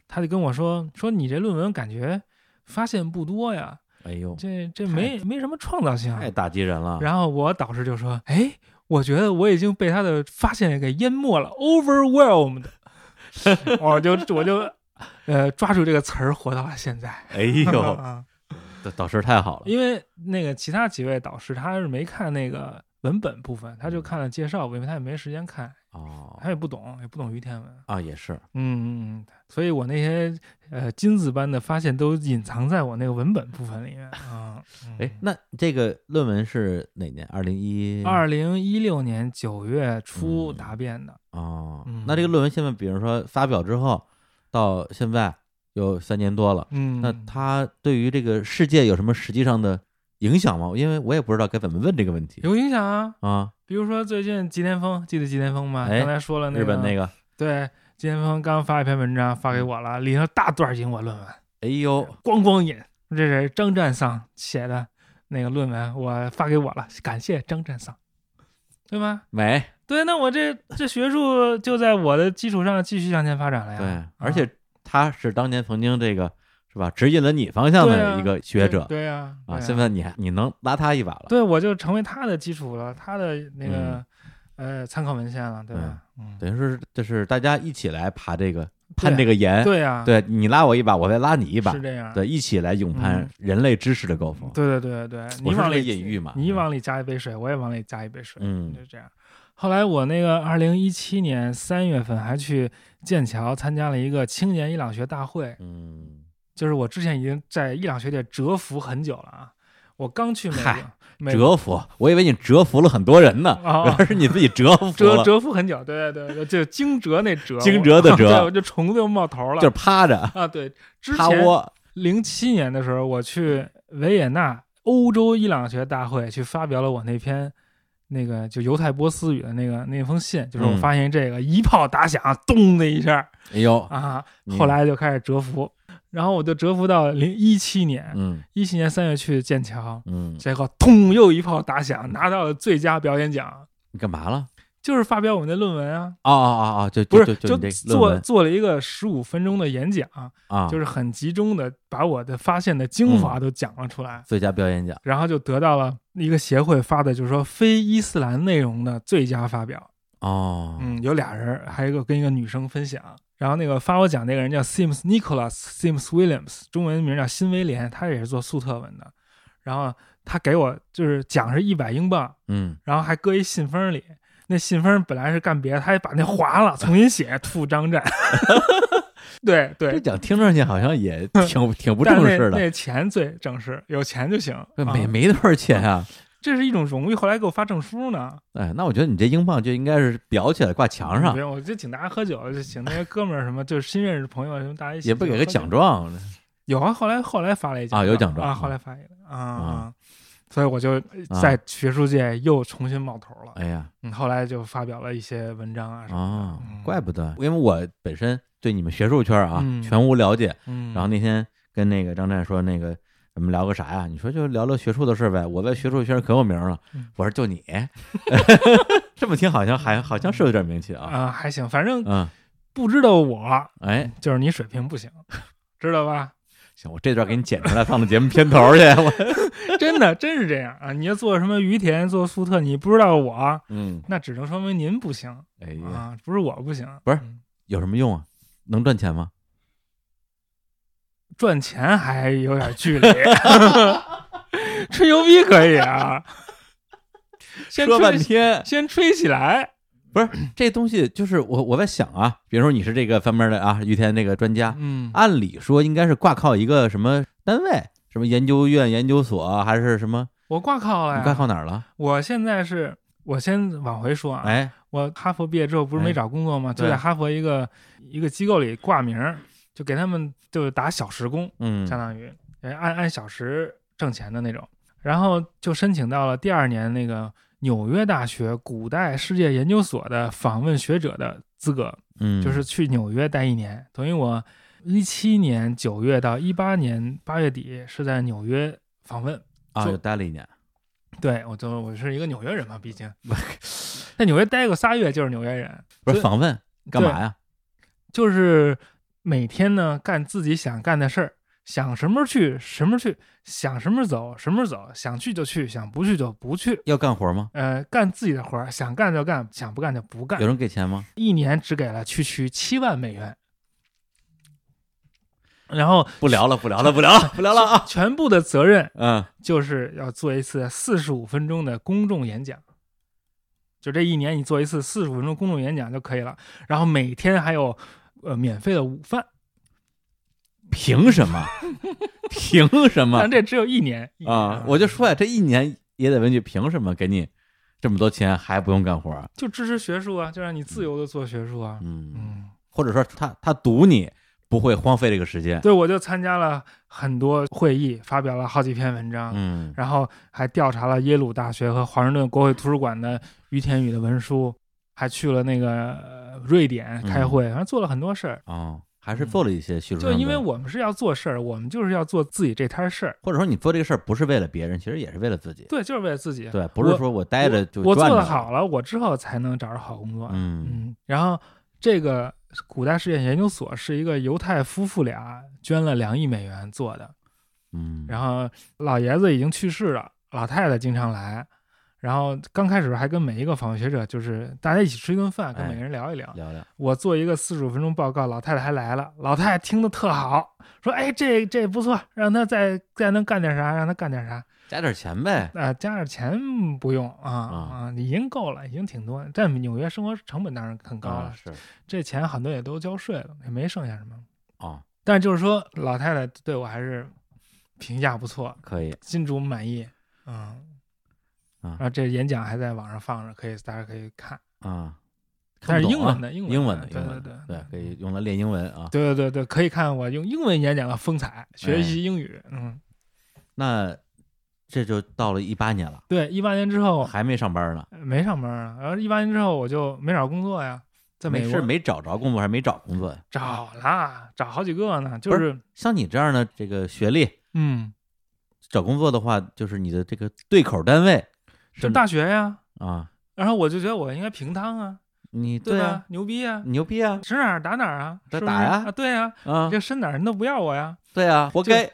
Speaker 2: 他就跟我说说你这论文感觉发现不多呀，
Speaker 1: 哎呦，
Speaker 2: 这这
Speaker 1: 太
Speaker 2: 没没什么创造性啊，
Speaker 1: 太打击人了。
Speaker 2: 然后我导师就说：“哎，我觉得我已经被他的发现给淹没了，overwhelmed。” 我就我就呃抓住这个词儿活到了现在。
Speaker 1: 哎呦，
Speaker 2: 啊
Speaker 1: 这导师太好了。
Speaker 2: 因为那个其他几位导师他是没看那个文本部分，他就看了介绍，因为他也没时间看，
Speaker 1: 嗯哦
Speaker 2: 他也不懂，也不懂于天文。
Speaker 1: 啊，也是，
Speaker 2: 嗯嗯嗯，所以我那些呃金子般的发现都隐藏在我那个文本部分里面啊。嗯
Speaker 1: 哎，那这个论文是哪年？二零一
Speaker 2: 二零一六年九月初
Speaker 1: 嗯
Speaker 2: 答辩的。
Speaker 1: 哦
Speaker 2: 嗯，
Speaker 1: 那这个论文现在，比如说发表之后，到现在有三年多了，
Speaker 2: 嗯，
Speaker 1: 那他对于这个世界有什么实际上的影响吗？因为我也不知道该怎么问这个问题
Speaker 2: 有影响啊。
Speaker 1: 啊。
Speaker 2: 比如说最近吉田丰，记得吉田丰吗？
Speaker 1: 哎
Speaker 2: 刚才说了那个
Speaker 1: 日本那个，
Speaker 2: 对，吉田丰刚发一篇文章发给我
Speaker 1: 嗯
Speaker 2: 了，里头大段引我论文，
Speaker 1: 哎呦，
Speaker 2: 咣咣引。这是张占桑写的那个论文，我发给我了，感谢张占桑，对吗？
Speaker 1: 美
Speaker 2: 对，那我这这学术就在我的基础上继续向前发展了呀。
Speaker 1: 对
Speaker 2: 啊，
Speaker 1: 而且他是当年曾经这个是吧，指引了你方向
Speaker 2: 对啊
Speaker 1: 的一个学者
Speaker 2: 对对呀、对
Speaker 1: 啊，
Speaker 2: 呀
Speaker 1: 现在你还你能拉他一把了。
Speaker 2: 对我就成为他的基础了，他的那
Speaker 1: 嗯
Speaker 2: 个、呃参考文献了，对吧？嗯，
Speaker 1: 等于说是就是大家一起来爬这个攀
Speaker 2: 对
Speaker 1: 这个岩，
Speaker 2: 对呀、
Speaker 1: 对你拉我一把，我再拉你一把
Speaker 2: 是，这样。
Speaker 1: 对，一起来勇攀
Speaker 2: 嗯
Speaker 1: 人类知识的高峰。
Speaker 2: 对对对对对，
Speaker 1: 我
Speaker 2: 你
Speaker 1: 是这
Speaker 2: 往
Speaker 1: 个
Speaker 2: 里
Speaker 1: 隐喻嘛，
Speaker 2: 你
Speaker 1: 嗯
Speaker 2: 往里加一杯水，我也往里加一杯水，
Speaker 1: 嗯
Speaker 2: 就这样。后来我那个二零一七年三月份还去剑桥参加了一个青年伊朗学大会，
Speaker 1: 嗯，
Speaker 2: 就是我之前已经在伊朗学界蛰伏很久了啊。我刚去美国
Speaker 1: 嗨，
Speaker 2: 美国
Speaker 1: 折服，我以为你折服了很多人呢，
Speaker 2: 啊
Speaker 1: 原来是你自己折服
Speaker 2: 蛰
Speaker 1: 了，
Speaker 2: 蛰伏很久，对对对，就惊蛰那蛰，
Speaker 1: 惊蛰的蛰
Speaker 2: 对，我就虫子又冒头了，
Speaker 1: 就是趴着
Speaker 2: 啊，对，之
Speaker 1: 趴
Speaker 2: 前
Speaker 1: 窝，嗯
Speaker 2: 零七年的时候，我去维也纳欧洲伊朗学大会去发表了我那篇那个就犹太波斯语的那个那封信，就是我
Speaker 1: 嗯
Speaker 2: 发现这个一炮打响，咚的一下
Speaker 1: 哎呦，
Speaker 2: 啊，
Speaker 1: 你
Speaker 2: 后来就开始蛰伏，然后我就蛰伏到零一七年，
Speaker 1: 嗯
Speaker 2: 一七年三月去剑桥，
Speaker 1: 嗯，
Speaker 2: 结果咚又一炮打响，拿到了最佳表演奖，
Speaker 1: 你干嘛了？
Speaker 2: 就是发表我们的论文啊。
Speaker 1: 哦哦哦哦，就
Speaker 2: 不，
Speaker 1: 就是就
Speaker 2: 就
Speaker 1: 你这论
Speaker 2: 做
Speaker 1: 文
Speaker 2: 做了一个十五分钟的演讲，
Speaker 1: 啊，嗯
Speaker 2: 就是是很集中的把我的发现的精华都讲了出来。
Speaker 1: 最佳表演奖，
Speaker 2: 然后就得到了一个协会发的，就是说非伊斯兰内容的最佳发表。
Speaker 1: 哦，
Speaker 2: 嗯，有俩人，还有一个跟一个女生分享。然后那个发我奖那个人叫 Sims Nicholas Sims Williams，中文名叫辛威廉，他也是做粟特文的。然后他给我就是奖是一百英镑，
Speaker 1: 嗯，
Speaker 2: 然后还搁一信封里。那信封本来是干别的，他还把那划了，重新写，吐张占。 对
Speaker 1: 这
Speaker 2: 对，
Speaker 1: 奖听上去好像也挺挺不
Speaker 2: 但
Speaker 1: 正
Speaker 2: 是
Speaker 1: 式
Speaker 2: 那
Speaker 1: 的，
Speaker 2: 那钱最正式，有钱就行。
Speaker 1: 没
Speaker 2: 啊
Speaker 1: 没多少钱啊。
Speaker 2: 这是一种荣誉。后来给我发证书呢，
Speaker 1: 哎，那我觉得你这英镑就应该是啊裱起来挂墙上
Speaker 2: 没，有，我就请大家喝酒，就请那些哥们儿什么，就是新认识的朋友什么，大家一起
Speaker 1: 也不给个奖
Speaker 2: 喝酒。
Speaker 1: 状，
Speaker 2: 有啊，后来后来发了一奖
Speaker 1: 啊有奖状
Speaker 2: 啊，
Speaker 1: 啊
Speaker 2: 后来发一个啊
Speaker 1: 啊
Speaker 2: 所以我就
Speaker 1: 啊
Speaker 2: 在学术界又重新冒头了。
Speaker 1: 哎呀，
Speaker 2: 嗯，后来就发表了一些文章啊什么。
Speaker 1: 哦
Speaker 2: 嗯，
Speaker 1: 怪不得，因为我本身对你们学术圈啊、
Speaker 2: 嗯
Speaker 1: 全无了解。
Speaker 2: 嗯，
Speaker 1: 然后那天跟那个张湛说，那个咱们聊个啥呀？你说就聊聊学术的事儿呗。我在学术圈可有名了
Speaker 2: 嗯。
Speaker 1: 我说就 你，这么听好像还好像是有点名气啊。
Speaker 2: 啊还行，反正
Speaker 1: 嗯，
Speaker 2: 不知道我
Speaker 1: 哎，
Speaker 2: 就是你水平不行，知道吧？
Speaker 1: 行，我这段给你剪出来放到节目片头去。我
Speaker 2: 真的真是这样啊！你要做什么于田做苏特，你不知道我，
Speaker 1: 嗯，
Speaker 2: 那只能说明您不行
Speaker 1: 哎呀，
Speaker 2: 啊，不是我不行，
Speaker 1: 不是
Speaker 2: 嗯
Speaker 1: 有什么用啊？能赚钱吗？
Speaker 2: 赚钱还有点 距离，吹牛逼可以 啊，先
Speaker 1: 说半
Speaker 2: 吹
Speaker 1: 天，
Speaker 2: 先吹起来，
Speaker 1: 这东西就是我我在想啊，比如说你是这个方面的啊，于田那个专家，
Speaker 2: 嗯
Speaker 1: 按理说应该是挂靠一个什么单位，什么研究院、研究所还是什么？
Speaker 2: 我挂靠了呀，
Speaker 1: 你挂靠哪儿了？
Speaker 2: 我现在是。我先往回说啊，
Speaker 1: 哎，
Speaker 2: 我哈佛毕业之后不是
Speaker 1: 哎
Speaker 2: 没找工作吗？就
Speaker 1: 对
Speaker 2: 在哈佛一个一个机构里挂名儿，就给他们就是打小时工，
Speaker 1: 嗯
Speaker 2: 相当于呃按按小时挣钱的那种。然后就申请到了第二年那个纽约大学古代世界研究所的访问学者的资格，
Speaker 1: 嗯，
Speaker 2: 就是去纽约待一年，等于我一七年九月到一八年八月底是在纽约访问。
Speaker 1: 啊，
Speaker 2: 做
Speaker 1: 又待了一年，
Speaker 2: 对我就我是一个纽约人嘛，毕竟在纽约待过仨月就是纽约人，
Speaker 1: 不是
Speaker 2: 所以
Speaker 1: 访问干嘛呀？
Speaker 2: 就是每天呢干自己想干的事儿，想什么时候去什么时候去，想什么时候走什么时候走，想去就去，想不去就不去。
Speaker 1: 要干活吗？
Speaker 2: 呃，干自己的活儿，想干就干，想不干就不干
Speaker 1: 有。人给钱吗？
Speaker 2: 一年只给了区区七万美元，然后
Speaker 1: 不聊了，不聊了，不聊 了，不聊了啊！
Speaker 2: 全部的责任
Speaker 1: 嗯，
Speaker 2: 就是要做一次四十五分钟的公众演讲，就这一年你做一次四十五分钟公众演讲就可以了。然后每天还有呃免费的午饭，
Speaker 1: 凭什么？凭什么
Speaker 2: 但这只有一年一年
Speaker 1: 啊？我就说呀，这一年也得问句，凭什么给你这么多钱还不用干活儿？
Speaker 2: 就支持学术啊，就让你自由的做学术啊。
Speaker 1: 嗯。
Speaker 2: 嗯，
Speaker 1: 或者说他他堵你不会荒废这个时间。
Speaker 2: 对，我就参加了很多会议，发表了好几篇文章，
Speaker 1: 嗯，
Speaker 2: 然后还调查了耶鲁大学和华盛顿国会图书馆的于田宇的文书，还去了那个呃瑞典开会，反正做了很多事儿。
Speaker 1: 哦，还嗯是做了一些叙述上
Speaker 2: 嗯就
Speaker 1: 的。
Speaker 2: 因为我们是要做事儿，我们就是要做自己这摊事儿，
Speaker 1: 或者说你做这个事儿不是为了别人，其实也是为了自己。
Speaker 2: 对，就是为了自己。
Speaker 1: 对，不是说我待着就
Speaker 2: 我做
Speaker 1: 赚
Speaker 2: 的
Speaker 1: 着
Speaker 2: 好了，我之后才能找着好工作。
Speaker 1: 嗯
Speaker 2: 嗯，然后这个古代事件研究所是一个犹太夫妇俩捐了两亿美元做的，
Speaker 1: 嗯，
Speaker 2: 然后老爷子已经去世了，老太太经常来，然后刚开始还跟每一个访问学者就是大家一起吃一顿饭，跟
Speaker 1: 哎
Speaker 2: 每个人聊一聊。
Speaker 1: 聊聊，
Speaker 2: 我做一个四十五分钟报告，老太太还来了，老太太听得特好，说哎这这不错，让她再再能干点啥，让她干点啥。
Speaker 1: 加点钱呗。
Speaker 2: 啊、加点钱不用啊
Speaker 1: 啊
Speaker 2: 啊，已经够了，已经挺多。在纽约生活成本当然很高了，
Speaker 1: 啊是
Speaker 2: 这钱很多也都交税了，也没剩下什么。
Speaker 1: 哦，
Speaker 2: 但就是说，老太太对我还是评价不错，
Speaker 1: 可以，
Speaker 2: 金主满意。嗯，
Speaker 1: 啊
Speaker 2: 然后这演讲还在网上放着，可以大家可以看，
Speaker 1: 啊，
Speaker 2: 但
Speaker 1: 看
Speaker 2: 是
Speaker 1: 不懂啊
Speaker 2: 英文嗯的，英文
Speaker 1: 英文的，
Speaker 2: 对
Speaker 1: 英文
Speaker 2: 对
Speaker 1: 的，
Speaker 2: 对
Speaker 1: 对，可以用来练英文啊。
Speaker 2: 对对对对，可以看我用英文演讲的风采，学习
Speaker 1: 哎
Speaker 2: 英语。嗯，
Speaker 1: 那这就到了一八年了，
Speaker 2: 对，一八年之后
Speaker 1: 还没上班呢，
Speaker 2: 没上班啊，然后一八年之后我就没找工作呀，在美
Speaker 1: 没
Speaker 2: 国
Speaker 1: 是没找着工作，还是没找工作呀？
Speaker 2: 找啦，找好几个呢，就
Speaker 1: 不
Speaker 2: 是
Speaker 1: 是像你这样的这个学历，
Speaker 2: 嗯，
Speaker 1: 找工作的话，就是你的这个对口单位
Speaker 2: 就是大学呀。
Speaker 1: 啊，
Speaker 2: 然后我就觉得我应该平摊啊，
Speaker 1: 你
Speaker 2: 对吧？
Speaker 1: 啊，
Speaker 2: 牛逼啊！
Speaker 1: 你牛逼啊
Speaker 2: 指哪儿打哪儿啊？
Speaker 1: 打
Speaker 2: 是不是
Speaker 1: 打呀
Speaker 2: 啊！对呀、
Speaker 1: 啊，
Speaker 2: 这伸哪儿人都不要我呀，
Speaker 1: 对啊，活该，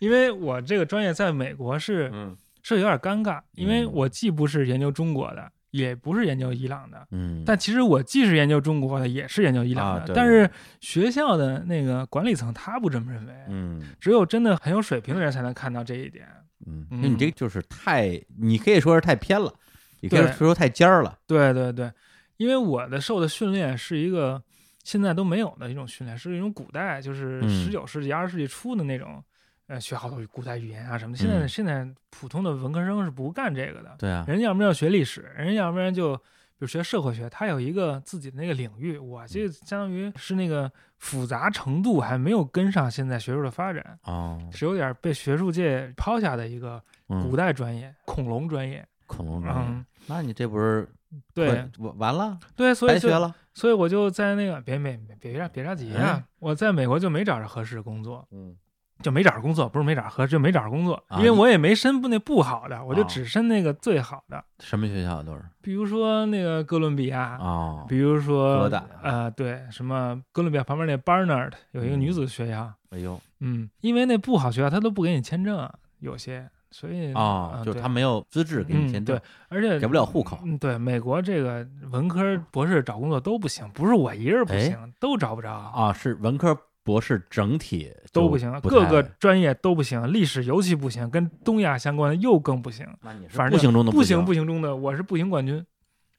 Speaker 2: 因为我这个专业在美国是
Speaker 1: 嗯
Speaker 2: 是有点尴尬，因为
Speaker 1: 嗯
Speaker 2: 我既不是研究中国的，也不是研究伊朗的。
Speaker 1: 嗯，
Speaker 2: 但其实我既是研究中国的，也是研究伊
Speaker 1: 啊
Speaker 2: 朗的。
Speaker 1: 对
Speaker 2: 但是学校的那个管理层他不这么认为，
Speaker 1: 嗯
Speaker 2: 只有真的很有水平的人才能看到这一点。
Speaker 1: 嗯，
Speaker 2: 嗯
Speaker 1: 那你这个就是太，你可以说是太偏了，也可以
Speaker 2: 对
Speaker 1: 说太尖儿了，
Speaker 2: 对对对，因为我的受的训练是一个现在都没有的一种训练，是一种古代，就是
Speaker 1: 嗯
Speaker 2: 十九世纪、二十世纪初的那种，呃，学好多古代语言啊什么的。现在、
Speaker 1: 嗯
Speaker 2: 现在普通的文科生是不干这个的，
Speaker 1: 对啊，
Speaker 2: 人家要不然要学历史，人家要不然就。比如学社会学，他有一个自己的那个领域，我
Speaker 1: 嗯
Speaker 2: 这相当于是那个复杂程度还没有跟上现在学术的发展，
Speaker 1: 哦，
Speaker 2: 是有点被学术界抛下的一个
Speaker 1: 嗯
Speaker 2: 古代专业，恐龙专业。
Speaker 1: 恐龙专业，
Speaker 2: 嗯，
Speaker 1: 那你这不是
Speaker 2: 对
Speaker 1: 快完完了，
Speaker 2: 对，所
Speaker 1: 白
Speaker 2: 以
Speaker 1: 学
Speaker 2: 就
Speaker 1: 了，
Speaker 2: 所以我就在那个别别别别着别着急
Speaker 1: 哎
Speaker 2: 啊！我在美国就没找着合适的工作，
Speaker 1: 嗯
Speaker 2: 就没找着工作，不是没找着合适，就没找着工作，
Speaker 1: 啊
Speaker 2: 因为我也没申不那不好的，我就
Speaker 1: 哦
Speaker 2: 只申那个最好的，
Speaker 1: 什么学校啊都是
Speaker 2: 比如说那个哥伦比亚，
Speaker 1: 哦，
Speaker 2: 啊比如说
Speaker 1: 哥大
Speaker 2: 呃，对，什么哥伦比亚旁边那 Barnard 有一个女子学校，
Speaker 1: 哎呦
Speaker 2: 嗯，因为那不好学校他都不给你签证，有些，所以
Speaker 1: 哦，就是他
Speaker 2: 们
Speaker 1: 没有资质给你签证
Speaker 2: 啊嗯对，，而且
Speaker 1: 给不了户口，
Speaker 2: 嗯，对，美国这个文科博士找工作都不行，不是我一人不
Speaker 1: 哎
Speaker 2: 行，都找不着啊
Speaker 1: 啊，是文科博士整体
Speaker 2: 都
Speaker 1: 不
Speaker 2: 不行，
Speaker 1: 不
Speaker 2: 各
Speaker 1: 太
Speaker 2: 个专业都不行，历史尤其不行，跟东亚相关的又更不行。
Speaker 1: 那你是
Speaker 2: 反正
Speaker 1: 不行中的
Speaker 2: 不
Speaker 1: 行
Speaker 2: 行不行中的我是不行冠军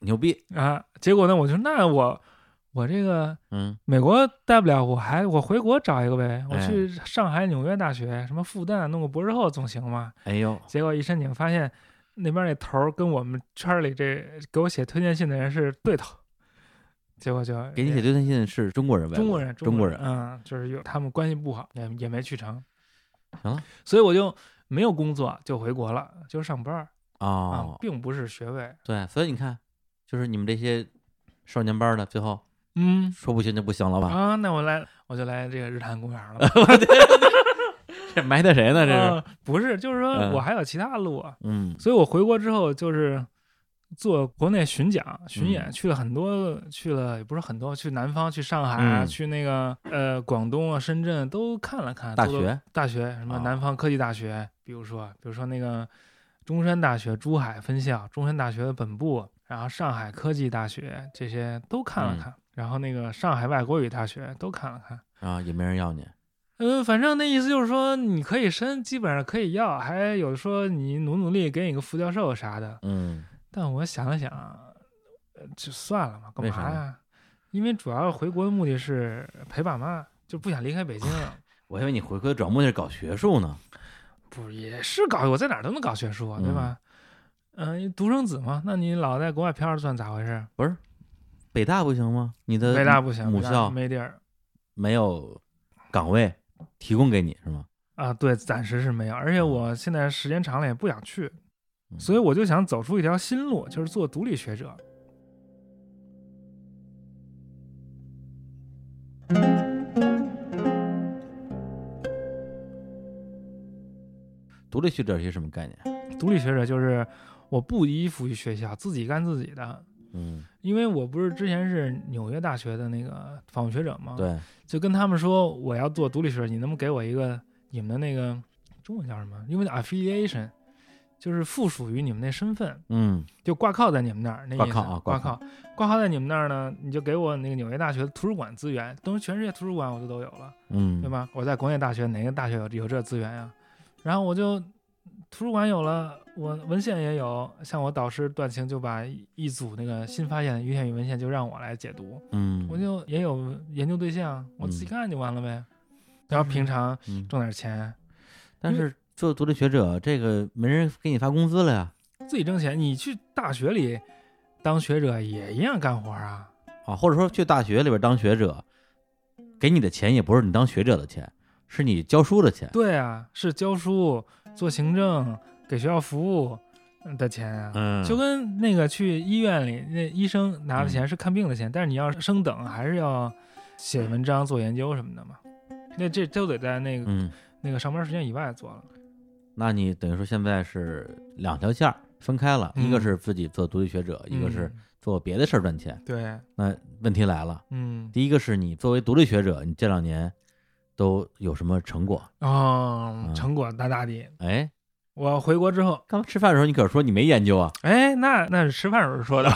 Speaker 1: 牛逼，
Speaker 2: 啊！结果呢，我就说那我我这个
Speaker 1: 嗯
Speaker 2: 美国待不了，我还我回国找一个呗，我
Speaker 1: 哎
Speaker 2: 去上海、纽约大学什么复旦弄个博士后总行嘛。
Speaker 1: 哎呦
Speaker 2: 结果一申请发现那边那头儿跟我们圈儿里这给我写推荐信的人是对头，结果就
Speaker 1: 给你写推荐信是中国人，
Speaker 2: 中国
Speaker 1: 国
Speaker 2: 人，
Speaker 1: 中
Speaker 2: 国
Speaker 1: 人，
Speaker 2: 嗯，就是有他们关系不好，也也没去成。
Speaker 1: 行了，
Speaker 2: 所以我就没有工作，就回国了，就上班儿啊，
Speaker 1: 哦，
Speaker 2: 并不是学位。
Speaker 1: 对，所以你看，就是你们这些少年班的，最后
Speaker 2: 嗯
Speaker 1: 说不行就不行了吧？
Speaker 2: 啊，那我来，我就来这个日坛公园 了吧。
Speaker 1: 这 埋汰谁呢？这是，
Speaker 2: 啊不是，就是说
Speaker 1: 嗯
Speaker 2: 我还有其他路啊，
Speaker 1: 嗯
Speaker 2: 所以我回国之后就是。做国内巡讲、巡演，
Speaker 1: 嗯
Speaker 2: 去了很多，去了也不是很多，去南方，去上海啊，
Speaker 1: 嗯
Speaker 2: 去那个呃广东啊、深圳都看了看。
Speaker 1: 大
Speaker 2: 多多
Speaker 1: 学
Speaker 2: 大学，什么
Speaker 1: 啊
Speaker 2: 南方科技大学，比如说，比如说那个中山大学珠海分校、中山大学的本部，然后上海科技大学这些都看
Speaker 1: 嗯
Speaker 2: 了看，然后那个上海外国语大学都看了看。
Speaker 1: 啊，也没人要你，
Speaker 2: 嗯，反正那意思就是说，你可以申，基本上可以要，还有说你努努力给你个副教授啥的。
Speaker 1: 嗯，
Speaker 2: 但我想了想，呃就算了嘛，干
Speaker 1: 为啥
Speaker 2: 嘛呀？因为主要回国的目的是陪爸妈，就不想离开北 京了。
Speaker 1: 我以为你回归转目的是搞学术呢，
Speaker 2: 不是也是搞，我在哪儿都能搞学术嗯啊，对吧？嗯、独生子嘛，那你老在国外漂着算咋回事？
Speaker 1: 不是，北大不行吗？你的
Speaker 2: 北大不行，
Speaker 1: 呃母
Speaker 2: 北大
Speaker 1: 校
Speaker 2: 没地儿
Speaker 1: 没有岗位提供给你是吗？
Speaker 2: 啊，对，暂时是没有，而且我现在时间长了也不想去，
Speaker 1: 嗯
Speaker 2: 所以我就想走出一条新路，就是做独立学者。
Speaker 1: 独立学者是一个什么概念？
Speaker 2: 独立学者就是我不依附于学校，自己干自己的。
Speaker 1: 嗯，
Speaker 2: 因为我不是之前是纽约大学的那个访问学者嘛，，
Speaker 1: 对，
Speaker 2: 就跟他们说我要做独立学者，你能不能给我一个你们的那个中文叫什么？因为 affiliation 就是附属于你们那身份，
Speaker 1: 嗯
Speaker 2: 就挂靠在你们那儿，那意思
Speaker 1: 挂靠啊
Speaker 2: 挂
Speaker 1: 挂靠
Speaker 2: 靠，挂靠在你们那儿呢，你就给我那个纽约大学的图书馆资源，都是全世界图书馆我就都有了，
Speaker 1: 嗯，
Speaker 2: 对？吧？我在国内大学哪个大学有有这资源呀？然后我就图书馆有了，我文献也有，像我导师段晴就把一一组那个新发现的鱼线与文献就让我来解读，
Speaker 1: 嗯，
Speaker 2: 我就也有研究对象，我自己看就完了呗。然后平常
Speaker 1: 嗯
Speaker 2: 挣点钱，
Speaker 1: 但是做独立学者，这个没人给你发工资了呀。
Speaker 2: 自己挣钱，你去大学里当学者也一样干活啊。
Speaker 1: 啊，或者说去大学里边当学者，
Speaker 2: 嗯
Speaker 1: 给你的钱也不是你当学者的钱，是你教书的钱。
Speaker 2: 对啊，是教书、做行政、给学校服务嗯的钱啊。
Speaker 1: 嗯
Speaker 2: 就跟那个去医院里，那医生拿的钱是看病的钱，但是你要升等还是要写文章、做研究什么的嘛。那这都得在那个、
Speaker 1: 嗯，
Speaker 2: 那个上班时间以外做了。
Speaker 1: 那你等于说现在是两条线儿分开了，一个
Speaker 2: 嗯
Speaker 1: 是自己做独立学者，一个是
Speaker 2: 嗯
Speaker 1: 做别的事儿赚钱。
Speaker 2: 对，
Speaker 1: 那问题来了，
Speaker 2: 嗯，
Speaker 1: 第一个是你作为独立学者，你这两年都有什么成果？
Speaker 2: 哦
Speaker 1: 嗯，
Speaker 2: 成果大大的。
Speaker 1: 哎，
Speaker 2: 我回国之后，
Speaker 1: 刚吃饭的时候你可说你没研究啊，
Speaker 2: 哎，那那是吃饭时候说的，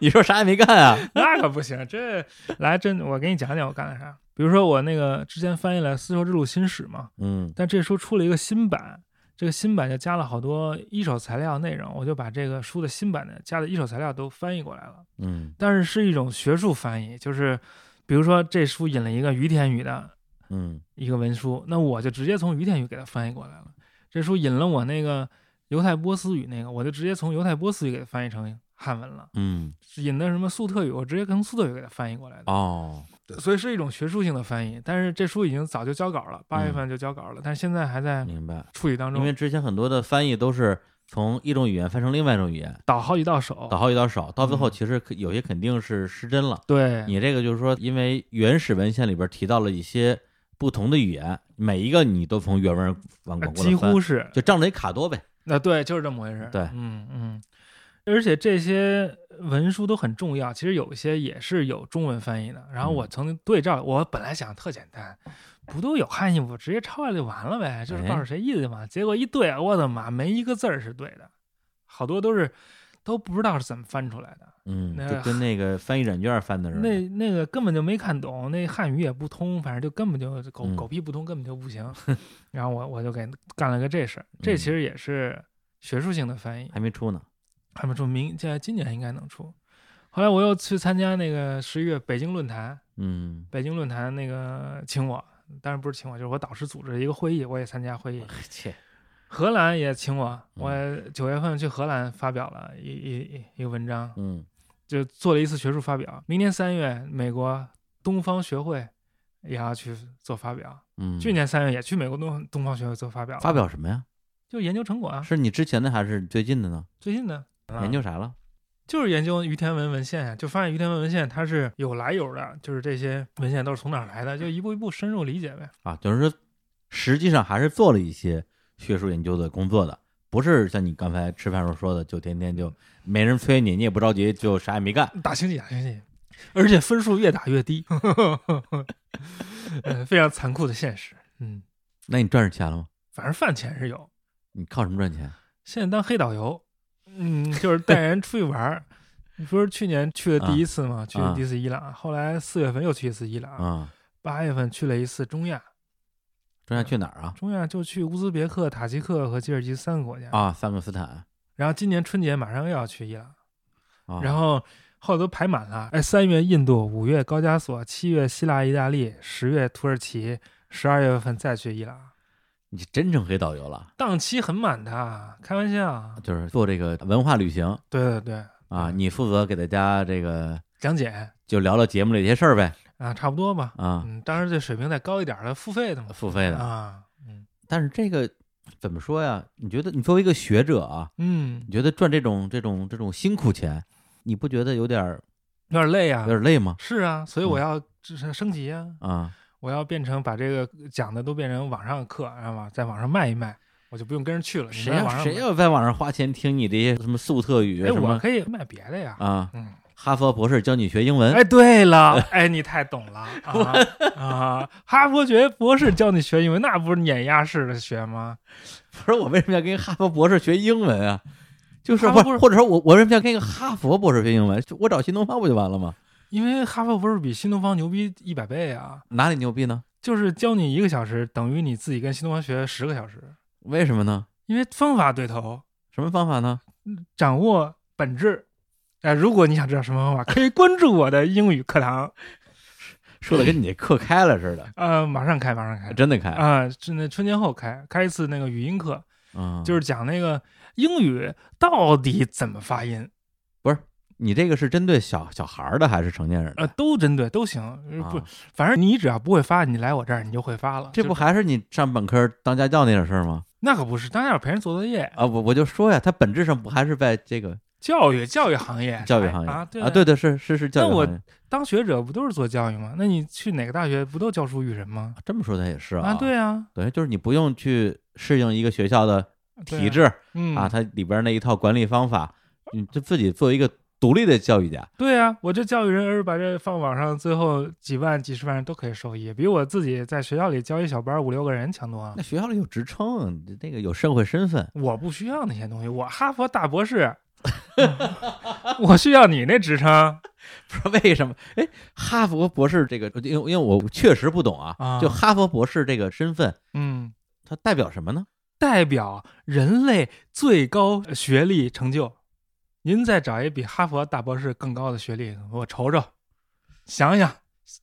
Speaker 1: 你说啥也没干啊？
Speaker 2: 那可不行。这来真，我给你讲讲我干了啥。比如说我那个之前翻译了《丝绸之路新史》嘛，
Speaker 1: 嗯
Speaker 2: 但这书出了一个新版，这个新版就加了好多一手材料内容，我就把这个书的新版的加的一手材料都翻译过来了，
Speaker 1: 嗯
Speaker 2: 但是是一种学术翻译，就是比如说这书引了一个于田宇的
Speaker 1: 嗯
Speaker 2: 一个文书，那我就直接从于田语给它翻译过来了。这书引了我那个犹太波斯语那个，我就直接从犹太波斯语给它翻译成汉文了。
Speaker 1: 嗯，
Speaker 2: 引的什么粟特语，我直接从粟特语给它翻译过来的。
Speaker 1: 哦，
Speaker 2: 所以是一种学术性的翻译。但是这书已经早就交稿了，八月份就交稿了，但是现在还在
Speaker 1: 明白。
Speaker 2: 处理当
Speaker 1: 嗯因
Speaker 2: 中
Speaker 1: 为，之前很多的翻译都是从一种语言翻成另外一种语言，
Speaker 2: 倒好几道手。
Speaker 1: 倒好几道少，到最后
Speaker 2: 哦嗯哎
Speaker 1: 其实可有些肯定是失真了。
Speaker 2: 对，
Speaker 1: 你这个就是说，因为原始文献里边提到了一些不同的语言，每一个你都从原文往往
Speaker 2: 呃
Speaker 1: 过来
Speaker 2: 几
Speaker 1: 翻
Speaker 2: 乎是
Speaker 1: 就仗着一卡多呗。
Speaker 2: 那、啊对，就是这么回事。
Speaker 1: 对
Speaker 2: 嗯嗯，而且这些文书都很重要，其实有一些也是有中文翻译的。然后我
Speaker 1: 嗯
Speaker 2: 曾经对照，我本来想特简单，不都有汉译，我直接抄下来就完了呗，就是
Speaker 1: 哎
Speaker 2: 告诉谁意思嘛。结果一对，我的妈，没一个字儿是对的，好多都是都不知道是怎么翻出来的。
Speaker 1: 嗯，
Speaker 2: 那
Speaker 1: 就跟那个翻译软件翻的似的。
Speaker 2: 那那个根本就没看懂，那汉语也不通，反正就根本就狗
Speaker 1: 嗯
Speaker 2: 狗屁不通，根本就不行。 然后我我就给干了个这事儿，这
Speaker 1: 嗯
Speaker 2: 其实也是学术性的翻译，
Speaker 1: 还没出呢。
Speaker 2: 还没出明，现在今年应该能出。后来我又去参加那个十一月北京论坛，
Speaker 1: 嗯，
Speaker 2: 北京论坛那个请我，当然不是请我，就是我导师组织的一个会议，我也参加会议。
Speaker 1: 切，
Speaker 2: 荷兰也请我，
Speaker 1: 嗯
Speaker 2: 我九月份去荷兰发表了一一一个文章，
Speaker 1: 嗯
Speaker 2: 就做了一次学术发表。明年三月，美国东方学会也要去做发表。
Speaker 1: 嗯，
Speaker 2: 去年三月也去美国东东方学会做发表了，
Speaker 1: 发表什么呀？
Speaker 2: 就研究成果啊，
Speaker 1: 是你之前的还是最近的呢？
Speaker 2: 最近的。啊
Speaker 1: 研究啥了？
Speaker 2: 就是研究于天文文献呀，就发现于天文文献它是有来由的，就是这些文献都是从哪儿来的，就一步一步深入理解呗。
Speaker 1: 啊，就是说，实际上还是做了一些学术研究的工作的，不是像你刚才吃饭时候说的，就天天就没人催你，你也不着急，就啥也没干。
Speaker 2: 打星际，打星际，而且分数越打越低，呃，非常残酷的现实。嗯，
Speaker 1: 那你赚着钱了吗？
Speaker 2: 反正饭钱是有，
Speaker 1: 你靠什么赚钱？
Speaker 2: 现在当黑导游，嗯，就是带人出去玩儿。你不是去年去的第一次吗？去的第一次伊朗，后来四月份又去一次伊朗，
Speaker 1: 啊，
Speaker 2: 八、月份去了一次中亚，
Speaker 1: 赚钱去哪儿啊？
Speaker 2: 中亚就去乌兹别克、塔吉克和吉尔吉斯三个国家。
Speaker 1: 啊，萨姆斯坦。
Speaker 2: 然后今年春节马上又要去伊朗，
Speaker 1: 啊，
Speaker 2: 然后后头都排满了。哎，三月印度，五月高加索，七月希腊、意大利，十月土耳其，十二月份再去伊朗，
Speaker 1: 你真成黑导游了，
Speaker 2: 档期很满的，开玩笑。
Speaker 1: 就是做这个文化旅行
Speaker 2: 对对对，
Speaker 1: 啊，你负责给大家这个
Speaker 2: 讲解
Speaker 1: 就聊聊节目里这些事儿呗
Speaker 2: 啊，差不多吧。
Speaker 1: 啊，
Speaker 2: 嗯，当然这水平再高一点的付费的嘛。
Speaker 1: 付费的。
Speaker 2: 啊，嗯
Speaker 1: 但是这个怎么说呀？你觉得你作为一个学者啊，
Speaker 2: 嗯，
Speaker 1: 你觉得赚这种这种这种辛苦钱，你不觉得有点儿
Speaker 2: 有点累啊
Speaker 1: 有。点嗯累吗？
Speaker 2: 是啊，所以我要就是升级啊，
Speaker 1: 啊，
Speaker 2: 我要变成把这个讲的都变成网上的课，然后往在网上卖一卖，我就不用跟人去了。你
Speaker 1: 谁
Speaker 2: 们在
Speaker 1: 要
Speaker 2: 网上
Speaker 1: 谁
Speaker 2: 卖？
Speaker 1: 要在网上花钱听你这些什么粟特语
Speaker 2: 哎，
Speaker 1: 什
Speaker 2: 我
Speaker 1: 么
Speaker 2: 可以卖别的呀。
Speaker 1: 啊？
Speaker 2: 嗯，
Speaker 1: 哈佛博士教你学英文，
Speaker 2: 哎，对了，哎，你太懂了啊啊！哈佛学博士教你学英文，那不是碾压式的学吗？
Speaker 1: 不是我为什么要跟哈佛博士学英文啊？就是
Speaker 2: 哈
Speaker 1: 或
Speaker 2: 佛博士
Speaker 1: 或者说我我为什么要跟一个哈佛博士学英文？就我找新东方不就完了吗？
Speaker 2: 因为哈佛博士比新东方牛逼一百倍啊！
Speaker 1: 哪里牛逼呢？
Speaker 2: 就是教你一个小时，等于你自己跟新东方学十个小时，
Speaker 1: 为什么呢？
Speaker 2: 因为方法对头，
Speaker 1: 什么方法呢？
Speaker 2: 掌握本质。哎、如果你想知道什么方法，可以关注我的英语课堂。
Speaker 1: 说的跟你这课开了似的，
Speaker 2: 呃，马上开，马上开。
Speaker 1: 真的开
Speaker 2: 啊、是那春节后开开一次那个语音课，
Speaker 1: 啊！
Speaker 2: 就是讲那个英语到底怎么发音，
Speaker 1: 你这个是针对小小孩儿的还是成年人的？
Speaker 2: 呃，都针对都行，呃
Speaker 1: 啊
Speaker 2: 不，反正你只要不会发，你来我这儿你就会发了。
Speaker 1: 这
Speaker 2: 就
Speaker 1: 不还是你上本科当家教那点事儿吗？
Speaker 2: 那可不是，当然要陪人做作业。
Speaker 1: 啊，我我就说呀，它本质上不还是在这个
Speaker 2: 教育教育行业，
Speaker 1: 教育行业
Speaker 2: 哎啊，对
Speaker 1: 啊？对，对，是是是教育
Speaker 2: 那我
Speaker 1: 行业。
Speaker 2: 当学者不都是做教育吗？那你去哪个大学不都教书育人吗？
Speaker 1: 这么说它也是
Speaker 2: 啊，对啊，
Speaker 1: 等于就是你不用去适应一个学校的
Speaker 2: 对
Speaker 1: 体制
Speaker 2: 嗯
Speaker 1: 啊，它里边那一套管理方法，你就自己做一个独立的教育家。
Speaker 2: 对啊，我这教育人而把这放网上，最后几万、几十万人都可以受益，比我自己在学校里教一小班五六个人强多了
Speaker 1: 那。学校里有职称，那个有社会身份，
Speaker 2: 我不需要那些东西，我哈佛大 博士，我需要你那职称
Speaker 1: 不知道为什么？哎，哈佛博士这个，因为因为我确实不懂啊
Speaker 2: 啊，
Speaker 1: 就哈佛博士这个身份，
Speaker 2: 嗯，
Speaker 1: 它代表什么呢？
Speaker 2: 代表人类最高学历成就。您再找一比哈佛大博士更高的学历，我瞅瞅，想想，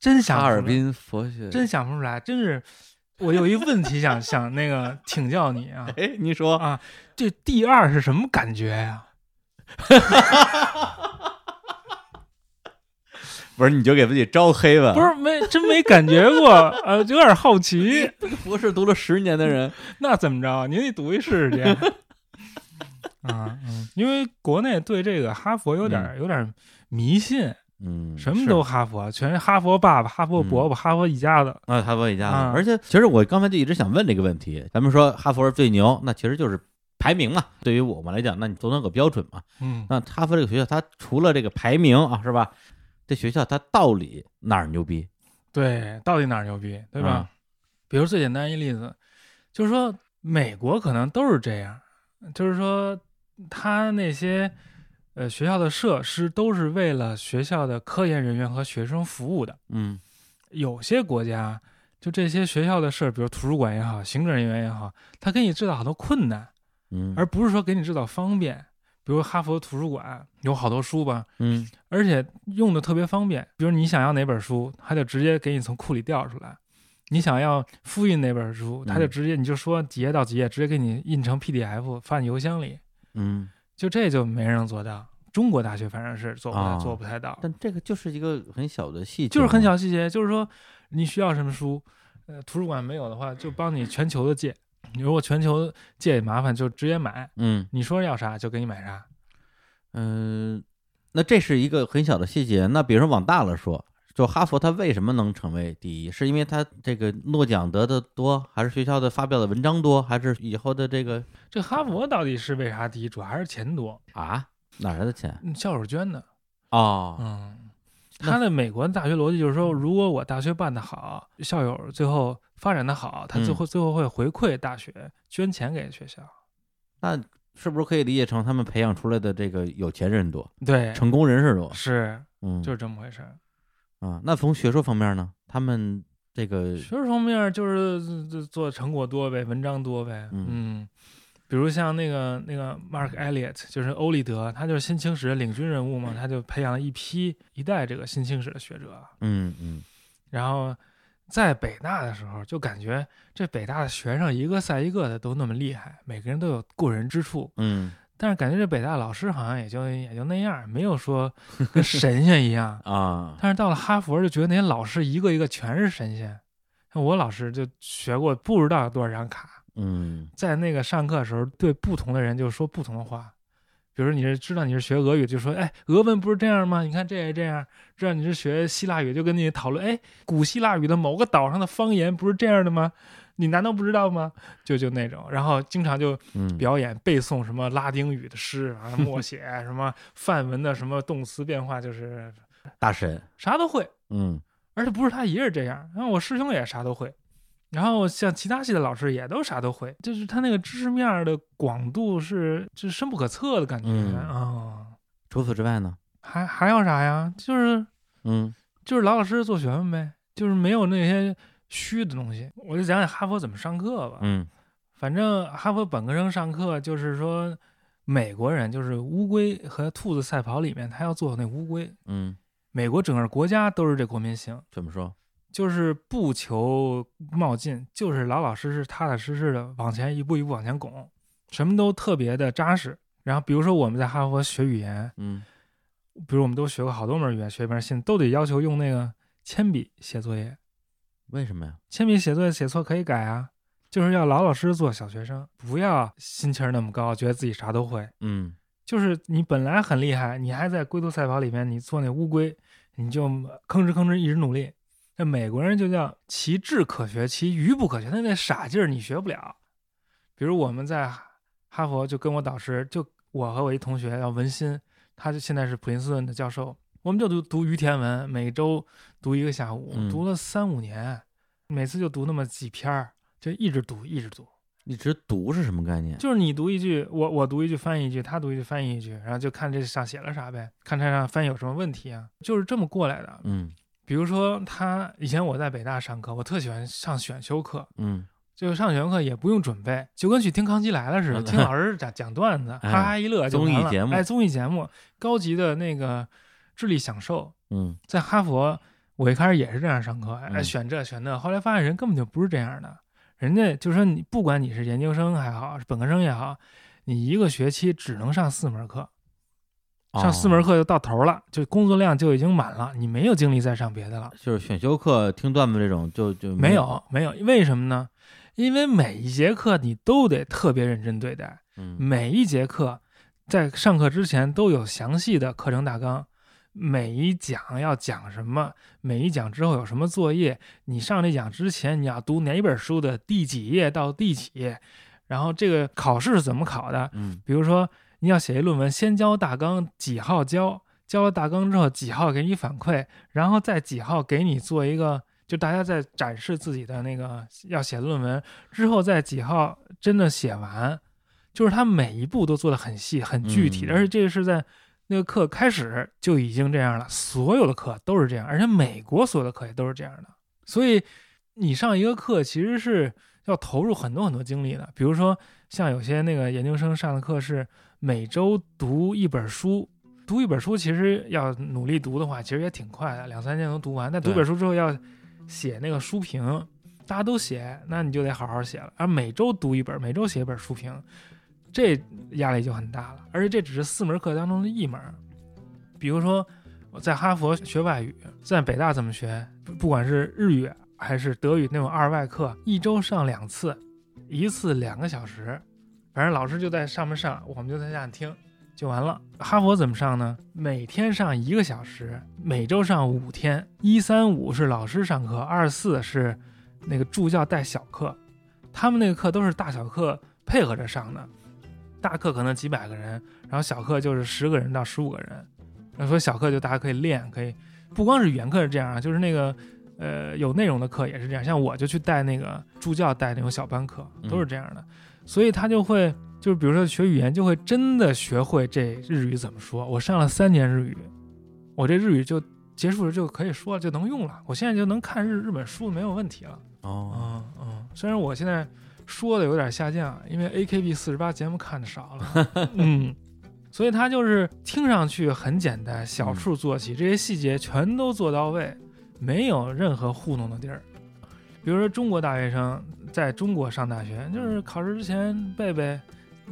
Speaker 2: 真想
Speaker 1: 哈
Speaker 2: 不出来
Speaker 1: 尔滨佛学，
Speaker 2: 真想不出来，真是。我有一问题想想那个请教你啊，
Speaker 1: 哎，你说
Speaker 2: 啊这第二是什么感觉呀、
Speaker 1: 不是你就给自己招黑吧？
Speaker 2: 不是没真没感觉过，呃，有点好奇。
Speaker 1: 博士读了十年的人，
Speaker 2: 那怎么着？啊您得读一试试去。啊，嗯，因为国内对这个哈佛有点、有点迷信，
Speaker 1: 嗯，
Speaker 2: 什么
Speaker 1: 是嗯
Speaker 2: 都哈佛，全是哈佛爸爸、哈佛伯伯、哈佛一家子。
Speaker 1: 啊，哈佛一家子。
Speaker 2: 啊
Speaker 1: 而且，其实我刚才就一直想问这个问题。咱们说哈佛是最牛，那其实就是排名嘛。对于我们来讲，那你总得有个标准嘛。
Speaker 2: 嗯，
Speaker 1: 那哈佛这个学校，它除了这个排名啊，是吧？这学校它到底哪儿牛逼，
Speaker 2: 对，到底哪儿牛逼，对吧？
Speaker 1: 啊
Speaker 2: 比如最简单一例子，就是说美国可能都是这样，就是说他那些呃学校的设施都是为了学校的科研人员和学生服务的。
Speaker 1: 嗯
Speaker 2: 有些国家就这些学校的事儿，比如图书馆也好，行政人员也好，他给你制造好多困难，
Speaker 1: 嗯，
Speaker 2: 而不是说给你制造方便。比如哈佛图书馆有好多书吧，
Speaker 1: 嗯
Speaker 2: 而且用的特别方便。比如你想要哪本书，他就直接给你从库里调出来；你想要复印哪本书，他就
Speaker 1: 嗯
Speaker 2: 直接你就说几页到几页，直接给你印成 PDF 放你邮箱里。
Speaker 1: 嗯，
Speaker 2: 就这就没人能做到，中国大学反正是做不太、
Speaker 1: 啊
Speaker 2: 做不太到。
Speaker 1: 但嗯这个就是一个很小的细节，
Speaker 2: 就是很。小细节，就是说你需要什么书，呃，图书馆没有的话，就帮你全球的借。你如果全球借麻烦，就直接买。
Speaker 1: 嗯
Speaker 2: 你说要啥就给你买啥。
Speaker 1: 嗯、呃那这是一个很小的细节。那比如说往大了说。就哈佛，它为什么能成为第一？是因为它这个诺奖得的多，还是学校的发表的文章多，还是以后的这个
Speaker 2: 这哈佛到底是为啥第一？主要还是钱多，
Speaker 1: 啊，哪儿来的钱？
Speaker 2: 嗯校友捐的。
Speaker 1: 哦，
Speaker 2: 嗯，
Speaker 1: 那
Speaker 2: 他的美国大学逻辑就是说，如果我大学办得好，校友最后发展的好，他
Speaker 1: 嗯
Speaker 2: 最后、最后会回馈大学，捐钱给学校。
Speaker 1: 那是不是可以理解成他们培养出来的这个有钱人多，
Speaker 2: 对，
Speaker 1: 成功人士多？
Speaker 2: 是
Speaker 1: 嗯，
Speaker 2: 就是这么回事儿。
Speaker 1: 啊。那从学术方面呢，他们这个
Speaker 2: 学术方面就是呃做成果多呗，文章多呗。
Speaker 1: 嗯
Speaker 2: 嗯，比如像那个那个 Mark Elliot，就是欧立德，他就是新清史的领军人物嘛，他就培养了一批一代这个新清史的学者。
Speaker 1: 嗯嗯
Speaker 2: 然后在北大的时候，就感觉这北大的学生一个赛一个的都那么厉害，每个人都有过人之处，
Speaker 1: 嗯。
Speaker 2: 但是感觉这北大老师好像也就也就那样，没有说跟神仙一样
Speaker 1: 啊，
Speaker 2: 但是到了哈佛，就觉得那些老师一个一个全是神仙。像我老师就学过不知道有多少张卡，
Speaker 1: 嗯
Speaker 2: 在那个上课的时候，对不同的人就说不同的话。比如说你是知道你是学俄语，就说哎，俄文不是这样吗？你看这也这样。知道你是学希腊语，就跟你讨论哎，古希腊语的某个岛上的方言不是这样的吗？你难道不知道吗？就就那种，然后经常就
Speaker 1: 嗯，
Speaker 2: 表演背诵什么拉丁语的诗啊，默写什么范文的什么动词变化，就是
Speaker 1: 大神，
Speaker 2: 啥都会。
Speaker 1: 嗯
Speaker 2: 而且不是他一人这样，然后我师兄也啥都会，然后像其他系的老师也都啥都会，就是他那个知识面的广度是就是深不可测的感觉
Speaker 1: 嗯
Speaker 2: 啊、哦
Speaker 1: 除此之外呢，
Speaker 2: 还还有啥呀？就是
Speaker 1: 嗯
Speaker 2: 就是老老实实做学问呗，就是没有那些虚的东西。我就讲讲哈佛怎么上课吧。
Speaker 1: 嗯
Speaker 2: 反正哈佛本科生上课就是说，美国人就是乌龟和兔子赛跑里面，他要做那乌龟。
Speaker 1: 嗯，
Speaker 2: 美国整个国家都是这国民性，
Speaker 1: 怎么说？
Speaker 2: 就是不求冒进，就是老老实实、踏踏实实的往前一步一步往前拱，什么都特别的扎实。然后比如说我们在哈佛学语言，
Speaker 1: 嗯
Speaker 2: 比如我们都学过好多门语言，学一门新都得要求用那个铅笔写作业，
Speaker 1: 为什么呀？
Speaker 2: 铅笔写作业写错可以改啊，就是要老老实实做小学生，不要心气儿那么高，觉得自己啥都会。
Speaker 1: 嗯
Speaker 2: 就是你本来很厉害，你还在龟兔赛跑里面，你做那乌龟，你就吭哧吭哧一直努力。那美国人就叫其智可学，其愚不可学。他那傻劲儿你学不了。比如我们在哈佛，就跟我导师，就我和我一同学叫文心，他就现在是普林斯顿的教授，我们就读读于田文，每周读一个下午，
Speaker 1: 嗯
Speaker 2: 读了三五年，每次就读那么几篇儿，就一直读一直读。
Speaker 1: 一直读是什么概念？
Speaker 2: 就是你读一句，我我读一句翻译一句，他读一句翻译一句，然后就看这上写了啥呗，看他上翻译有什么问题啊，就是这么过来的。
Speaker 1: 嗯
Speaker 2: 比如说他以前我在北大上课，我特喜欢上选修课，
Speaker 1: 嗯
Speaker 2: 就上选修课也不用准备，就跟去听康熙来了似 的，
Speaker 1: 嗯
Speaker 2: 听老师讲讲段子，
Speaker 1: 哎
Speaker 2: 哈哈一乐就完了。
Speaker 1: 综艺节目
Speaker 2: 哎，综艺节目，高级的那个智力享受，
Speaker 1: 嗯
Speaker 2: 在哈佛，我一开始也是这样上课，哎，
Speaker 1: 嗯
Speaker 2: 选这选那，后来发现人根本就不是这样的。人家就说你不管你是研究生还好，是本科生也好，你一个学期只能上四门课，上四门
Speaker 1: 课
Speaker 2: 课就到头了，就工作量就已经满了，你没有精力再上别的了。
Speaker 1: 就是选修课、听段子这种，就就
Speaker 2: 没有，没有，为什么呢？因为每一节课你都得特别认真对待，
Speaker 1: 嗯
Speaker 2: 每一节课在上课之前都有详细的课程大纲，每一讲要讲什么，每一讲之后有什么作业，你上这讲之前你要读哪本书的第几页到第几页，然后这个考试是怎么考的？
Speaker 1: 嗯
Speaker 2: 比如说你要写一论文，先交大纲，几号交，交了大纲之后几号给你反馈，然后再几号给你做一个。就大家在展示自己的那个要写的论文之后，在几号真的写完，就是他每一步都做的很细、很具体，
Speaker 1: 嗯
Speaker 2: 而且这个是在那个课开始就已经这样了，所有的课都是这样，而且美国所有的课也都是这样的。所以你上一个课其实是要投入很多很多精力的。比如说，像有些那个研究生上的课是每周读一本书，读一本书其实要努力读的话，其实也挺快的，两三天能读完。但读
Speaker 1: 对
Speaker 2: 本书之后要写那个书评，大家都写，那你就得好好写了。而每周读一本，每周写一本书评，这压力就很大了。而且这只是四门课当中的一门。比如说，我在哈佛学外语，在北大怎么学？不不管是日语还是德语那种二外课，一周上两次，一次两个小时，反正老师就在上面上，我们就在下面听，就完了。哈佛怎么上呢？每天上一个小时，每周上五天，一三五是老师上课，二四是那个助教带小课，他们那个课都是大小课配合着上的，大课可能几百个人，然后小课就是十个人到十五个人。那说小课就大家可以练，可以不光是语言课是这样啊，就是那个呃有内容的课也是这样。像我就去带那个助教带那种小班课，都是这样的，所以他就会就是比如说学语言就会真的学会这日语怎么说。我上了三年日语，我这日语就结束了就可以说了，就能用了。我现在就能看日日本书没有问题了。
Speaker 1: 哦，
Speaker 2: 嗯嗯，虽然我现在说的有点下降，因为 AKB 四十八节目看的少 了，嗯，所以他就是听上去很简单，小处做
Speaker 1: 嗯
Speaker 2: 起，这些细节全都做到位，没有任何糊弄的地儿。
Speaker 1: 嗯
Speaker 2: 比如说中国大学生在中国上大学，就是考试之前背背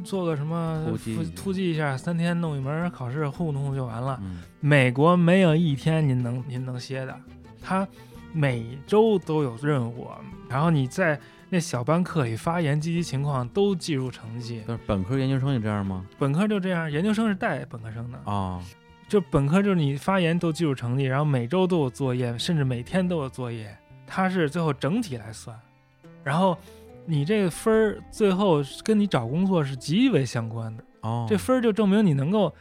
Speaker 2: 做个什么
Speaker 1: 突击
Speaker 2: 突
Speaker 1: 一下
Speaker 2: 突击一下，三天弄一门考试，糊弄糊弄就完了。
Speaker 1: 嗯
Speaker 2: 美国没有一天您能您能歇的，他每周都有任务，然后你在那小班课里发言、积极情况都计入成绩。
Speaker 1: 但是本科研究生也这样吗？
Speaker 2: 本科就这样，研究生是带本科生的，
Speaker 1: 啊，
Speaker 2: 就本科就是你发言都计入成绩，然后每周都有作业，甚至每天都有作业，它是最后整体来算，然后你这个分儿最后是跟你找工作是极为相关的，
Speaker 1: 哦，
Speaker 2: 这分儿就证明你能够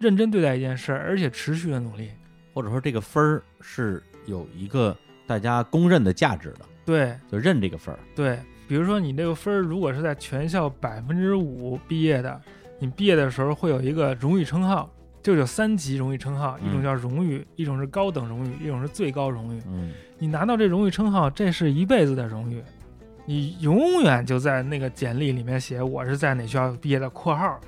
Speaker 2: 认真对待一件事儿，而且持续的努力。
Speaker 1: 或者说这个分儿是有一个大家公认的价值的，
Speaker 2: 对
Speaker 1: 就认这个分儿。
Speaker 2: 对，比如说你这个分儿如果是在全校百分之五毕业的，你毕业的时候会有一个荣誉称号，就有三级荣誉称号，一
Speaker 1: 嗯
Speaker 2: 种叫荣誉，一种是高等荣誉，一种是最高荣誉。
Speaker 1: 嗯，
Speaker 2: 你拿到这荣誉称号，这是一辈子的荣誉，你永远就在那个简历里面写我是在哪学校毕业的（括号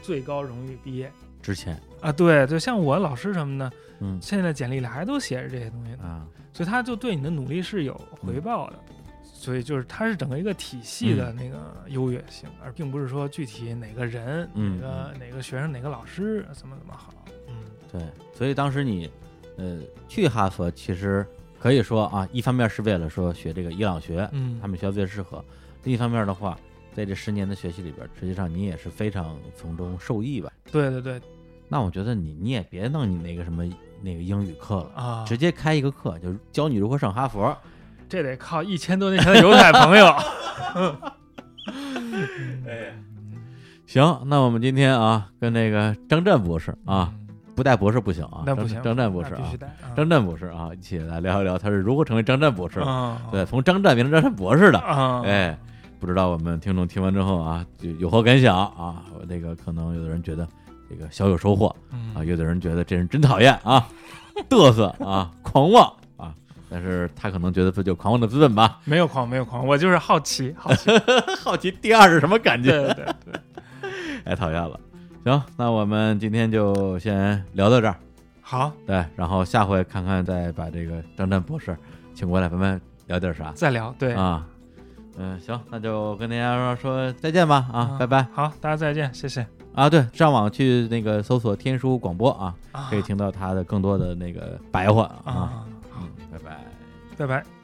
Speaker 2: 最高荣誉毕业
Speaker 1: 值钱。）
Speaker 2: 啊。对，就像我老师什么的，
Speaker 1: 嗯
Speaker 2: 现在简历里还都写着这些东西呢，
Speaker 1: 啊，
Speaker 2: 所以他就对你的努力是有回报的。
Speaker 1: 嗯
Speaker 2: 所以就是，它是整个一个体系的那个优越性，而并不是说具体哪个人、
Speaker 1: 嗯
Speaker 2: 哪个哪个学生、哪个老师怎么怎么好。嗯，
Speaker 1: 对，所以当时你，呃，去哈佛其实可以说啊，一方面是为了说学这个伊朗学，
Speaker 2: 嗯
Speaker 1: 他们学校最适合；另一方面的话，在这十年的学习里边，实际上你也是非常从中受益吧。
Speaker 2: 对对对
Speaker 1: 那我觉得你你也别弄你那个什么那个英语课了。
Speaker 2: 啊，
Speaker 1: 直接开一个课，就是教你如何上哈佛。
Speaker 2: 这得靠一千多年前的犹 太朋友。
Speaker 1: 啊行，那我们今天啊，跟那个张震博士啊，
Speaker 2: 嗯，
Speaker 1: 不带博士不行啊，
Speaker 2: 那不行，
Speaker 1: 张张震博士
Speaker 2: 那必
Speaker 1: 啊
Speaker 2: 须，得啊
Speaker 1: 张震博士啊，一起来聊一聊他是如何成为张震博士的，
Speaker 2: 啊，
Speaker 1: 对，从张震变成张震博士的，
Speaker 2: 啊，
Speaker 1: 哎，不知道我们听众听完之后啊，有有何感想啊？我这个可能有的人觉得这个小有收获
Speaker 2: 嗯
Speaker 1: 啊，有的人觉得这人真讨厌啊，嘚瑟啊，狂妄啊，但是他可能觉得这就狂妄的资本吧。
Speaker 2: 没有狂，没有狂，我就是好奇，好奇，
Speaker 1: 好奇第二是什么感
Speaker 2: 对
Speaker 1: 觉？
Speaker 2: 对对对，
Speaker 1: 太哎讨厌了。行，那我们今天就先聊到这儿，
Speaker 2: 好，
Speaker 1: 对，然后下回看看再把这个张震博士请过来，咱们聊点啥
Speaker 2: 再聊，对，
Speaker 1: 啊？嗯，行，那就跟大家说再见吧，啊，
Speaker 2: 嗯
Speaker 1: 拜拜。
Speaker 2: 好，大家再见，谢谢
Speaker 1: 啊，对，上网去那个搜索天书广播啊，
Speaker 2: 啊
Speaker 1: 可以听到他的更多的那个白话啊。
Speaker 2: 啊，
Speaker 1: 嗯，拜拜。
Speaker 2: 拜拜。